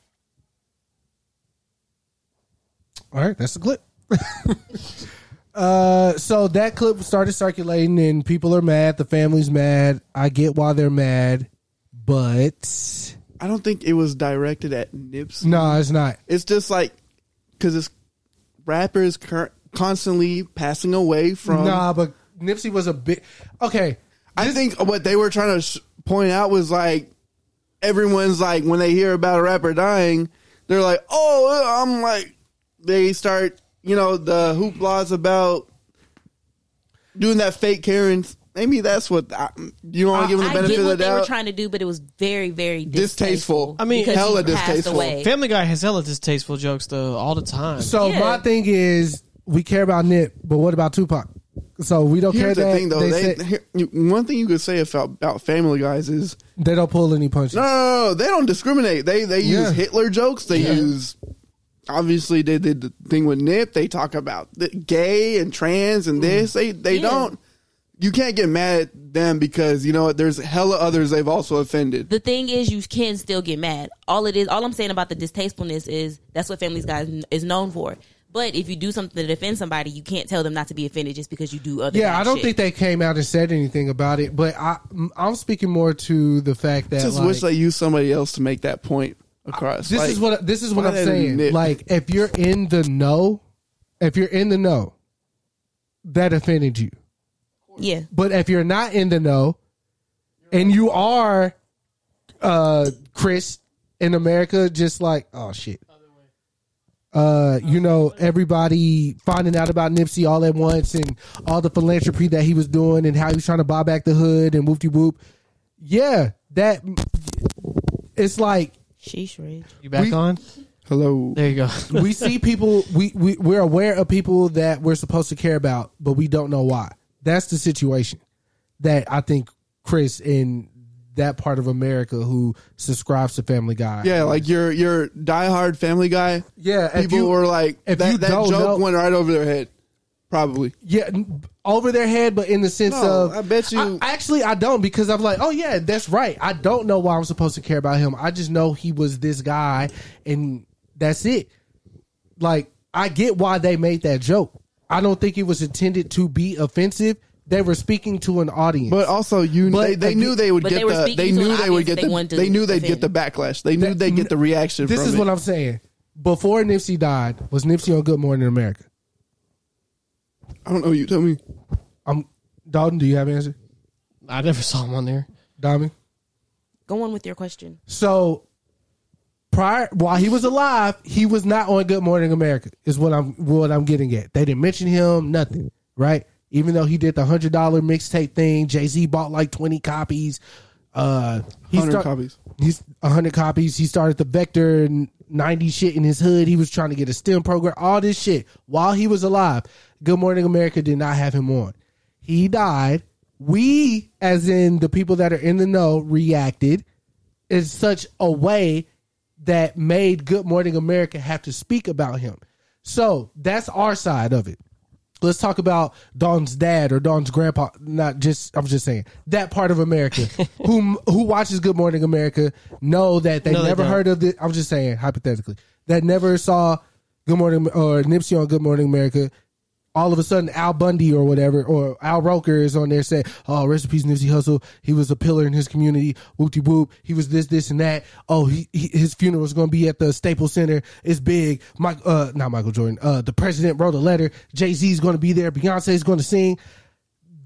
Speaker 2: All right, that's the clip. uh, so that clip started circulating, and people are mad. The family's mad. I get why they're mad, but
Speaker 5: I don't think it was directed at Nipsey.
Speaker 2: no, it's not.
Speaker 5: It's just like because it's rappers cur- constantly passing away from.
Speaker 2: Nah, but Nipsey was a big. Okay,
Speaker 5: I think what they were trying to sh- point out was like everyone's like when they hear about a rapper dying, they're like, "Oh, I'm like." They start, you know, the hoopla's about doing that fake Karens. Maybe that's what I, you want to give them the
Speaker 3: I
Speaker 5: benefit
Speaker 3: get
Speaker 5: of the
Speaker 3: what they were
Speaker 5: doubt.
Speaker 3: trying to do, but it was very, very
Speaker 5: Distasteful.
Speaker 3: distasteful.
Speaker 5: I mean,
Speaker 3: because
Speaker 5: hella
Speaker 3: he passed
Speaker 5: distasteful.
Speaker 3: away.
Speaker 1: Family Guy has hella distasteful jokes though all the time.
Speaker 2: So my thing is, we care about Nip, but what about Tupac? So we don't
Speaker 5: Here's
Speaker 2: care
Speaker 5: the
Speaker 2: that
Speaker 5: thing, though.
Speaker 2: they,
Speaker 5: They,
Speaker 2: said-
Speaker 5: here- you- one thing you could say about, about Family Guys is
Speaker 2: they don't pull any punches.
Speaker 5: no, no, no, no, they don't discriminate. They they use
Speaker 2: Yeah.
Speaker 5: Hitler jokes. They use obviously they did the thing with Nip. They talk about the gay and trans
Speaker 2: Mm-hmm.
Speaker 5: and this. They they
Speaker 3: Yeah.
Speaker 5: don't. You can't get mad at them because you know what? There's hella others they've also offended.
Speaker 3: The thing is, you can still get mad. All it is, all I'm saying about the distastefulness is that's what Families Guy is- is known for. But if you do something to defend somebody, you can't tell them not to be offended just because you do other.
Speaker 2: Yeah,
Speaker 3: bad
Speaker 2: I don't
Speaker 3: shit.
Speaker 2: think they came out and said anything about it, but I, I'm speaking more to the fact that
Speaker 5: Just
Speaker 2: like,
Speaker 5: wish they used somebody else to make that point across.
Speaker 2: this
Speaker 5: Like,
Speaker 2: is what this is what
Speaker 5: why
Speaker 2: I'm
Speaker 5: they
Speaker 2: saying.
Speaker 5: nip?
Speaker 2: Like if you're in the know, if you're in the know, that offended you.
Speaker 3: Yeah,
Speaker 2: But if you're not in the know, and you are, uh, Chris in America, just like oh shit, uh, you know everybody finding out about Nipsey all at once and all the philanthropy that he was doing and how he was trying to buy back the hood and whoop de whoop. Yeah, that it's like
Speaker 3: sheesh, Ridge.
Speaker 1: You back
Speaker 2: We-
Speaker 1: on?
Speaker 5: Hello.
Speaker 1: There you go.
Speaker 2: we see people we, we we're aware of people that we're supposed to care about but we don't know why that's the situation that i think chris in that part of america who subscribes to family guy
Speaker 5: Yeah, like your your diehard Family Guy.
Speaker 2: Yeah, if
Speaker 5: people
Speaker 2: you-
Speaker 5: were like
Speaker 2: if you
Speaker 5: that. That
Speaker 2: don't
Speaker 5: joke
Speaker 2: know-
Speaker 5: went right over their head, probably.
Speaker 2: yeah n- over their head but in the sense
Speaker 5: No,
Speaker 2: of
Speaker 5: I bet you-
Speaker 2: I- actually i don't because i'm like oh yeah that's right i don't know why i'm supposed to care about him i just know he was this guy and that's it like I get why they made that joke. I don't think it was intended to be offensive. They were speaking to an audience.
Speaker 5: But also, you
Speaker 2: But
Speaker 5: they, they
Speaker 2: again-
Speaker 5: knew they would
Speaker 3: But
Speaker 5: get
Speaker 3: they were
Speaker 5: the
Speaker 3: speaking
Speaker 5: they
Speaker 3: to
Speaker 5: knew
Speaker 3: an
Speaker 5: they would
Speaker 3: audience
Speaker 5: get
Speaker 3: that
Speaker 5: the
Speaker 3: they wanted to
Speaker 5: they knew they'd get
Speaker 3: offend.
Speaker 5: the backlash. They knew they'd get the reaction.
Speaker 2: this
Speaker 5: from
Speaker 2: is
Speaker 5: it.
Speaker 2: what I'm saying. Before Nipsey died, was Nipsey on Good Morning America?
Speaker 5: I don't know. You tell me.
Speaker 2: I'm Um, Dalton. Do you have an answer,
Speaker 1: I never saw him on there.
Speaker 2: Diamond?
Speaker 3: Go on with your question.
Speaker 2: So prior while he was alive, he was not on Good Morning America. Is what I'm what I'm getting at. They didn't mention him. Nothing. Right. Even though he did the hundred dollar mixtape thing, Jay Z bought like twenty copies. Uh, he
Speaker 5: 100
Speaker 2: start-
Speaker 5: copies.
Speaker 2: He's 100 copies. He started the Vector 90 shit in his hood. He was trying to get a STEM program, all this shit while he was alive. Good Morning America did not have him on. He died. We, as in the people that are in the know, reacted in such a way that made Good Morning America have to speak about him. So that's our side of it. Let's talk about Don's dad or Don's grandpa. Not just I'm just saying that part of America who who watches Good Morning America know that they
Speaker 1: No, they
Speaker 2: never
Speaker 1: don't.
Speaker 2: heard of it. I'm just saying hypothetically that never saw Good Morning or Nipsey on Good Morning America. All of a sudden, Al Bundy or whatever, or Al Roker is on there saying, "Oh, rest in peace, Nipsey Hussle. He was a pillar in his community. Whoop de whoop. He was this, this, and that. Oh, he, he his funeral is going to be at the Staples Center. It's big. Mike, uh, not Michael Jordan. Uh, the president wrote a letter. Jay Z is going to be there. Beyonce is going to sing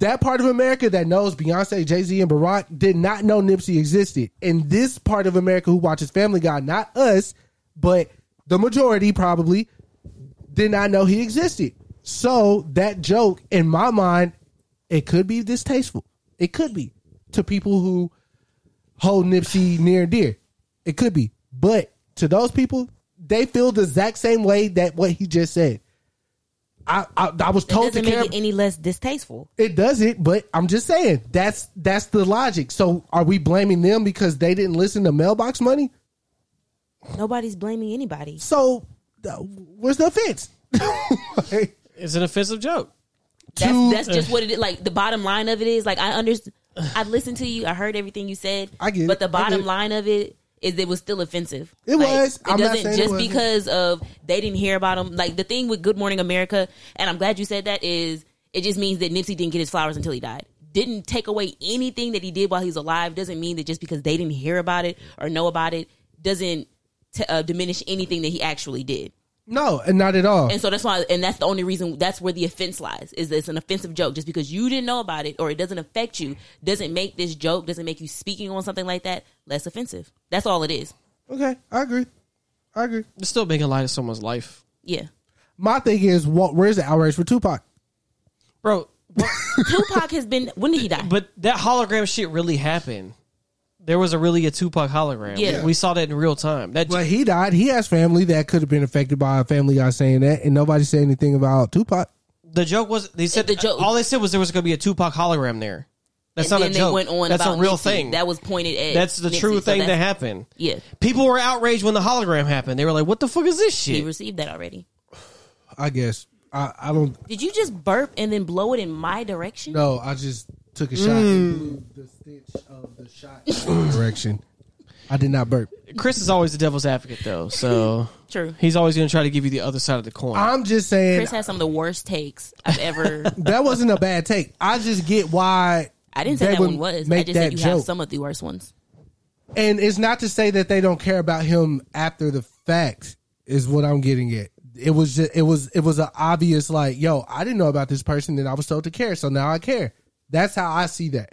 Speaker 2: that part of America that knows Beyonce, Jay Z, and Barack did not know Nipsey existed. And this part of America who watches Family Guy, not us, but the majority probably did not know he existed. So that joke, in my mind, it could be distasteful. It could be to people who hold Nipsey near and dear. It could be. But to those people, they feel the exact same way that what he just said. I, I, I was
Speaker 3: That
Speaker 2: told to
Speaker 3: doesn't
Speaker 2: care
Speaker 3: make it any less distasteful.
Speaker 2: it doesn't, but I'm just saying that's that's the logic. So are we blaming them because they didn't listen to mailbox money?
Speaker 3: Nobody's blaming anybody.
Speaker 2: So uh, where's the offense? Like,
Speaker 1: It's an offensive joke.
Speaker 3: That's,
Speaker 2: To-
Speaker 3: that's just what it is. Like the bottom line of it is, like I understand. I listened to you. I heard everything you said.
Speaker 2: I get it.
Speaker 3: But the
Speaker 2: I get
Speaker 3: bottom
Speaker 2: it.
Speaker 3: line of it is it was still offensive.
Speaker 2: It
Speaker 3: Like,
Speaker 2: was.
Speaker 3: It
Speaker 2: I'm not
Speaker 3: doesn't
Speaker 2: saying it
Speaker 3: just
Speaker 2: wasn't.
Speaker 3: because of they didn't hear about him. Like the thing with Good Morning America, and I'm glad you said that is it just means that Nipsey didn't get his flowers until he died. Didn't take away anything that he did while he was alive. Doesn't mean that just because they didn't hear about it or know about it doesn't t- uh, diminish anything that he actually did.
Speaker 2: No, and not at all.
Speaker 3: And so that's why, and that's the only reason. That's where the offense lies. Is it's an offensive joke just because you didn't know about it or it doesn't affect you doesn't make this joke doesn't make you speaking on something like that less offensive. That's all it is.
Speaker 2: Okay, I agree. I agree.
Speaker 1: It's still making light of someone's life,
Speaker 3: Yeah,
Speaker 2: My thing is, what? Where's the outrage for Tupac?
Speaker 1: bro.
Speaker 3: Tupac has been. When did he die?
Speaker 1: But that hologram shit really happened. There was a really a Tupac hologram.
Speaker 3: Yeah.
Speaker 1: we saw that in real time. That
Speaker 2: But he died. He has family that could have been affected by a family guy saying that, and nobody said anything about Tupac.
Speaker 1: the joke was they said the joke. All they said was there was going to be a Tupac hologram there. That's
Speaker 3: and
Speaker 1: not
Speaker 3: then
Speaker 1: a joke.
Speaker 3: They went on
Speaker 1: That's
Speaker 3: about
Speaker 1: a real
Speaker 3: Nipsey.
Speaker 1: thing.
Speaker 3: that was pointed at.
Speaker 1: That's the
Speaker 3: Nipsey,
Speaker 1: true
Speaker 3: so
Speaker 1: thing that
Speaker 3: that's-
Speaker 1: happened.
Speaker 3: Yeah,
Speaker 1: People were outraged when the hologram happened. They were like, "What the fuck is this
Speaker 3: he
Speaker 1: shit?"
Speaker 3: received that already.
Speaker 2: I guess. I, I don't
Speaker 3: Did you just burp and then blow it in my direction?
Speaker 2: know. I just took a shot. The stitch of the shot. Direction. I did not burp.
Speaker 1: Chris is always the devil's advocate, though. So
Speaker 3: True.
Speaker 1: he's always going to try to give you the other side of the coin.
Speaker 2: I'm just saying
Speaker 3: Chris has some of the worst takes I've ever.
Speaker 2: that wasn't a bad take. I just get why
Speaker 3: I didn't say
Speaker 2: they
Speaker 3: that
Speaker 2: would
Speaker 3: one was. I
Speaker 2: make
Speaker 3: just
Speaker 2: that
Speaker 3: said you have
Speaker 2: joke.
Speaker 3: some of the worst ones.
Speaker 2: and it's not to say that they don't care about him after the fact is what I'm getting at. It was just, it was it was an obvious like, yo, I didn't know about this person and I was told to care, so now I care. That's how I see that.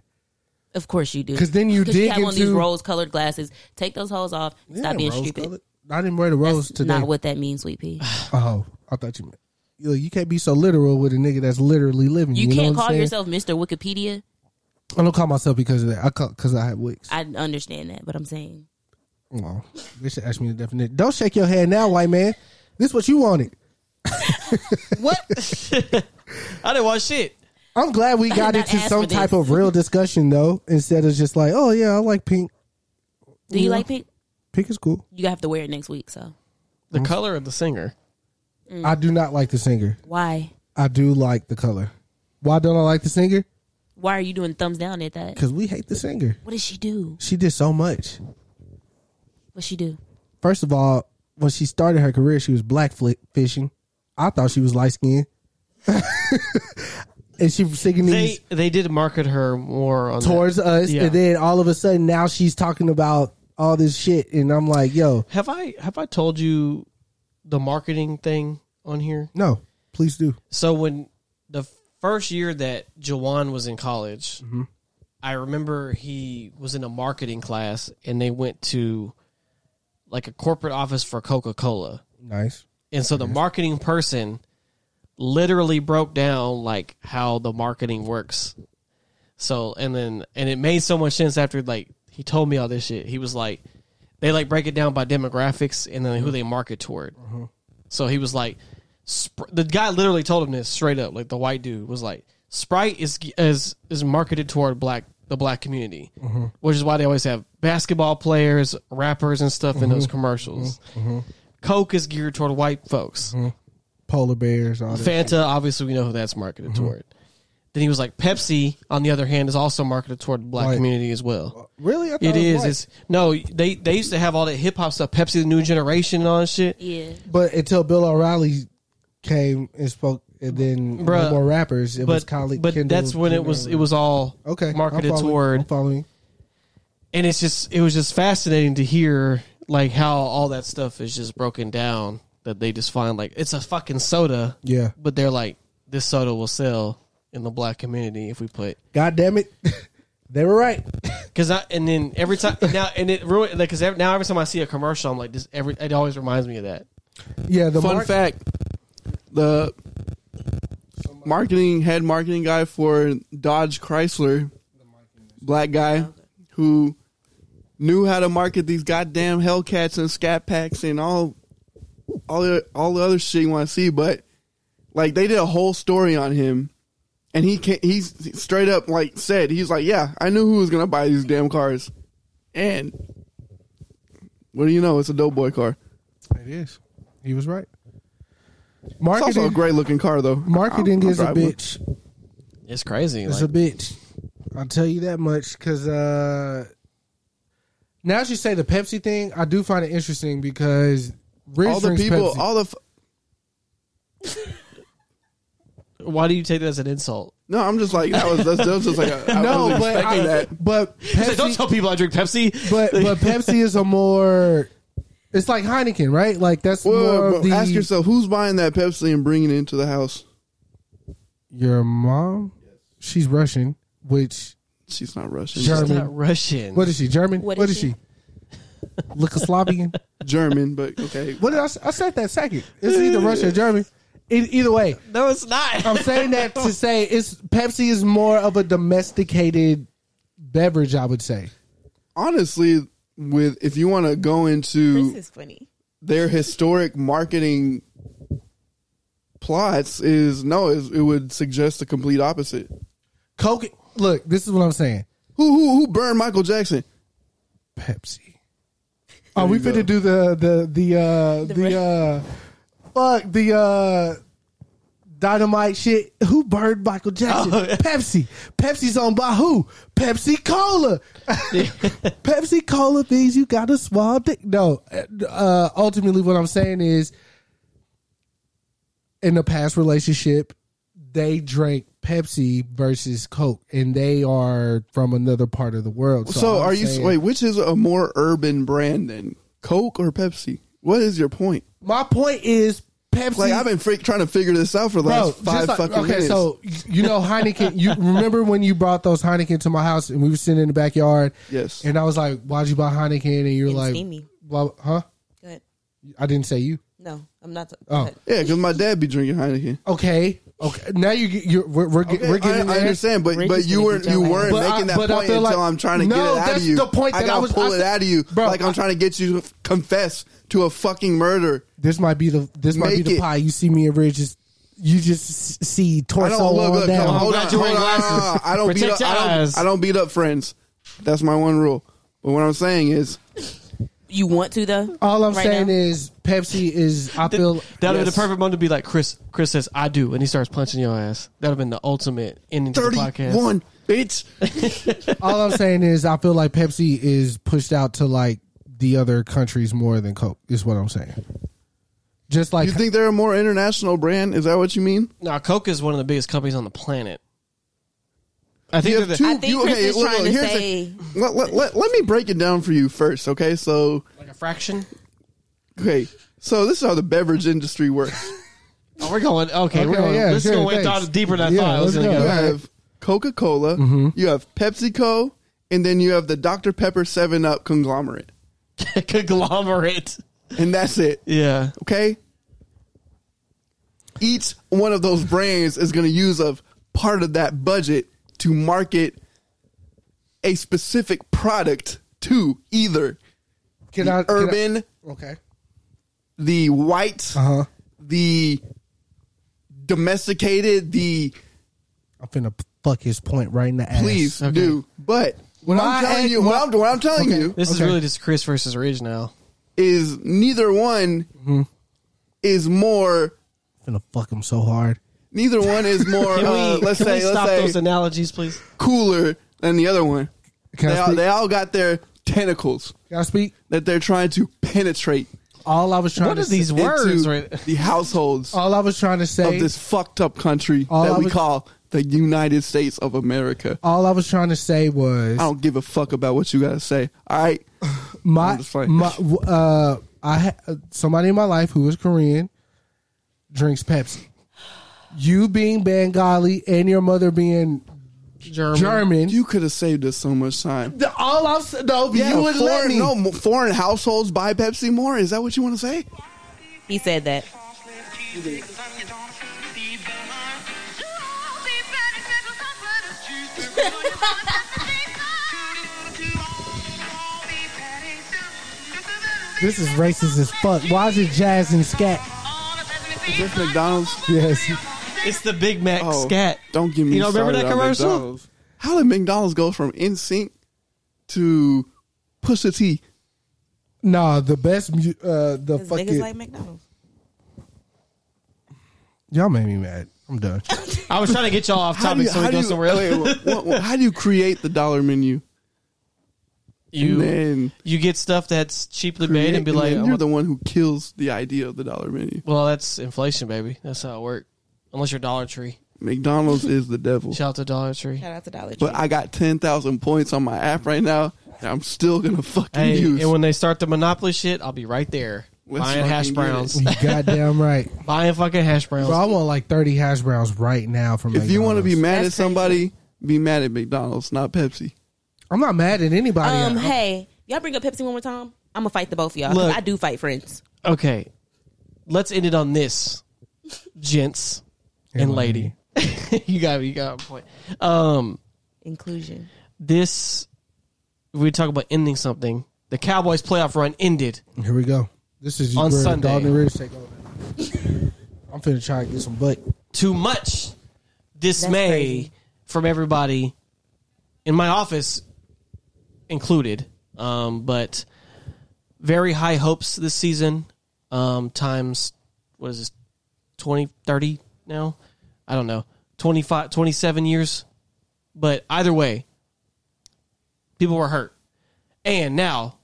Speaker 3: Of course you do.
Speaker 2: 'Cause then you
Speaker 3: you
Speaker 2: dig
Speaker 3: have on these
Speaker 2: into-
Speaker 3: rose colored glasses. Take those holes off. and
Speaker 2: Yeah,
Speaker 3: stop being
Speaker 2: rose
Speaker 3: stupid.
Speaker 2: colored. I didn't wear the rose today.
Speaker 3: Not what that means, sweet pea.
Speaker 2: oh, I thought you meant. Yo, you can't be so literal with a nigga that's literally living.
Speaker 3: You,
Speaker 2: know
Speaker 3: can't
Speaker 2: what I'm
Speaker 3: call
Speaker 2: saying?
Speaker 3: yourself Mister Wikipedia.
Speaker 2: I don't call myself because of that. I call because I have wigs.
Speaker 3: I understand that, but I'm saying
Speaker 2: Oh, they should ask me the definition. Don't shake your head now, white man. This what you wanted.
Speaker 1: I didn't watch shit.
Speaker 2: I'm glad we got
Speaker 3: Not
Speaker 2: into
Speaker 3: ask
Speaker 2: some
Speaker 3: for this.
Speaker 2: type of real discussion though, instead of just like, oh yeah, I like pink.
Speaker 3: Do you
Speaker 2: Yeah.
Speaker 3: like pink?
Speaker 2: Pink is cool.
Speaker 3: You have to wear it next week. So
Speaker 1: The color of the singer.
Speaker 3: Mm.
Speaker 2: I do not like the singer.
Speaker 3: why?
Speaker 2: I do like the color. Why don't I like the singer?
Speaker 3: Why are you doing thumbs down at that?
Speaker 2: Because we hate the singer.
Speaker 3: What did she do?
Speaker 2: She did so much.
Speaker 3: What she do?
Speaker 2: First of all, when she started her career, she was black fli fishing. I thought she was light skinned. and she was singing
Speaker 1: They
Speaker 2: these
Speaker 1: they did market her more on that.
Speaker 2: towards us.
Speaker 1: Yeah.
Speaker 2: And then all of a sudden now she's talking about all this shit. And I'm like, yo,
Speaker 1: Have I have I told you the marketing thing on here?
Speaker 2: no, please do.
Speaker 1: So when the first year that Jawan was in college, I remember he was in a marketing class and they went to like a corporate office for Coca Cola.
Speaker 2: Nice.
Speaker 1: And so the marketing person literally broke down like how the marketing works. So and then and it made so much sense after like he told me all this shit. He was like they like break it down by demographics and then who they market toward. So he was like Spr- the guy literally told him this straight up like the white dude was like Sprite is is is marketed toward black the black community, which is why they always have basketball players, rappers and stuff in those commercials. Coke is geared toward white folks.
Speaker 2: Mm-hmm. Polar bears, all that.
Speaker 1: Fanta, obviously, we know who that's marketed
Speaker 2: Mm-hmm.
Speaker 1: toward. Then he was like, Pepsi, on the other hand, is also marketed toward the black
Speaker 2: Right.
Speaker 1: community as well.
Speaker 2: Really? I thought
Speaker 1: It is.
Speaker 2: was white.
Speaker 1: It's no. They they used to have all that hip hop stuff. Pepsi, the new generation, and all that shit.
Speaker 3: Yeah,
Speaker 2: But until Bill O'Reilly came and spoke, and then
Speaker 1: Bruh,
Speaker 2: no more rappers, it was
Speaker 1: But
Speaker 2: Kylie.
Speaker 1: but
Speaker 2: Kendall
Speaker 1: that's when it
Speaker 2: Jenner.
Speaker 1: was it was all
Speaker 2: okay I'm
Speaker 1: marketed
Speaker 2: following-
Speaker 1: toward,
Speaker 2: I'm following.
Speaker 1: and it's just it was just fascinating to hear like how all that stuff is just broken down. That they just find like it's a fucking soda,
Speaker 2: Yeah,
Speaker 1: but they're like this soda will sell in the black community if we put
Speaker 2: God damn it, they were right.
Speaker 1: Cause I and then every time now and it ruined like cause every, now every time I see a commercial I'm like this every it always reminds me of that.
Speaker 2: Yeah, the
Speaker 5: Fun
Speaker 2: mark-
Speaker 5: fact: the marketing head marketing guy for Dodge Chrysler, black guy who knew how to market these goddamn Hellcats and Scat Packs and all, all the, all the other shit you want to see, but like they did a whole story on him. And he can he's straight up like said he's like yeah I knew who was gonna buy these damn cars, and what do you know it's a dope boy car.
Speaker 2: It is. He was right.
Speaker 5: It's also a
Speaker 2: Marketing,
Speaker 5: great looking car though.
Speaker 2: marketing
Speaker 5: I'll- I'll
Speaker 2: is a
Speaker 5: drive one.
Speaker 2: bitch.
Speaker 1: It's crazy.
Speaker 2: It's
Speaker 1: like,
Speaker 2: a bitch. I'll tell you that much because uh, Now that you say the Pepsi thing, I do find it interesting because Rich
Speaker 5: all the
Speaker 2: drinks
Speaker 5: people,
Speaker 2: Pepsi.
Speaker 5: all the f-
Speaker 1: Why do you take that as an insult?
Speaker 5: no. I'm just like that was that's, that was just like a, I
Speaker 2: no,
Speaker 5: wasn't
Speaker 2: but
Speaker 5: expecting
Speaker 2: I-
Speaker 5: that.
Speaker 2: but Pepsi,
Speaker 1: Don't tell people I drink Pepsi.
Speaker 2: but but Pepsi is a more. It's like Heineken, right? Like that's more
Speaker 5: Well,
Speaker 2: of
Speaker 5: but
Speaker 2: the
Speaker 5: ask yourself who's buying that Pepsi and bringing it into the house.
Speaker 2: your mom. She's Russian, which
Speaker 5: She's not Russian.
Speaker 1: She's
Speaker 2: German.
Speaker 1: not Russian.
Speaker 2: What is she? German?
Speaker 4: What
Speaker 2: what
Speaker 4: is
Speaker 2: is she? Yugoslavian.
Speaker 5: German, but okay.
Speaker 2: What did I, s- I said that second? It's either Russian or German. E- either way,
Speaker 1: No, it's not.
Speaker 2: I'm saying that to say it's Pepsi is more of a domesticated beverage. I would say.
Speaker 5: Honestly, with if you want to go into
Speaker 4: This is funny.
Speaker 5: their historic marketing plots is no, it, it would suggest the complete opposite.
Speaker 2: Coke. Look, this is what I'm saying.
Speaker 5: Who who who burned Michael Jackson?
Speaker 2: Pepsi. Are we
Speaker 5: you go.
Speaker 2: fit to do the the the uh the, uh fuck the uh dynamite shit? Who burned Michael Jackson? Pepsi. Pepsi's owned by who? Pepsi Cola. Pepsi Cola means you got a swab dick. No. Uh ultimately what I'm saying is in the past relationship, they drank Pepsi versus Coke, and they are from another part of the world.
Speaker 5: So,
Speaker 2: So,
Speaker 5: are
Speaker 2: I'm
Speaker 5: you
Speaker 2: saying-
Speaker 5: wait? Which is a more urban brand than Coke or Pepsi? What is your point?
Speaker 2: My point is Pepsi.
Speaker 5: Like I've been freak trying to figure this out for the
Speaker 2: Bro,
Speaker 5: last five
Speaker 2: just like-
Speaker 5: fucking
Speaker 2: okay,
Speaker 5: minutes.
Speaker 2: so you know Heineken. You remember when you brought those Heineken to my house and we were sitting in the backyard?
Speaker 5: Yes.
Speaker 2: And I was like, "Why'd you buy Heineken?" And you're
Speaker 4: Didn't
Speaker 2: like,
Speaker 4: see me.
Speaker 2: "Well, huh?
Speaker 4: Go ahead.
Speaker 2: I didn't say you."
Speaker 4: No, I'm not. go
Speaker 2: Oh.
Speaker 4: ahead.
Speaker 5: yeah, because my dad be drinking Heineken.
Speaker 2: Okay. Okay. Now you get- you're we're we're, get-
Speaker 5: Okay,
Speaker 2: we're getting
Speaker 5: I, I
Speaker 2: there.
Speaker 5: understand, but
Speaker 4: Rick
Speaker 5: but
Speaker 4: is
Speaker 5: you
Speaker 4: gonna
Speaker 5: weren't
Speaker 4: beat
Speaker 5: you
Speaker 4: your ass.
Speaker 5: weren't
Speaker 2: But I-
Speaker 5: making that
Speaker 2: but I
Speaker 5: point
Speaker 2: feel
Speaker 5: until
Speaker 2: like-
Speaker 5: I'm trying to
Speaker 2: No,
Speaker 5: get it out of
Speaker 2: that's
Speaker 5: you.
Speaker 2: the point
Speaker 5: I
Speaker 2: that I
Speaker 5: gotta
Speaker 2: was-
Speaker 5: pull
Speaker 2: I
Speaker 5: it
Speaker 2: said-
Speaker 5: out of you.
Speaker 2: Bro,
Speaker 5: like I'm
Speaker 2: I-
Speaker 5: trying to get you to confess to a fucking murder.
Speaker 2: This might be the this might be
Speaker 5: Make
Speaker 2: the
Speaker 5: it.
Speaker 2: pie. You see me and Ridge just you just s- see
Speaker 5: I
Speaker 2: torso
Speaker 5: don't look.
Speaker 2: on
Speaker 5: look
Speaker 2: down.
Speaker 5: come on, hold on,
Speaker 1: Glad you
Speaker 5: hold
Speaker 1: wearing
Speaker 5: on.
Speaker 1: glasses.
Speaker 5: No, no, no, I don't beat
Speaker 1: Protect
Speaker 5: up.
Speaker 1: your
Speaker 5: I
Speaker 1: eyes.
Speaker 5: don't, I don't beat up friends. That's my one rule. But what I'm saying is,
Speaker 3: You want to though?
Speaker 2: All I'm
Speaker 3: Right
Speaker 2: saying
Speaker 3: now?
Speaker 2: is Pepsi is. I
Speaker 1: That
Speaker 2: feel
Speaker 1: would have been the
Speaker 5: Yes.
Speaker 1: perfect moment to be like Chris. Chris says, "I do," and he starts punching your ass. That would have been the ultimate ending to the podcast.
Speaker 5: 31 bitch.
Speaker 2: All I'm saying is, I feel like Pepsi is pushed out to like the other countries more than Coke. Is what I'm saying. Just like
Speaker 5: You think they're a more international brand? Is that what you mean?
Speaker 1: Now, Coke is one of the biggest companies on the planet. I think
Speaker 5: You
Speaker 1: they're
Speaker 5: have
Speaker 1: the,
Speaker 5: two.
Speaker 4: I think
Speaker 5: you,
Speaker 4: Chris
Speaker 5: okay,
Speaker 4: is
Speaker 5: look,
Speaker 4: trying
Speaker 5: look,
Speaker 4: to
Speaker 5: here's
Speaker 4: say-
Speaker 5: a, let, let, let, let me break it down for you first. Okay, so
Speaker 1: like a fraction.
Speaker 5: okay, so this is how the beverage industry works.
Speaker 1: Oh, we're going okay. we're
Speaker 2: Okay,
Speaker 1: going.
Speaker 2: yeah,
Speaker 1: this
Speaker 2: sure,
Speaker 1: is going way
Speaker 2: thanks.
Speaker 1: down- deeper than I
Speaker 2: Yeah,
Speaker 1: thought I was going
Speaker 2: let's
Speaker 1: to
Speaker 2: go.
Speaker 1: go.
Speaker 5: you
Speaker 2: All right. Mm-hmm.
Speaker 5: have Coca Cola, you have PepsiCo, and then you have the Dr Pepper Seven Up conglomerate,
Speaker 1: conglomerate.
Speaker 5: and that's it.
Speaker 1: Yeah.
Speaker 5: okay? Each one of those brands is going to use a part of that budget to market a specific product to either
Speaker 2: can
Speaker 5: the
Speaker 2: I, can I-
Speaker 5: urban,
Speaker 2: okay.
Speaker 5: the white,
Speaker 2: Uh
Speaker 1: Uh-huh.
Speaker 2: huh.
Speaker 5: the domesticated, the
Speaker 2: I'm finna fuck his point right in the ass.
Speaker 5: please
Speaker 1: Okay.
Speaker 5: do. But what
Speaker 2: My
Speaker 5: I'm telling
Speaker 2: ex-
Speaker 5: you, what I'm, what I'm telling you
Speaker 1: This is
Speaker 2: Okay.
Speaker 1: really just Chris versus Ridge now.
Speaker 5: is neither one is more.
Speaker 2: I'm finna fuck him so hard.
Speaker 5: Neither one is more.
Speaker 1: Can we,
Speaker 5: uh, let's
Speaker 1: can
Speaker 5: say,
Speaker 1: we stop
Speaker 5: let's
Speaker 1: those
Speaker 5: say,
Speaker 1: analogies, please?
Speaker 5: cooler than the other one.
Speaker 2: Can
Speaker 5: they,
Speaker 2: I
Speaker 5: all,
Speaker 2: speak?
Speaker 5: they all got their tentacles
Speaker 2: Can I speak?
Speaker 5: that they're trying to penetrate
Speaker 2: All I was trying.
Speaker 1: What
Speaker 2: to
Speaker 1: are these
Speaker 2: Say,
Speaker 1: words?
Speaker 5: into
Speaker 1: Right?
Speaker 5: the households
Speaker 2: all I was trying to
Speaker 5: of
Speaker 2: say.
Speaker 5: this fucked up country
Speaker 2: All I
Speaker 5: that we
Speaker 2: was-
Speaker 5: call the United States of America.
Speaker 2: all I was trying to say was
Speaker 5: I don't give a fuck about what you gotta say. All right,
Speaker 2: my
Speaker 5: I'm just playing.
Speaker 2: my w- uh I ha- somebody in my life who is Korean drinks Pepsi. You being Bengali and your mother being
Speaker 1: German.
Speaker 2: German.
Speaker 5: you could have saved us so much time.
Speaker 2: The- all I'm s- no, you would
Speaker 5: foreign,
Speaker 2: let me.
Speaker 5: no mo- foreign households buy Pepsi more. Is that what you want to say?
Speaker 4: He said that.
Speaker 2: This is racist as fuck. Why is it jazz and scat?
Speaker 5: Is this McDonald's?
Speaker 2: Yes.
Speaker 1: It's the Big Mac scat.
Speaker 5: Oh, Don't give me.
Speaker 1: You don't remember that
Speaker 5: started on
Speaker 1: commercial?
Speaker 5: McDonald's. How did McDonald's go from NSYNC to Pusha T?
Speaker 2: Nah, the best. mu- Uh,
Speaker 4: Because
Speaker 2: the
Speaker 4: niggas
Speaker 2: fucking
Speaker 4: like McDonald's.
Speaker 2: y'all made me mad. I'm done.
Speaker 1: I was trying to get y'all off
Speaker 5: How do
Speaker 1: topic
Speaker 5: you-
Speaker 1: so we
Speaker 5: how do
Speaker 1: go
Speaker 5: you-
Speaker 1: somewhere else.
Speaker 5: wait, wait, wait, wait, how do you create the dollar menu?
Speaker 1: you
Speaker 5: And then-
Speaker 1: you get stuff that's cheaply made and be
Speaker 5: Create-
Speaker 1: like,
Speaker 5: then
Speaker 1: I'm
Speaker 5: you're
Speaker 1: a-
Speaker 5: the one who kills the idea of the dollar menu.
Speaker 1: well, that's inflation, baby. That's how it works. Unless you're Dollar Tree.
Speaker 5: McDonald's is the devil.
Speaker 1: Shout out to Dollar Tree.
Speaker 4: out to Dollar
Speaker 5: But I got ten thousand points on my app right now, and I'm still gonna fucking
Speaker 1: Hey,
Speaker 5: use.
Speaker 1: and when they start the Monopoly shit, I'll be right there
Speaker 5: Let's
Speaker 1: buying
Speaker 5: fucking
Speaker 1: hash
Speaker 5: get
Speaker 1: browns.
Speaker 2: You goddamn right.
Speaker 1: buying fucking hash browns.
Speaker 2: Bro, I want like 30 hash browns right now from
Speaker 5: if you want to be mad
Speaker 4: That's
Speaker 5: at somebody, be mad at McDonald's, not Pepsi.
Speaker 2: I'm not mad at anybody.
Speaker 4: Um,
Speaker 2: I-
Speaker 4: hey, y'all bring up Pepsi one more time. I'm gonna fight the both of y'all. 'cause
Speaker 1: Look.
Speaker 4: I do fight friends.
Speaker 1: Okay, let's end it on this, gents and lady. you got you got a point. Um,
Speaker 4: Inclusion.
Speaker 1: this we talk about ending something. The Cowboys playoff run ended.
Speaker 2: Here we go. This is
Speaker 1: On
Speaker 2: where
Speaker 1: Sunday.
Speaker 2: Dalton Ridge take over. I'm finna try and get some butt.
Speaker 1: Too much dismay
Speaker 4: crazy.
Speaker 1: from everybody in my office, included. Um, but very high hopes this season. Um, times what is this 20, 30 now? I don't know. 25, 27 years. But either way, people were hurt. And now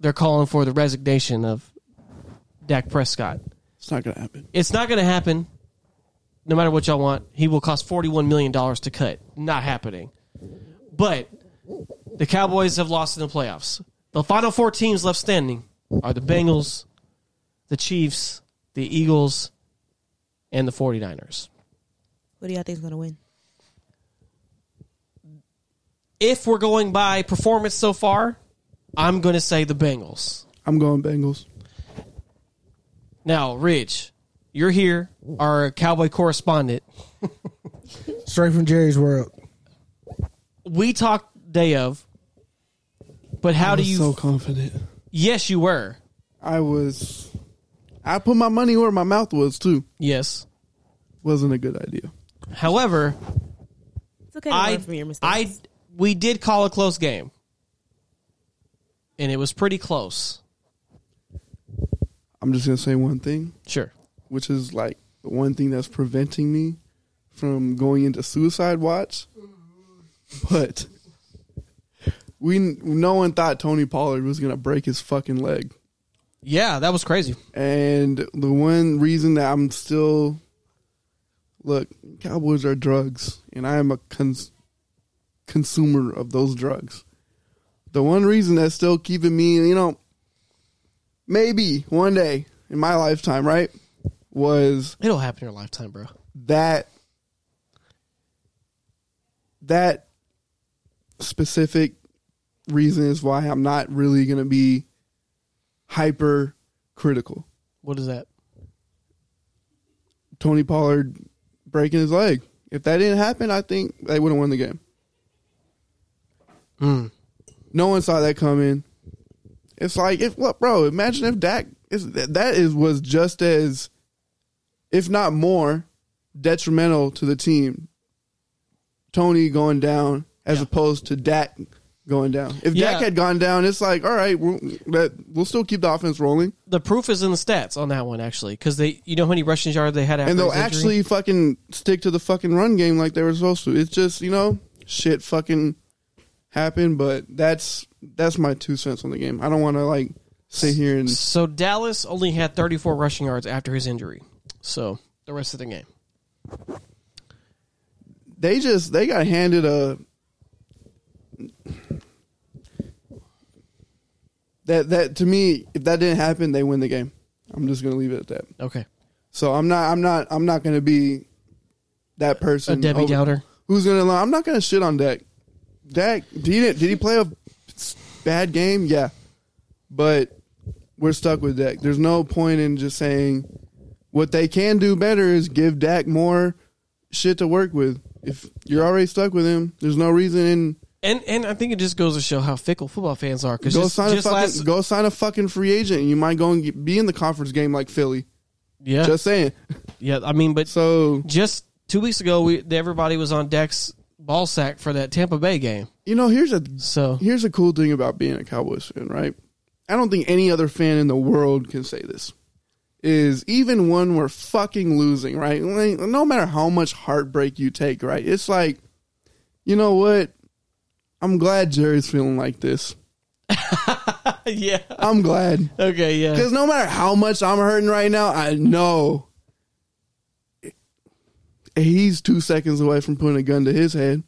Speaker 1: they're calling for the resignation of Dak Prescott.
Speaker 5: It's not gonna happen.
Speaker 1: It's not going to happen. No matter what y'all want, he will cost forty-one million dollars to cut. Not happening. But the Cowboys have lost in the playoffs. The final four teams left standing are the Bengals, the Chiefs, the Eagles, and the 49ers.
Speaker 4: What do y'all think's gonna win?
Speaker 1: If we're going by performance so far, I'm going to say the Bengals.
Speaker 5: I'm going Bengals.
Speaker 1: Now, Ridge, you're here, our Cowboy correspondent.
Speaker 2: Straight from Jerry's world.
Speaker 1: We talked day of, but how
Speaker 5: I
Speaker 1: do
Speaker 5: was
Speaker 1: you?
Speaker 5: So confident.
Speaker 1: yes, you were.
Speaker 5: I was. I put my money where my mouth was too.
Speaker 1: Yes.
Speaker 5: Wasn't a good idea.
Speaker 1: However,
Speaker 4: It's okay to
Speaker 1: I,
Speaker 4: learn from your mistakes.
Speaker 1: I, we did call a close game, and it was pretty close.
Speaker 5: I'm just gonna say one thing,
Speaker 1: Sure.
Speaker 5: which is like the one thing that's preventing me from going into suicide watch. But we no one thought Tony Pollard was gonna break his fucking leg.
Speaker 1: Yeah, that was crazy.
Speaker 5: And the one reason that I'm still look, cowboys are drugs, and I am a cons- consumer of those drugs. The one reason that's still keeping me, you know, maybe one day in my lifetime, right, was
Speaker 1: It'll happen in your lifetime, bro.
Speaker 5: that that specific reason is why I'm not really going to be hyper critical.
Speaker 1: What is that?
Speaker 5: Tony Pollard breaking his leg. If that didn't happen, I think they would have won the game. No one saw that coming. It's like if what, bro? Imagine if Dak is that that is was just as, if not more, detrimental to the team. Tony going down as opposed to Dak going down. If
Speaker 1: Yeah.
Speaker 5: Dak had gone down, it's like all right, we'll, that, we'll still keep the offense rolling.
Speaker 1: The proof is in the stats on that one, actually, because they, you know, how many rushing yards they had after
Speaker 5: and they'll
Speaker 1: his injury?
Speaker 5: actually fucking stick to the fucking run game like they were supposed to. It's just you know shit fucking happened, but that's that's my two cents on the game. I don't want to like sit here and
Speaker 1: So Dallas only had 34 rushing yards after his injury. So the rest of the game.
Speaker 5: they just they got handed a that that to me if that didn't happen they win the game. I'm just gonna leave it at that.
Speaker 1: Okay.
Speaker 5: So I'm not I'm not I'm not gonna be that person.
Speaker 1: A Debbie Downer.
Speaker 5: Who's gonna lie? I'm not gonna shit on Dak. Dak did he, did he play a bad game? Yeah, but we're stuck with Dak. There's no point in just saying what they can do better is give Dak more shit to work with. If you're already stuck with him, there's no reason. In,
Speaker 1: And and I think it just goes to show how fickle football fans are. Because
Speaker 5: go
Speaker 1: just,
Speaker 5: sign
Speaker 1: just
Speaker 5: a fucking
Speaker 1: last,
Speaker 5: go sign a fucking free agent. You might go and get, be in the conference game like Philly.
Speaker 1: yeah,
Speaker 5: Just saying.
Speaker 1: yeah. I mean, but
Speaker 5: So
Speaker 1: just two weeks ago, we everybody was on Dex ball sack for that Tampa Bay game.
Speaker 5: you know, here's a
Speaker 1: So
Speaker 5: here's a cool thing about being a Cowboys fan, right? I don't think any other fan in the world can say this. Is even when we're fucking losing, right? Like, No matter how much heartbreak you take, right? It's like, you know what? I'm glad Jerry's feeling like this.
Speaker 1: yeah.
Speaker 5: I'm glad.
Speaker 1: Okay, yeah.
Speaker 5: Because no matter how much I'm hurting right now, I know he's two seconds away from putting a gun to his head.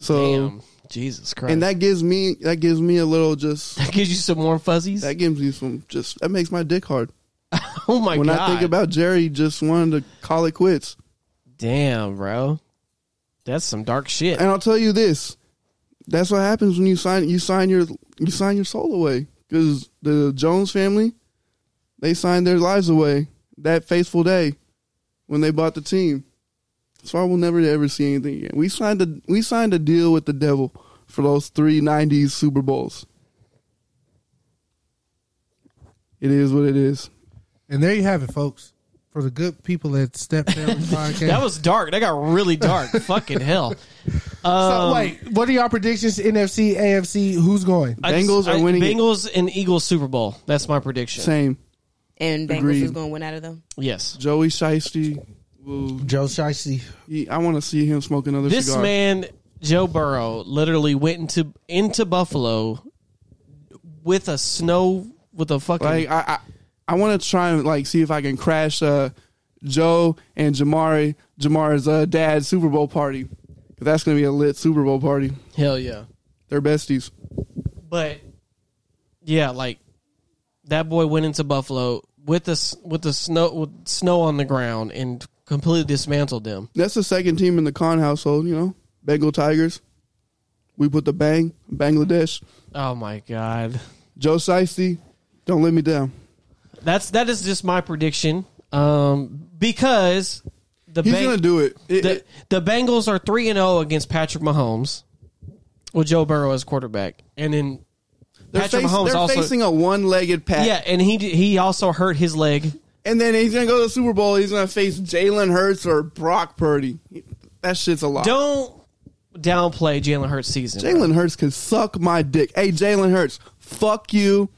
Speaker 5: So
Speaker 1: Damn. Jesus Christ.
Speaker 5: and that gives me that gives me a little just
Speaker 1: that gives you some warm fuzzies.
Speaker 5: That gives me some just that makes my dick hard.
Speaker 1: oh my
Speaker 5: when
Speaker 1: god.
Speaker 5: I think about Jerry just wanted to call it quits.
Speaker 1: Damn, bro. That's some dark shit.
Speaker 5: And I'll tell you this: that's what happens when you sign you sign your you sign your soul away because the Jones family they signed their lives away that fateful day when they bought the team. So I will never ever see anything again. We signed a we signed a deal with the devil for those three '90s Super Bowls. It is what it is.
Speaker 2: And there you have it, folks. For the good people that stepped down the podcast.
Speaker 1: That was dark. That got really dark. Fucking hell.
Speaker 2: so
Speaker 1: Um,
Speaker 2: Uh, wait, what are y'all predictions? NFC, AFC, who's going?
Speaker 1: I just- I- Bengals and Eagles Super Bowl. That's my prediction.
Speaker 5: Same.
Speaker 4: And Bengals
Speaker 5: Agreed.
Speaker 4: is going to win out of them.
Speaker 1: Yes.
Speaker 5: Joey Shiesty. will-
Speaker 2: Joe Shiesty.
Speaker 5: He- I want to see him smoke another
Speaker 1: This
Speaker 5: cigar.
Speaker 1: man, Joe Burrow, literally went into into Buffalo with a snow with a fucking
Speaker 5: Like I, I, I want to try and like see if I can crash uh, Joe and Jamari, Jamari's uh, dad's Super Bowl party. 'Cause that's gonna be a lit Super Bowl party.
Speaker 1: hell yeah.
Speaker 5: They're besties.
Speaker 1: But yeah, like that boy went into Buffalo with the s- with the snow with snow on the ground and completely dismantled them.
Speaker 5: That's the second team in the Khan household. You know, Bengal Tigers. We put the bang Bangladesh.
Speaker 1: Oh my god.
Speaker 5: Joe Seisty, don't let me down.
Speaker 1: That's that is just my prediction. Um, because the
Speaker 5: He's gonna do it. It-
Speaker 1: the,
Speaker 5: it-
Speaker 1: the Bengals are three and zero against Patrick Mahomes with Joe Burrow as quarterback, and then
Speaker 5: They're,
Speaker 1: Patrick
Speaker 5: face-
Speaker 1: Mahomes
Speaker 5: they're
Speaker 1: also
Speaker 5: facing a one-legged pack.
Speaker 1: yeah, and he he also hurt his leg.
Speaker 5: And then he's gonna go to the Super Bowl. He's gonna face Jalen Hurts or Brock Purdy. That shit's a lot.
Speaker 1: Don't downplay Jalen Hurts' season. bro.
Speaker 5: Jalen Hurts can suck my dick. Hey, Jalen Hurts, fuck you.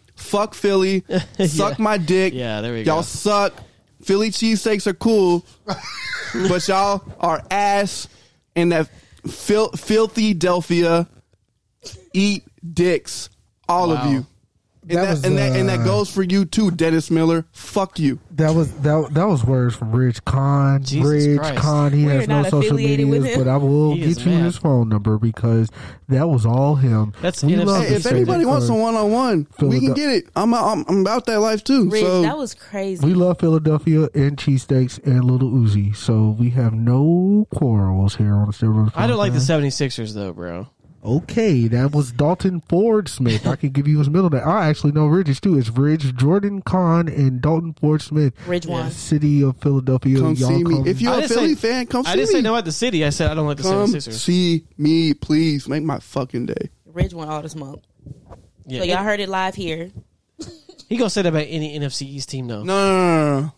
Speaker 5: Fuck Philly. Suck my dick.
Speaker 1: Yeah, there we
Speaker 5: y'all
Speaker 1: go.
Speaker 5: suck. Philly cheesesteaks are cool, but y'all are ass. And that fil- filthy Delphia eat dicks, all
Speaker 1: Wow.
Speaker 5: of you. And
Speaker 2: That
Speaker 5: that,
Speaker 2: was,
Speaker 5: and, that, and that
Speaker 2: uh,
Speaker 5: goes for you too, Dennis Miller. Fuck you.
Speaker 2: That was that, that was words from Rich Khan.
Speaker 1: Jesus
Speaker 2: Rich
Speaker 1: Christ.
Speaker 2: Khan. He
Speaker 4: We are
Speaker 2: has no
Speaker 4: not
Speaker 2: social
Speaker 4: affiliated with
Speaker 2: medias,
Speaker 4: him.
Speaker 2: but I will
Speaker 1: He is
Speaker 2: get you
Speaker 1: mad.
Speaker 2: his phone number because that was all him.
Speaker 1: That's
Speaker 2: We
Speaker 1: NFC.
Speaker 2: love
Speaker 5: Hey,
Speaker 2: you,
Speaker 5: if
Speaker 2: Fred.
Speaker 5: anybody wants a one on one, we can
Speaker 2: Philadelphia-
Speaker 5: get it. I'm, I'm I'm about that life too.
Speaker 4: Riz,
Speaker 5: so
Speaker 4: that was crazy.
Speaker 2: We love Philadelphia and cheesesteaks and little Uzi, so we have no quarrels here on the Steroids.
Speaker 1: I don't like the
Speaker 2: Podcast.
Speaker 1: 76ers though, bro.
Speaker 2: Okay, that was Dalton Ford Smith. I could give you his middle name. I actually know Ridge's too. It's Ridge Jordan Khan and Dalton Ford Smith.
Speaker 4: Ridge won.
Speaker 2: City of Philadelphia.
Speaker 5: come
Speaker 2: Y'all
Speaker 5: see me.
Speaker 2: come-
Speaker 5: If you're
Speaker 1: I
Speaker 5: a
Speaker 1: didn't
Speaker 5: Philly
Speaker 1: say-
Speaker 5: fan, come see
Speaker 1: I didn't
Speaker 5: me.
Speaker 1: say no at the city. I said I don't like the
Speaker 5: Come
Speaker 1: 76ers.
Speaker 5: see me, please. Make my fucking day.
Speaker 4: Ridge won all the smoke.
Speaker 1: Yeah.
Speaker 4: So y'all heard it live here.
Speaker 1: He gonna say that about any NFC East team though.
Speaker 5: No, no, no, no, no.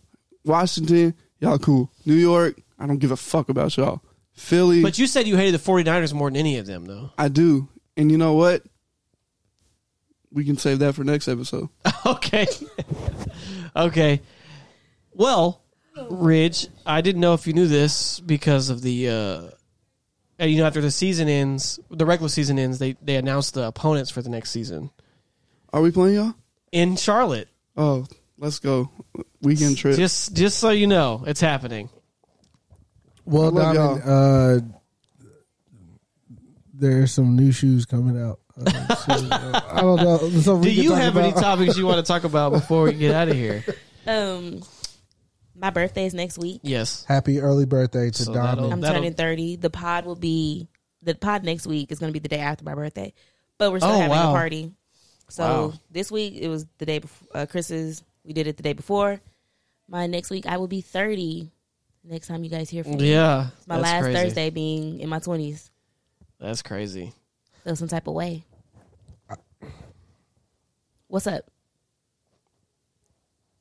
Speaker 5: Washington, y'all cool. New York, I don't give a fuck about y'all. Philly,
Speaker 1: But you said you hated the 49ers more than any of them though.
Speaker 5: I do. And you know what? We can save that for next episode.
Speaker 1: okay. okay. Well, Ridge, I didn't know if you knew this because of the uh uh, you know after the season ends, the regular season ends, they they announce the opponents for the next season
Speaker 5: Are we playing y'all?
Speaker 1: in Charlotte.
Speaker 5: Oh, let's go. Weekend trip.
Speaker 1: Just just so you know, it's happening.
Speaker 2: well,
Speaker 5: I love
Speaker 2: Diamond, uh, there's some new shoes coming out. Uh, so, uh, I don't know. So we
Speaker 1: Do
Speaker 2: can
Speaker 1: you
Speaker 2: talk
Speaker 1: have any
Speaker 2: about-
Speaker 1: topics you want to talk about before we get out of here?
Speaker 4: Um, my birthday is next week.
Speaker 1: Yes.
Speaker 2: Happy early birthday to
Speaker 1: So that'll-
Speaker 2: Diamond.
Speaker 4: I'm
Speaker 1: That'll-
Speaker 4: turning 30. The pod will be the pod next week is going to be the day after my birthday, but we're still
Speaker 1: Oh,
Speaker 4: having
Speaker 1: wow.
Speaker 4: a party. So
Speaker 1: Wow.
Speaker 4: this week it was the day before uh, Chris's. We did it the day before. My next week I will be 30. Next time you guys hear from me,
Speaker 1: Yeah.
Speaker 4: it's my
Speaker 1: that's
Speaker 4: last
Speaker 1: crazy.
Speaker 4: Thursday being in my 20s.
Speaker 1: That's crazy.
Speaker 4: Feel some type of way. What's up?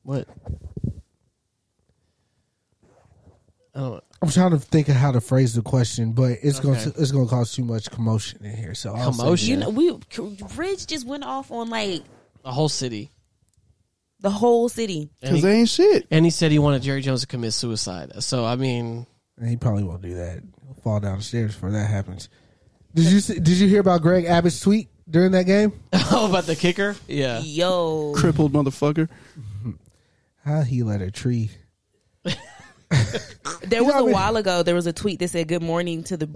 Speaker 1: What? I don't
Speaker 2: I'm trying to think of how to phrase the question, but it's
Speaker 1: Okay.
Speaker 2: going to it's going to cause too much commotion in here. So I'll say
Speaker 1: Commotion?
Speaker 4: You know, we Ridge just went off on like
Speaker 1: the whole city.
Speaker 4: the whole city.
Speaker 1: And he-
Speaker 5: Because they ain't shit.
Speaker 1: And he said he wanted Jerry Jones to commit suicide. So I mean,
Speaker 2: And he probably won't do that. He'll fall down the stairs before that happens. Did you see, did you hear about Greg Abbott's tweet during that game?
Speaker 1: oh, about the kicker? Yeah.
Speaker 3: Yo.
Speaker 5: Crippled motherfucker.
Speaker 2: How he let a tree?
Speaker 4: There was a while ago. There was a tweet that said "Good morning" to the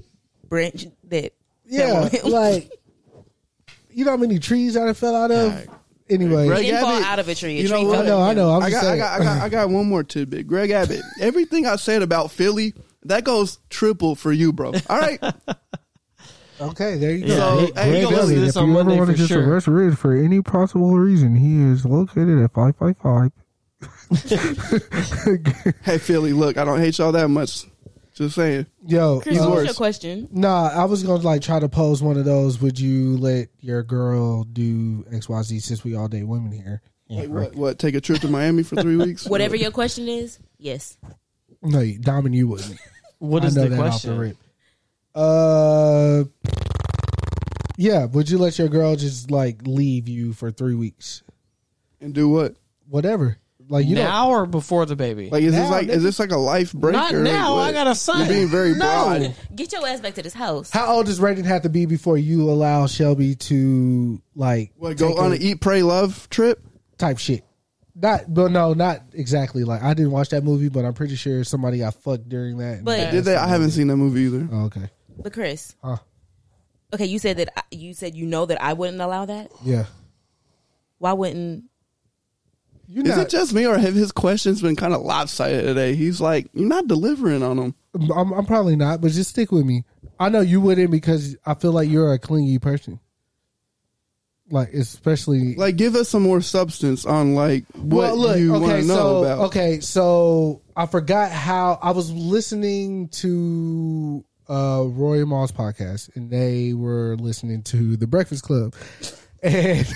Speaker 4: branch that.
Speaker 2: Yeah, like you know how many trees I done fell out of. Anyway,
Speaker 5: Greg Abbott,
Speaker 2: You know, what? I know, I know. I'm
Speaker 5: I
Speaker 2: just
Speaker 5: got, I
Speaker 2: saying.
Speaker 5: got, I got, I got one more tidbit. Greg Abbott. Everything I said about Philly, that goes triple for you, bro. All right.
Speaker 2: okay, there you
Speaker 5: go. So, hey,
Speaker 2: Greg
Speaker 5: you gonna
Speaker 2: Abbott,
Speaker 5: listen to this
Speaker 2: if
Speaker 5: on
Speaker 2: you ever
Speaker 5: Monday
Speaker 2: want
Speaker 5: for
Speaker 2: to just
Speaker 5: sure.
Speaker 2: arrest Ridge for any possible reason, he is located at five five five.
Speaker 5: hey Philly, look, I don't hate y'all that much. Just saying.
Speaker 2: Yo,
Speaker 5: Chris,
Speaker 2: uh,
Speaker 5: what's your
Speaker 3: question?
Speaker 2: Nah, I was gonna like try to pose one of those. Would you let your girl do X Y Z since we all date women here?
Speaker 5: Like, what, what? Take a trip to Miami for three weeks?
Speaker 3: Whatever your question is, yes.
Speaker 2: No, you- Diamond, you wouldn't.
Speaker 1: What
Speaker 2: I
Speaker 1: is
Speaker 2: know
Speaker 1: the
Speaker 2: that off
Speaker 1: question?
Speaker 2: rip. Uh, yeah. Would you let your girl just like leave you for three weeks
Speaker 5: and do what?
Speaker 2: Whatever. Like you
Speaker 1: now or before the baby?
Speaker 2: Like, is this Now, like- is nigga.
Speaker 5: this like a life break?
Speaker 1: Not
Speaker 5: or
Speaker 1: now.
Speaker 5: what?
Speaker 1: I got a son.
Speaker 5: You're being very
Speaker 1: no.
Speaker 3: Get your ass back to this house.
Speaker 2: How old does Raiden have to be before you allow Shelby to like
Speaker 5: What, go
Speaker 2: take
Speaker 5: on an eat, pray, love trip
Speaker 2: type shit? Not, but no, not exactly. Like I didn't watch that movie, but I'm pretty sure somebody got fucked during that. and
Speaker 3: But-
Speaker 2: passed
Speaker 5: Did they? I
Speaker 2: away.
Speaker 5: haven't seen that movie either.
Speaker 2: Oh, okay.
Speaker 3: But Chris,
Speaker 2: Huh.
Speaker 3: okay, you said that I- you said you know that I wouldn't allow that.
Speaker 2: Yeah.
Speaker 3: Why wouldn't?
Speaker 2: You're
Speaker 5: Is
Speaker 2: not-
Speaker 5: it just me or have his questions been kind of lopsided today? He's like, you're not delivering on them.
Speaker 2: I'm, I'm probably not, but just stick with me. I know you wouldn't because I feel like you're a clingy person. Like especially
Speaker 5: Like, give us some more substance on like what
Speaker 2: well, look,
Speaker 5: you want
Speaker 2: okay,
Speaker 5: to know
Speaker 2: so
Speaker 5: about.
Speaker 2: okay, so I forgot how I was listening to uh Roy Moss podcast, and they were listening to The Breakfast Club, and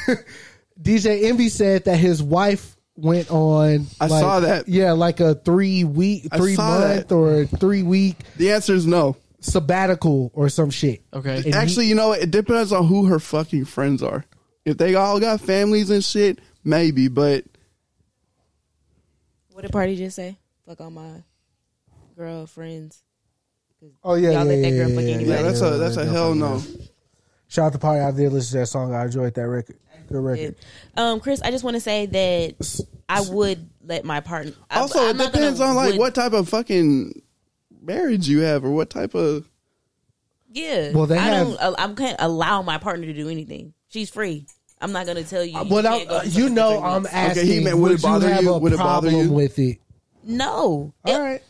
Speaker 2: DJ Envy said that his wife went on.
Speaker 5: I
Speaker 2: like-
Speaker 5: saw that.
Speaker 2: Yeah, like a three week,
Speaker 5: I
Speaker 2: three
Speaker 5: saw
Speaker 2: month, or three week
Speaker 5: The answer is no.
Speaker 2: sabbatical or some shit.
Speaker 1: Okay.
Speaker 2: And
Speaker 5: Actually, you know, what? it depends on who her fucking friends are. If they all got families and shit, maybe. But
Speaker 4: What did Party just say? Fuck all my girl friends.
Speaker 2: Oh yeah,
Speaker 4: Y'all
Speaker 2: yeah,
Speaker 4: let that
Speaker 2: yeah,
Speaker 4: girl
Speaker 2: yeah,
Speaker 4: fuck
Speaker 2: yeah,
Speaker 4: anybody.
Speaker 5: yeah, that's
Speaker 2: yeah,
Speaker 5: a that's a
Speaker 2: yeah,
Speaker 5: hell
Speaker 2: yeah.
Speaker 5: no.
Speaker 2: Shout out to Party out there. Listen to that song. I enjoyed that record. Good record.
Speaker 4: Um, Chris, I just want to say that I would let my partner. I-
Speaker 5: Also,
Speaker 4: I'm
Speaker 5: it
Speaker 4: not gonna
Speaker 5: depends on like
Speaker 4: would-
Speaker 5: what type of fucking marriage you have or what type of.
Speaker 4: Yeah.
Speaker 2: Well, they
Speaker 4: I
Speaker 2: have-
Speaker 4: don't. uh, I can't allow my partner to do anything. She's free. I'm not gonna tell you. you
Speaker 2: Well,
Speaker 4: can't
Speaker 2: I'm-
Speaker 4: go
Speaker 2: uh,
Speaker 4: to
Speaker 2: you
Speaker 4: something
Speaker 2: know,
Speaker 4: for three
Speaker 2: I'm
Speaker 4: weeks.
Speaker 2: asking.
Speaker 5: he meant, would
Speaker 2: would
Speaker 5: it bother
Speaker 2: you have
Speaker 5: you?
Speaker 2: a
Speaker 5: Would it bother
Speaker 2: problem
Speaker 5: you?
Speaker 2: with it?
Speaker 4: No.
Speaker 2: All right.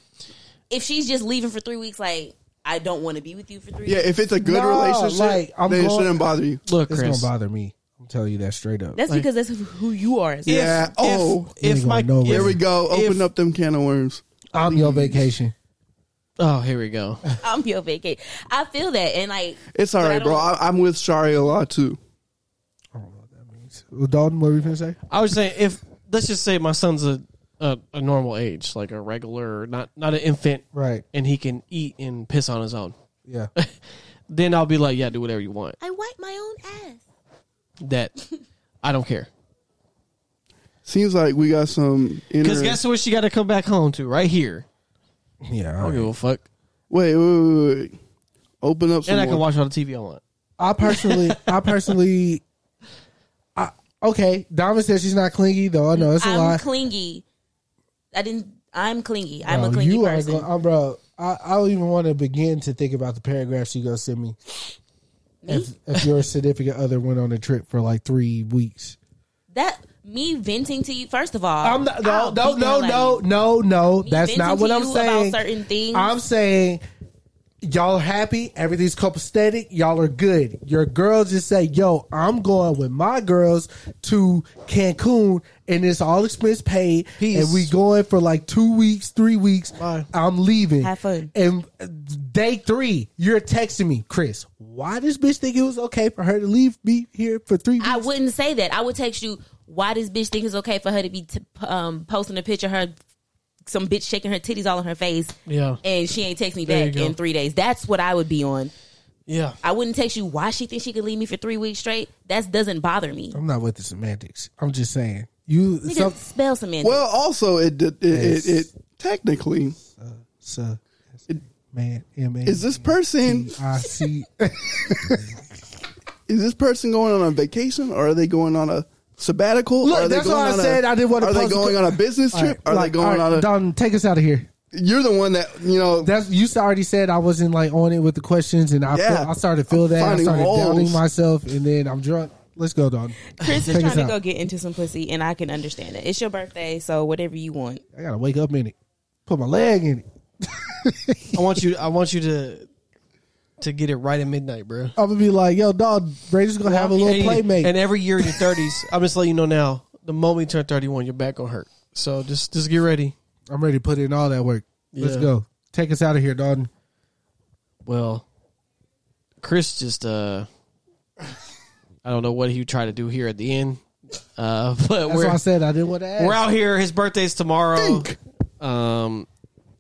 Speaker 3: If she's just leaving for three weeks, like I don't want to be with you for three.
Speaker 5: Yeah,
Speaker 3: weeks.
Speaker 5: if it's a good
Speaker 2: No,
Speaker 5: relationship,
Speaker 2: like, I'm
Speaker 5: then it
Speaker 2: going-
Speaker 5: shouldn't bother you.
Speaker 1: Look,
Speaker 2: It's
Speaker 1: Chris.
Speaker 2: gonna bother me. I'm telling you that straight up.
Speaker 4: That's because that's who you are. as a
Speaker 5: Yeah.
Speaker 1: If-
Speaker 5: oh,
Speaker 2: You ain't
Speaker 1: if, if my
Speaker 2: going nowhere.
Speaker 5: Here
Speaker 1: if-
Speaker 5: we go. Open
Speaker 1: if-
Speaker 5: up them can of worms.
Speaker 2: I'm your vacation.
Speaker 1: Oh, here we go.
Speaker 3: I'm your vacate. I feel that, and like
Speaker 5: It's all
Speaker 3: but I
Speaker 5: right, bro.
Speaker 3: don't-
Speaker 5: I, I'm with Shari a lot too.
Speaker 2: Well, Dalton, what were you gonna say?
Speaker 1: I was saying if let's just say my son's a a, a normal age, like a regular, not not an infant,
Speaker 2: Right.
Speaker 1: and he can eat and piss on his own.
Speaker 2: Yeah.
Speaker 1: Then I'll be like, yeah, do whatever you want.
Speaker 3: I wipe my own ass.
Speaker 1: That I don't care.
Speaker 5: Seems like we got some.
Speaker 1: Because
Speaker 5: Inner,
Speaker 1: guess what? She got to come back home to right here.
Speaker 2: Yeah.
Speaker 1: I
Speaker 2: all
Speaker 1: don't
Speaker 2: right.
Speaker 1: give a fuck.
Speaker 5: wait, wait, wait, wait, wait. Open up. Some
Speaker 1: And I can
Speaker 5: more.
Speaker 1: watch all the TV I want.
Speaker 2: I personally, I personally, I, okay. Diamond says she's not clingy, though. I know it's a
Speaker 3: I'm
Speaker 2: lie.
Speaker 3: clingy. I didn't. I'm clingy. I'm a
Speaker 2: Bro,
Speaker 3: clingy
Speaker 2: you are
Speaker 3: person.
Speaker 2: go- oh, bro. I, I don't even want to begin to think about the paragraphs you go send me. If, if your significant other went on a trip for like three weeks,
Speaker 3: that me venting to you. First of all,
Speaker 2: I'm not, no,
Speaker 3: I'll
Speaker 2: no,
Speaker 3: beat the hell out
Speaker 2: no,
Speaker 3: of
Speaker 2: no,
Speaker 3: you.
Speaker 2: no, no.
Speaker 3: Me
Speaker 2: That's not
Speaker 3: venting
Speaker 2: what
Speaker 3: to
Speaker 2: I'm
Speaker 3: you
Speaker 2: saying.
Speaker 3: About certain things.
Speaker 2: I'm saying y'all happy, everything's copacetic, y'all are good. Your girls just say, "Yo, I'm going with my girls to Cancun, and it's all expense paid,
Speaker 1: Peace.
Speaker 2: and we going for like two weeks, three weeks.
Speaker 1: Bye.
Speaker 2: I'm leaving.
Speaker 4: Have fun.
Speaker 2: And uh, day three, you're texting me, Chris. Why this bitch think it was okay for her to leave me here for three weeks?
Speaker 3: I wouldn't say that. I would text you. Why this bitch think it's okay for her to be t- um, posting a picture of her, some bitch shaking her titties all in her face,
Speaker 1: Yeah.
Speaker 3: and she ain't text me
Speaker 1: There
Speaker 3: back
Speaker 1: you go.
Speaker 3: in three days. That's what I would be on.
Speaker 1: Yeah.
Speaker 3: I wouldn't text you why she thinks she could leave me for three weeks straight. That doesn't bother me.
Speaker 2: I'm not with the semantics. I'm just saying you.
Speaker 3: Nigga,
Speaker 2: Some,
Speaker 3: spell semantics.
Speaker 5: Well, also it it, it,
Speaker 2: Yes.
Speaker 5: it technically
Speaker 2: so, man, yeah, man.
Speaker 5: is this person
Speaker 2: I see.
Speaker 5: is this person going on a vacation or are they going on a sabbatical?
Speaker 2: Look,
Speaker 5: Are they
Speaker 2: that's
Speaker 5: going
Speaker 2: why I
Speaker 5: on a-
Speaker 2: said I didn't want to.
Speaker 5: Are they
Speaker 2: post a-
Speaker 5: going on a business
Speaker 2: All right,
Speaker 5: trip? Are
Speaker 2: like,
Speaker 5: they going
Speaker 2: all
Speaker 5: on
Speaker 2: right,
Speaker 5: a?
Speaker 2: Don, take us out of here.
Speaker 5: You're the one that you know.
Speaker 2: That's you already said I wasn't like on it with the questions, and I feel-
Speaker 5: Yeah.
Speaker 2: I started to feel
Speaker 5: I'm
Speaker 2: that I
Speaker 5: finding
Speaker 2: started
Speaker 5: holes.
Speaker 2: doubting myself, and then I'm drunk. Let's go, Don.
Speaker 4: Chris is
Speaker 2: Take us
Speaker 4: trying to
Speaker 2: out.
Speaker 4: go get into some pussy, and I can understand it. It's your birthday, so whatever you want.
Speaker 2: I gotta wake up in it. Put my leg in it.
Speaker 1: I want you. I want you to to get it right at midnight, bro.
Speaker 2: I'm gonna be like, yo, Don, Brady's gonna have a little
Speaker 1: And-
Speaker 2: playmate.
Speaker 1: And every year in your thirties, I'm just letting you know now. The moment you turn thirty one, your back gonna hurt. So just just get ready.
Speaker 2: I'm ready to put in all that work. Let's
Speaker 1: Yeah.
Speaker 2: go. Take us out of here, Don.
Speaker 1: Well, Chris just uh, I don't know what he tried to do here at the end. Uh, but
Speaker 2: That's
Speaker 1: we're
Speaker 2: why I said I didn't want to ask.
Speaker 1: we're out here. His birthday's tomorrow. Um,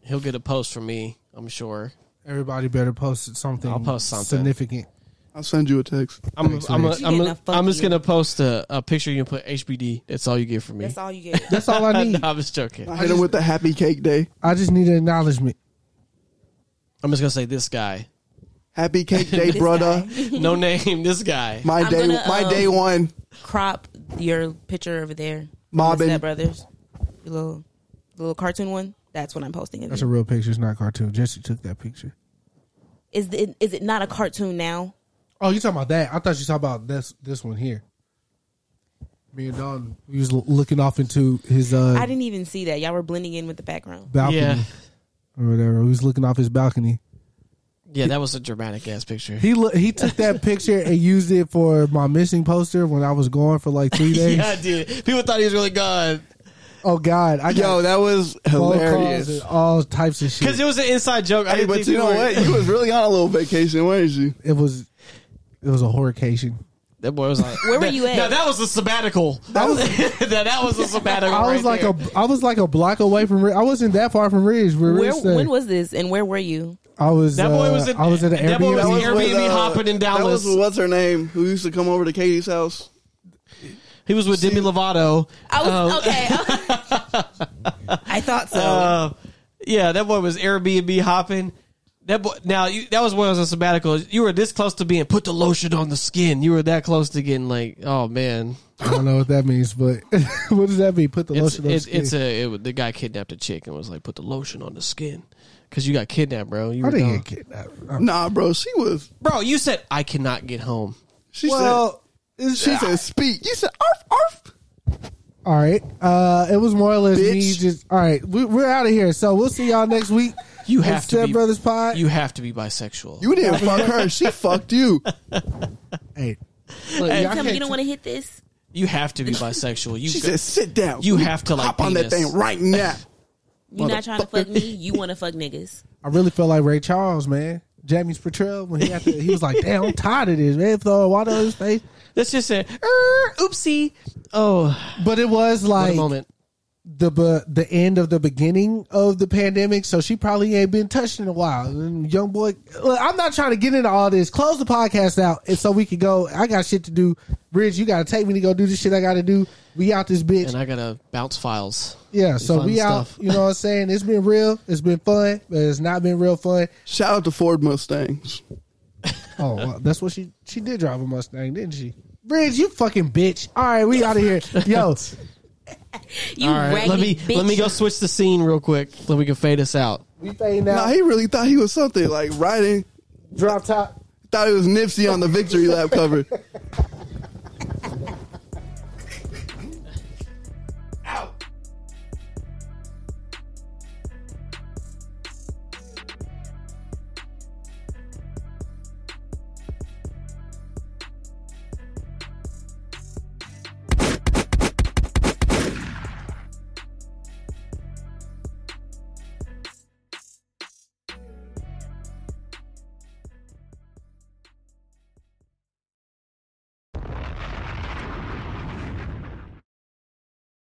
Speaker 1: he'll get a post from me. I'm sure.
Speaker 2: Everybody better post something.
Speaker 1: I'll post something.
Speaker 2: significant.
Speaker 5: I'll send you a text.
Speaker 1: I'm
Speaker 2: Thanks,
Speaker 1: I'm a,
Speaker 2: Rich.
Speaker 1: I'm,
Speaker 4: You
Speaker 1: a,
Speaker 4: getting a
Speaker 1: I'm just
Speaker 4: fuck you.
Speaker 1: gonna post a, a picture. You can put HBD. That's all you get from me.
Speaker 4: That's all you get.
Speaker 2: That's all I need.
Speaker 1: no, I'm just joking.
Speaker 5: I hit him with the happy cake day.
Speaker 2: I just need an acknowledgement.
Speaker 1: I'm just gonna say this guy.
Speaker 5: Happy cake day, brother.
Speaker 1: No name. This guy.
Speaker 5: My
Speaker 4: I'm
Speaker 5: day.
Speaker 4: gonna,
Speaker 5: my
Speaker 2: uh,
Speaker 4: um,
Speaker 5: day one.
Speaker 4: Crop your picture over there.
Speaker 5: Mobbing.
Speaker 4: Step Brothers. Your little, little cartoon one. That's what I'm posting. Of
Speaker 2: That's
Speaker 4: you.
Speaker 2: a real picture. It's not a cartoon. Jesse took that picture.
Speaker 4: is, it, is it not a cartoon now?
Speaker 2: Oh, you talking about that? I thought you talking about this this one here. Me and Don, we was l- looking off into his
Speaker 4: I
Speaker 2: uh,
Speaker 4: didn't even see that. Y'all were blending in with the background.
Speaker 2: balcony
Speaker 1: Yeah,
Speaker 2: or whatever. He was looking off his balcony.
Speaker 1: yeah. That was a dramatic ass picture.
Speaker 2: He lo- he took that picture and used it for my missing poster when I was gone for like three days.
Speaker 1: Yeah, I did. People thought he was really gone
Speaker 2: Oh God, I
Speaker 5: Yo,
Speaker 2: got
Speaker 5: that was
Speaker 2: phone calls
Speaker 5: hilarious.
Speaker 2: and all types of
Speaker 1: because
Speaker 2: shit.
Speaker 1: it was an inside joke. I
Speaker 5: Hey,
Speaker 1: didn't
Speaker 5: but
Speaker 1: think
Speaker 5: you
Speaker 1: we
Speaker 5: know
Speaker 1: were-
Speaker 5: what? You was really on a little vacation, weren't you?
Speaker 2: It was it was a horrorcation.
Speaker 1: That boy was like,
Speaker 4: Where were you at?
Speaker 1: Now that was a sabbatical. That was now, that was a sabbatical.
Speaker 2: I was
Speaker 1: right
Speaker 2: like
Speaker 1: there.
Speaker 2: a I was like a block away from. Ri- I wasn't that far from Ridge. Where,
Speaker 4: Where,
Speaker 2: Ridge stayed.
Speaker 4: when was this and where were you?
Speaker 2: I was
Speaker 1: That boy was
Speaker 2: uh,
Speaker 1: in-
Speaker 2: I was at an
Speaker 1: that boy was
Speaker 2: Airbnb.
Speaker 1: in Airbnb hopping in Dallas.
Speaker 5: uh, That was what's her name who used to come over to Katie's house.
Speaker 1: He was with Demi Lovato.
Speaker 4: I was
Speaker 1: Um,
Speaker 4: okay. I thought so.
Speaker 1: Uh, yeah, that boy was Airbnb hopping. That boy. Now you, that was when I was on sabbatical. You were this close to being put the lotion on the skin. You were that close to getting like, oh man,
Speaker 2: I don't know what that means, but what does that mean? Put the
Speaker 1: it's
Speaker 2: lotion on.
Speaker 1: it's,
Speaker 2: skin.
Speaker 1: it's a it, was- the guy kidnapped a chick and was like, put the lotion on the skin because you got kidnapped, bro. You
Speaker 2: I
Speaker 1: were
Speaker 2: didn't
Speaker 1: gone.
Speaker 2: get kidnapped. I'm-
Speaker 5: Nah, bro, she was.
Speaker 1: bro. You said I cannot get home.
Speaker 5: She
Speaker 2: Well,
Speaker 5: said. She said, "Speak." You said, "Arf, arf."
Speaker 2: All right. Uh, it was more or less me
Speaker 5: Bitch.
Speaker 2: just. All right. We, we're out of here. So we'll see y'all next week.
Speaker 1: You
Speaker 2: at
Speaker 1: have to
Speaker 2: Step
Speaker 1: be-
Speaker 2: Brothers Pod.
Speaker 1: You have to be bisexual.
Speaker 5: You didn't fuck her. She fucked you.
Speaker 2: hey.
Speaker 4: you
Speaker 2: y'all
Speaker 4: tell me you
Speaker 2: can't-
Speaker 4: don't want to hit this.
Speaker 1: You have to be bisexual. You
Speaker 5: She
Speaker 1: go-
Speaker 5: said, "Sit down."
Speaker 1: You have to, like,
Speaker 5: hop on that
Speaker 1: penis.
Speaker 5: thing right now.
Speaker 4: You not trying to fuck me. You want to fuck niggas.
Speaker 2: I really feel like Ray Charles, man. Jamie's Patrell when he had to, he was like, "Damn, I'm tired of this, man." Throwing water on his face,
Speaker 1: Let's just say, "Er, oopsie. Oh,
Speaker 2: but it was
Speaker 1: what
Speaker 2: like
Speaker 1: a moment.
Speaker 2: the bu- the end of the beginning of the pandemic, so she probably ain't been touched in a while. And young boy, look, I'm not trying to get into all this. Close the podcast out, and so we can go. I got shit to do. Ridge, you got to take me to go do the shit I got to do. We out this bitch.
Speaker 1: And I gotta bounce files.
Speaker 2: yeah, so
Speaker 1: fun
Speaker 2: we out.
Speaker 1: stuff.
Speaker 2: You know what I'm saying? It's been real. It's been fun, but it's not been real fun.
Speaker 5: Shout out to Ford Mustangs.
Speaker 2: Oh, well, that's what she she did drive a Mustang, didn't she? Ridge, you fucking bitch. All right, we out of here. Yo,
Speaker 4: You
Speaker 1: All right,
Speaker 4: raggedy
Speaker 1: let me
Speaker 4: bitch.
Speaker 1: let me go switch the scene real quick. Then we can fade us out.
Speaker 2: we fading
Speaker 5: Nah,
Speaker 2: out.
Speaker 5: he really thought he was something. Like riding,
Speaker 2: Drop top.
Speaker 5: thought it was Nipsey on the victory lap cover.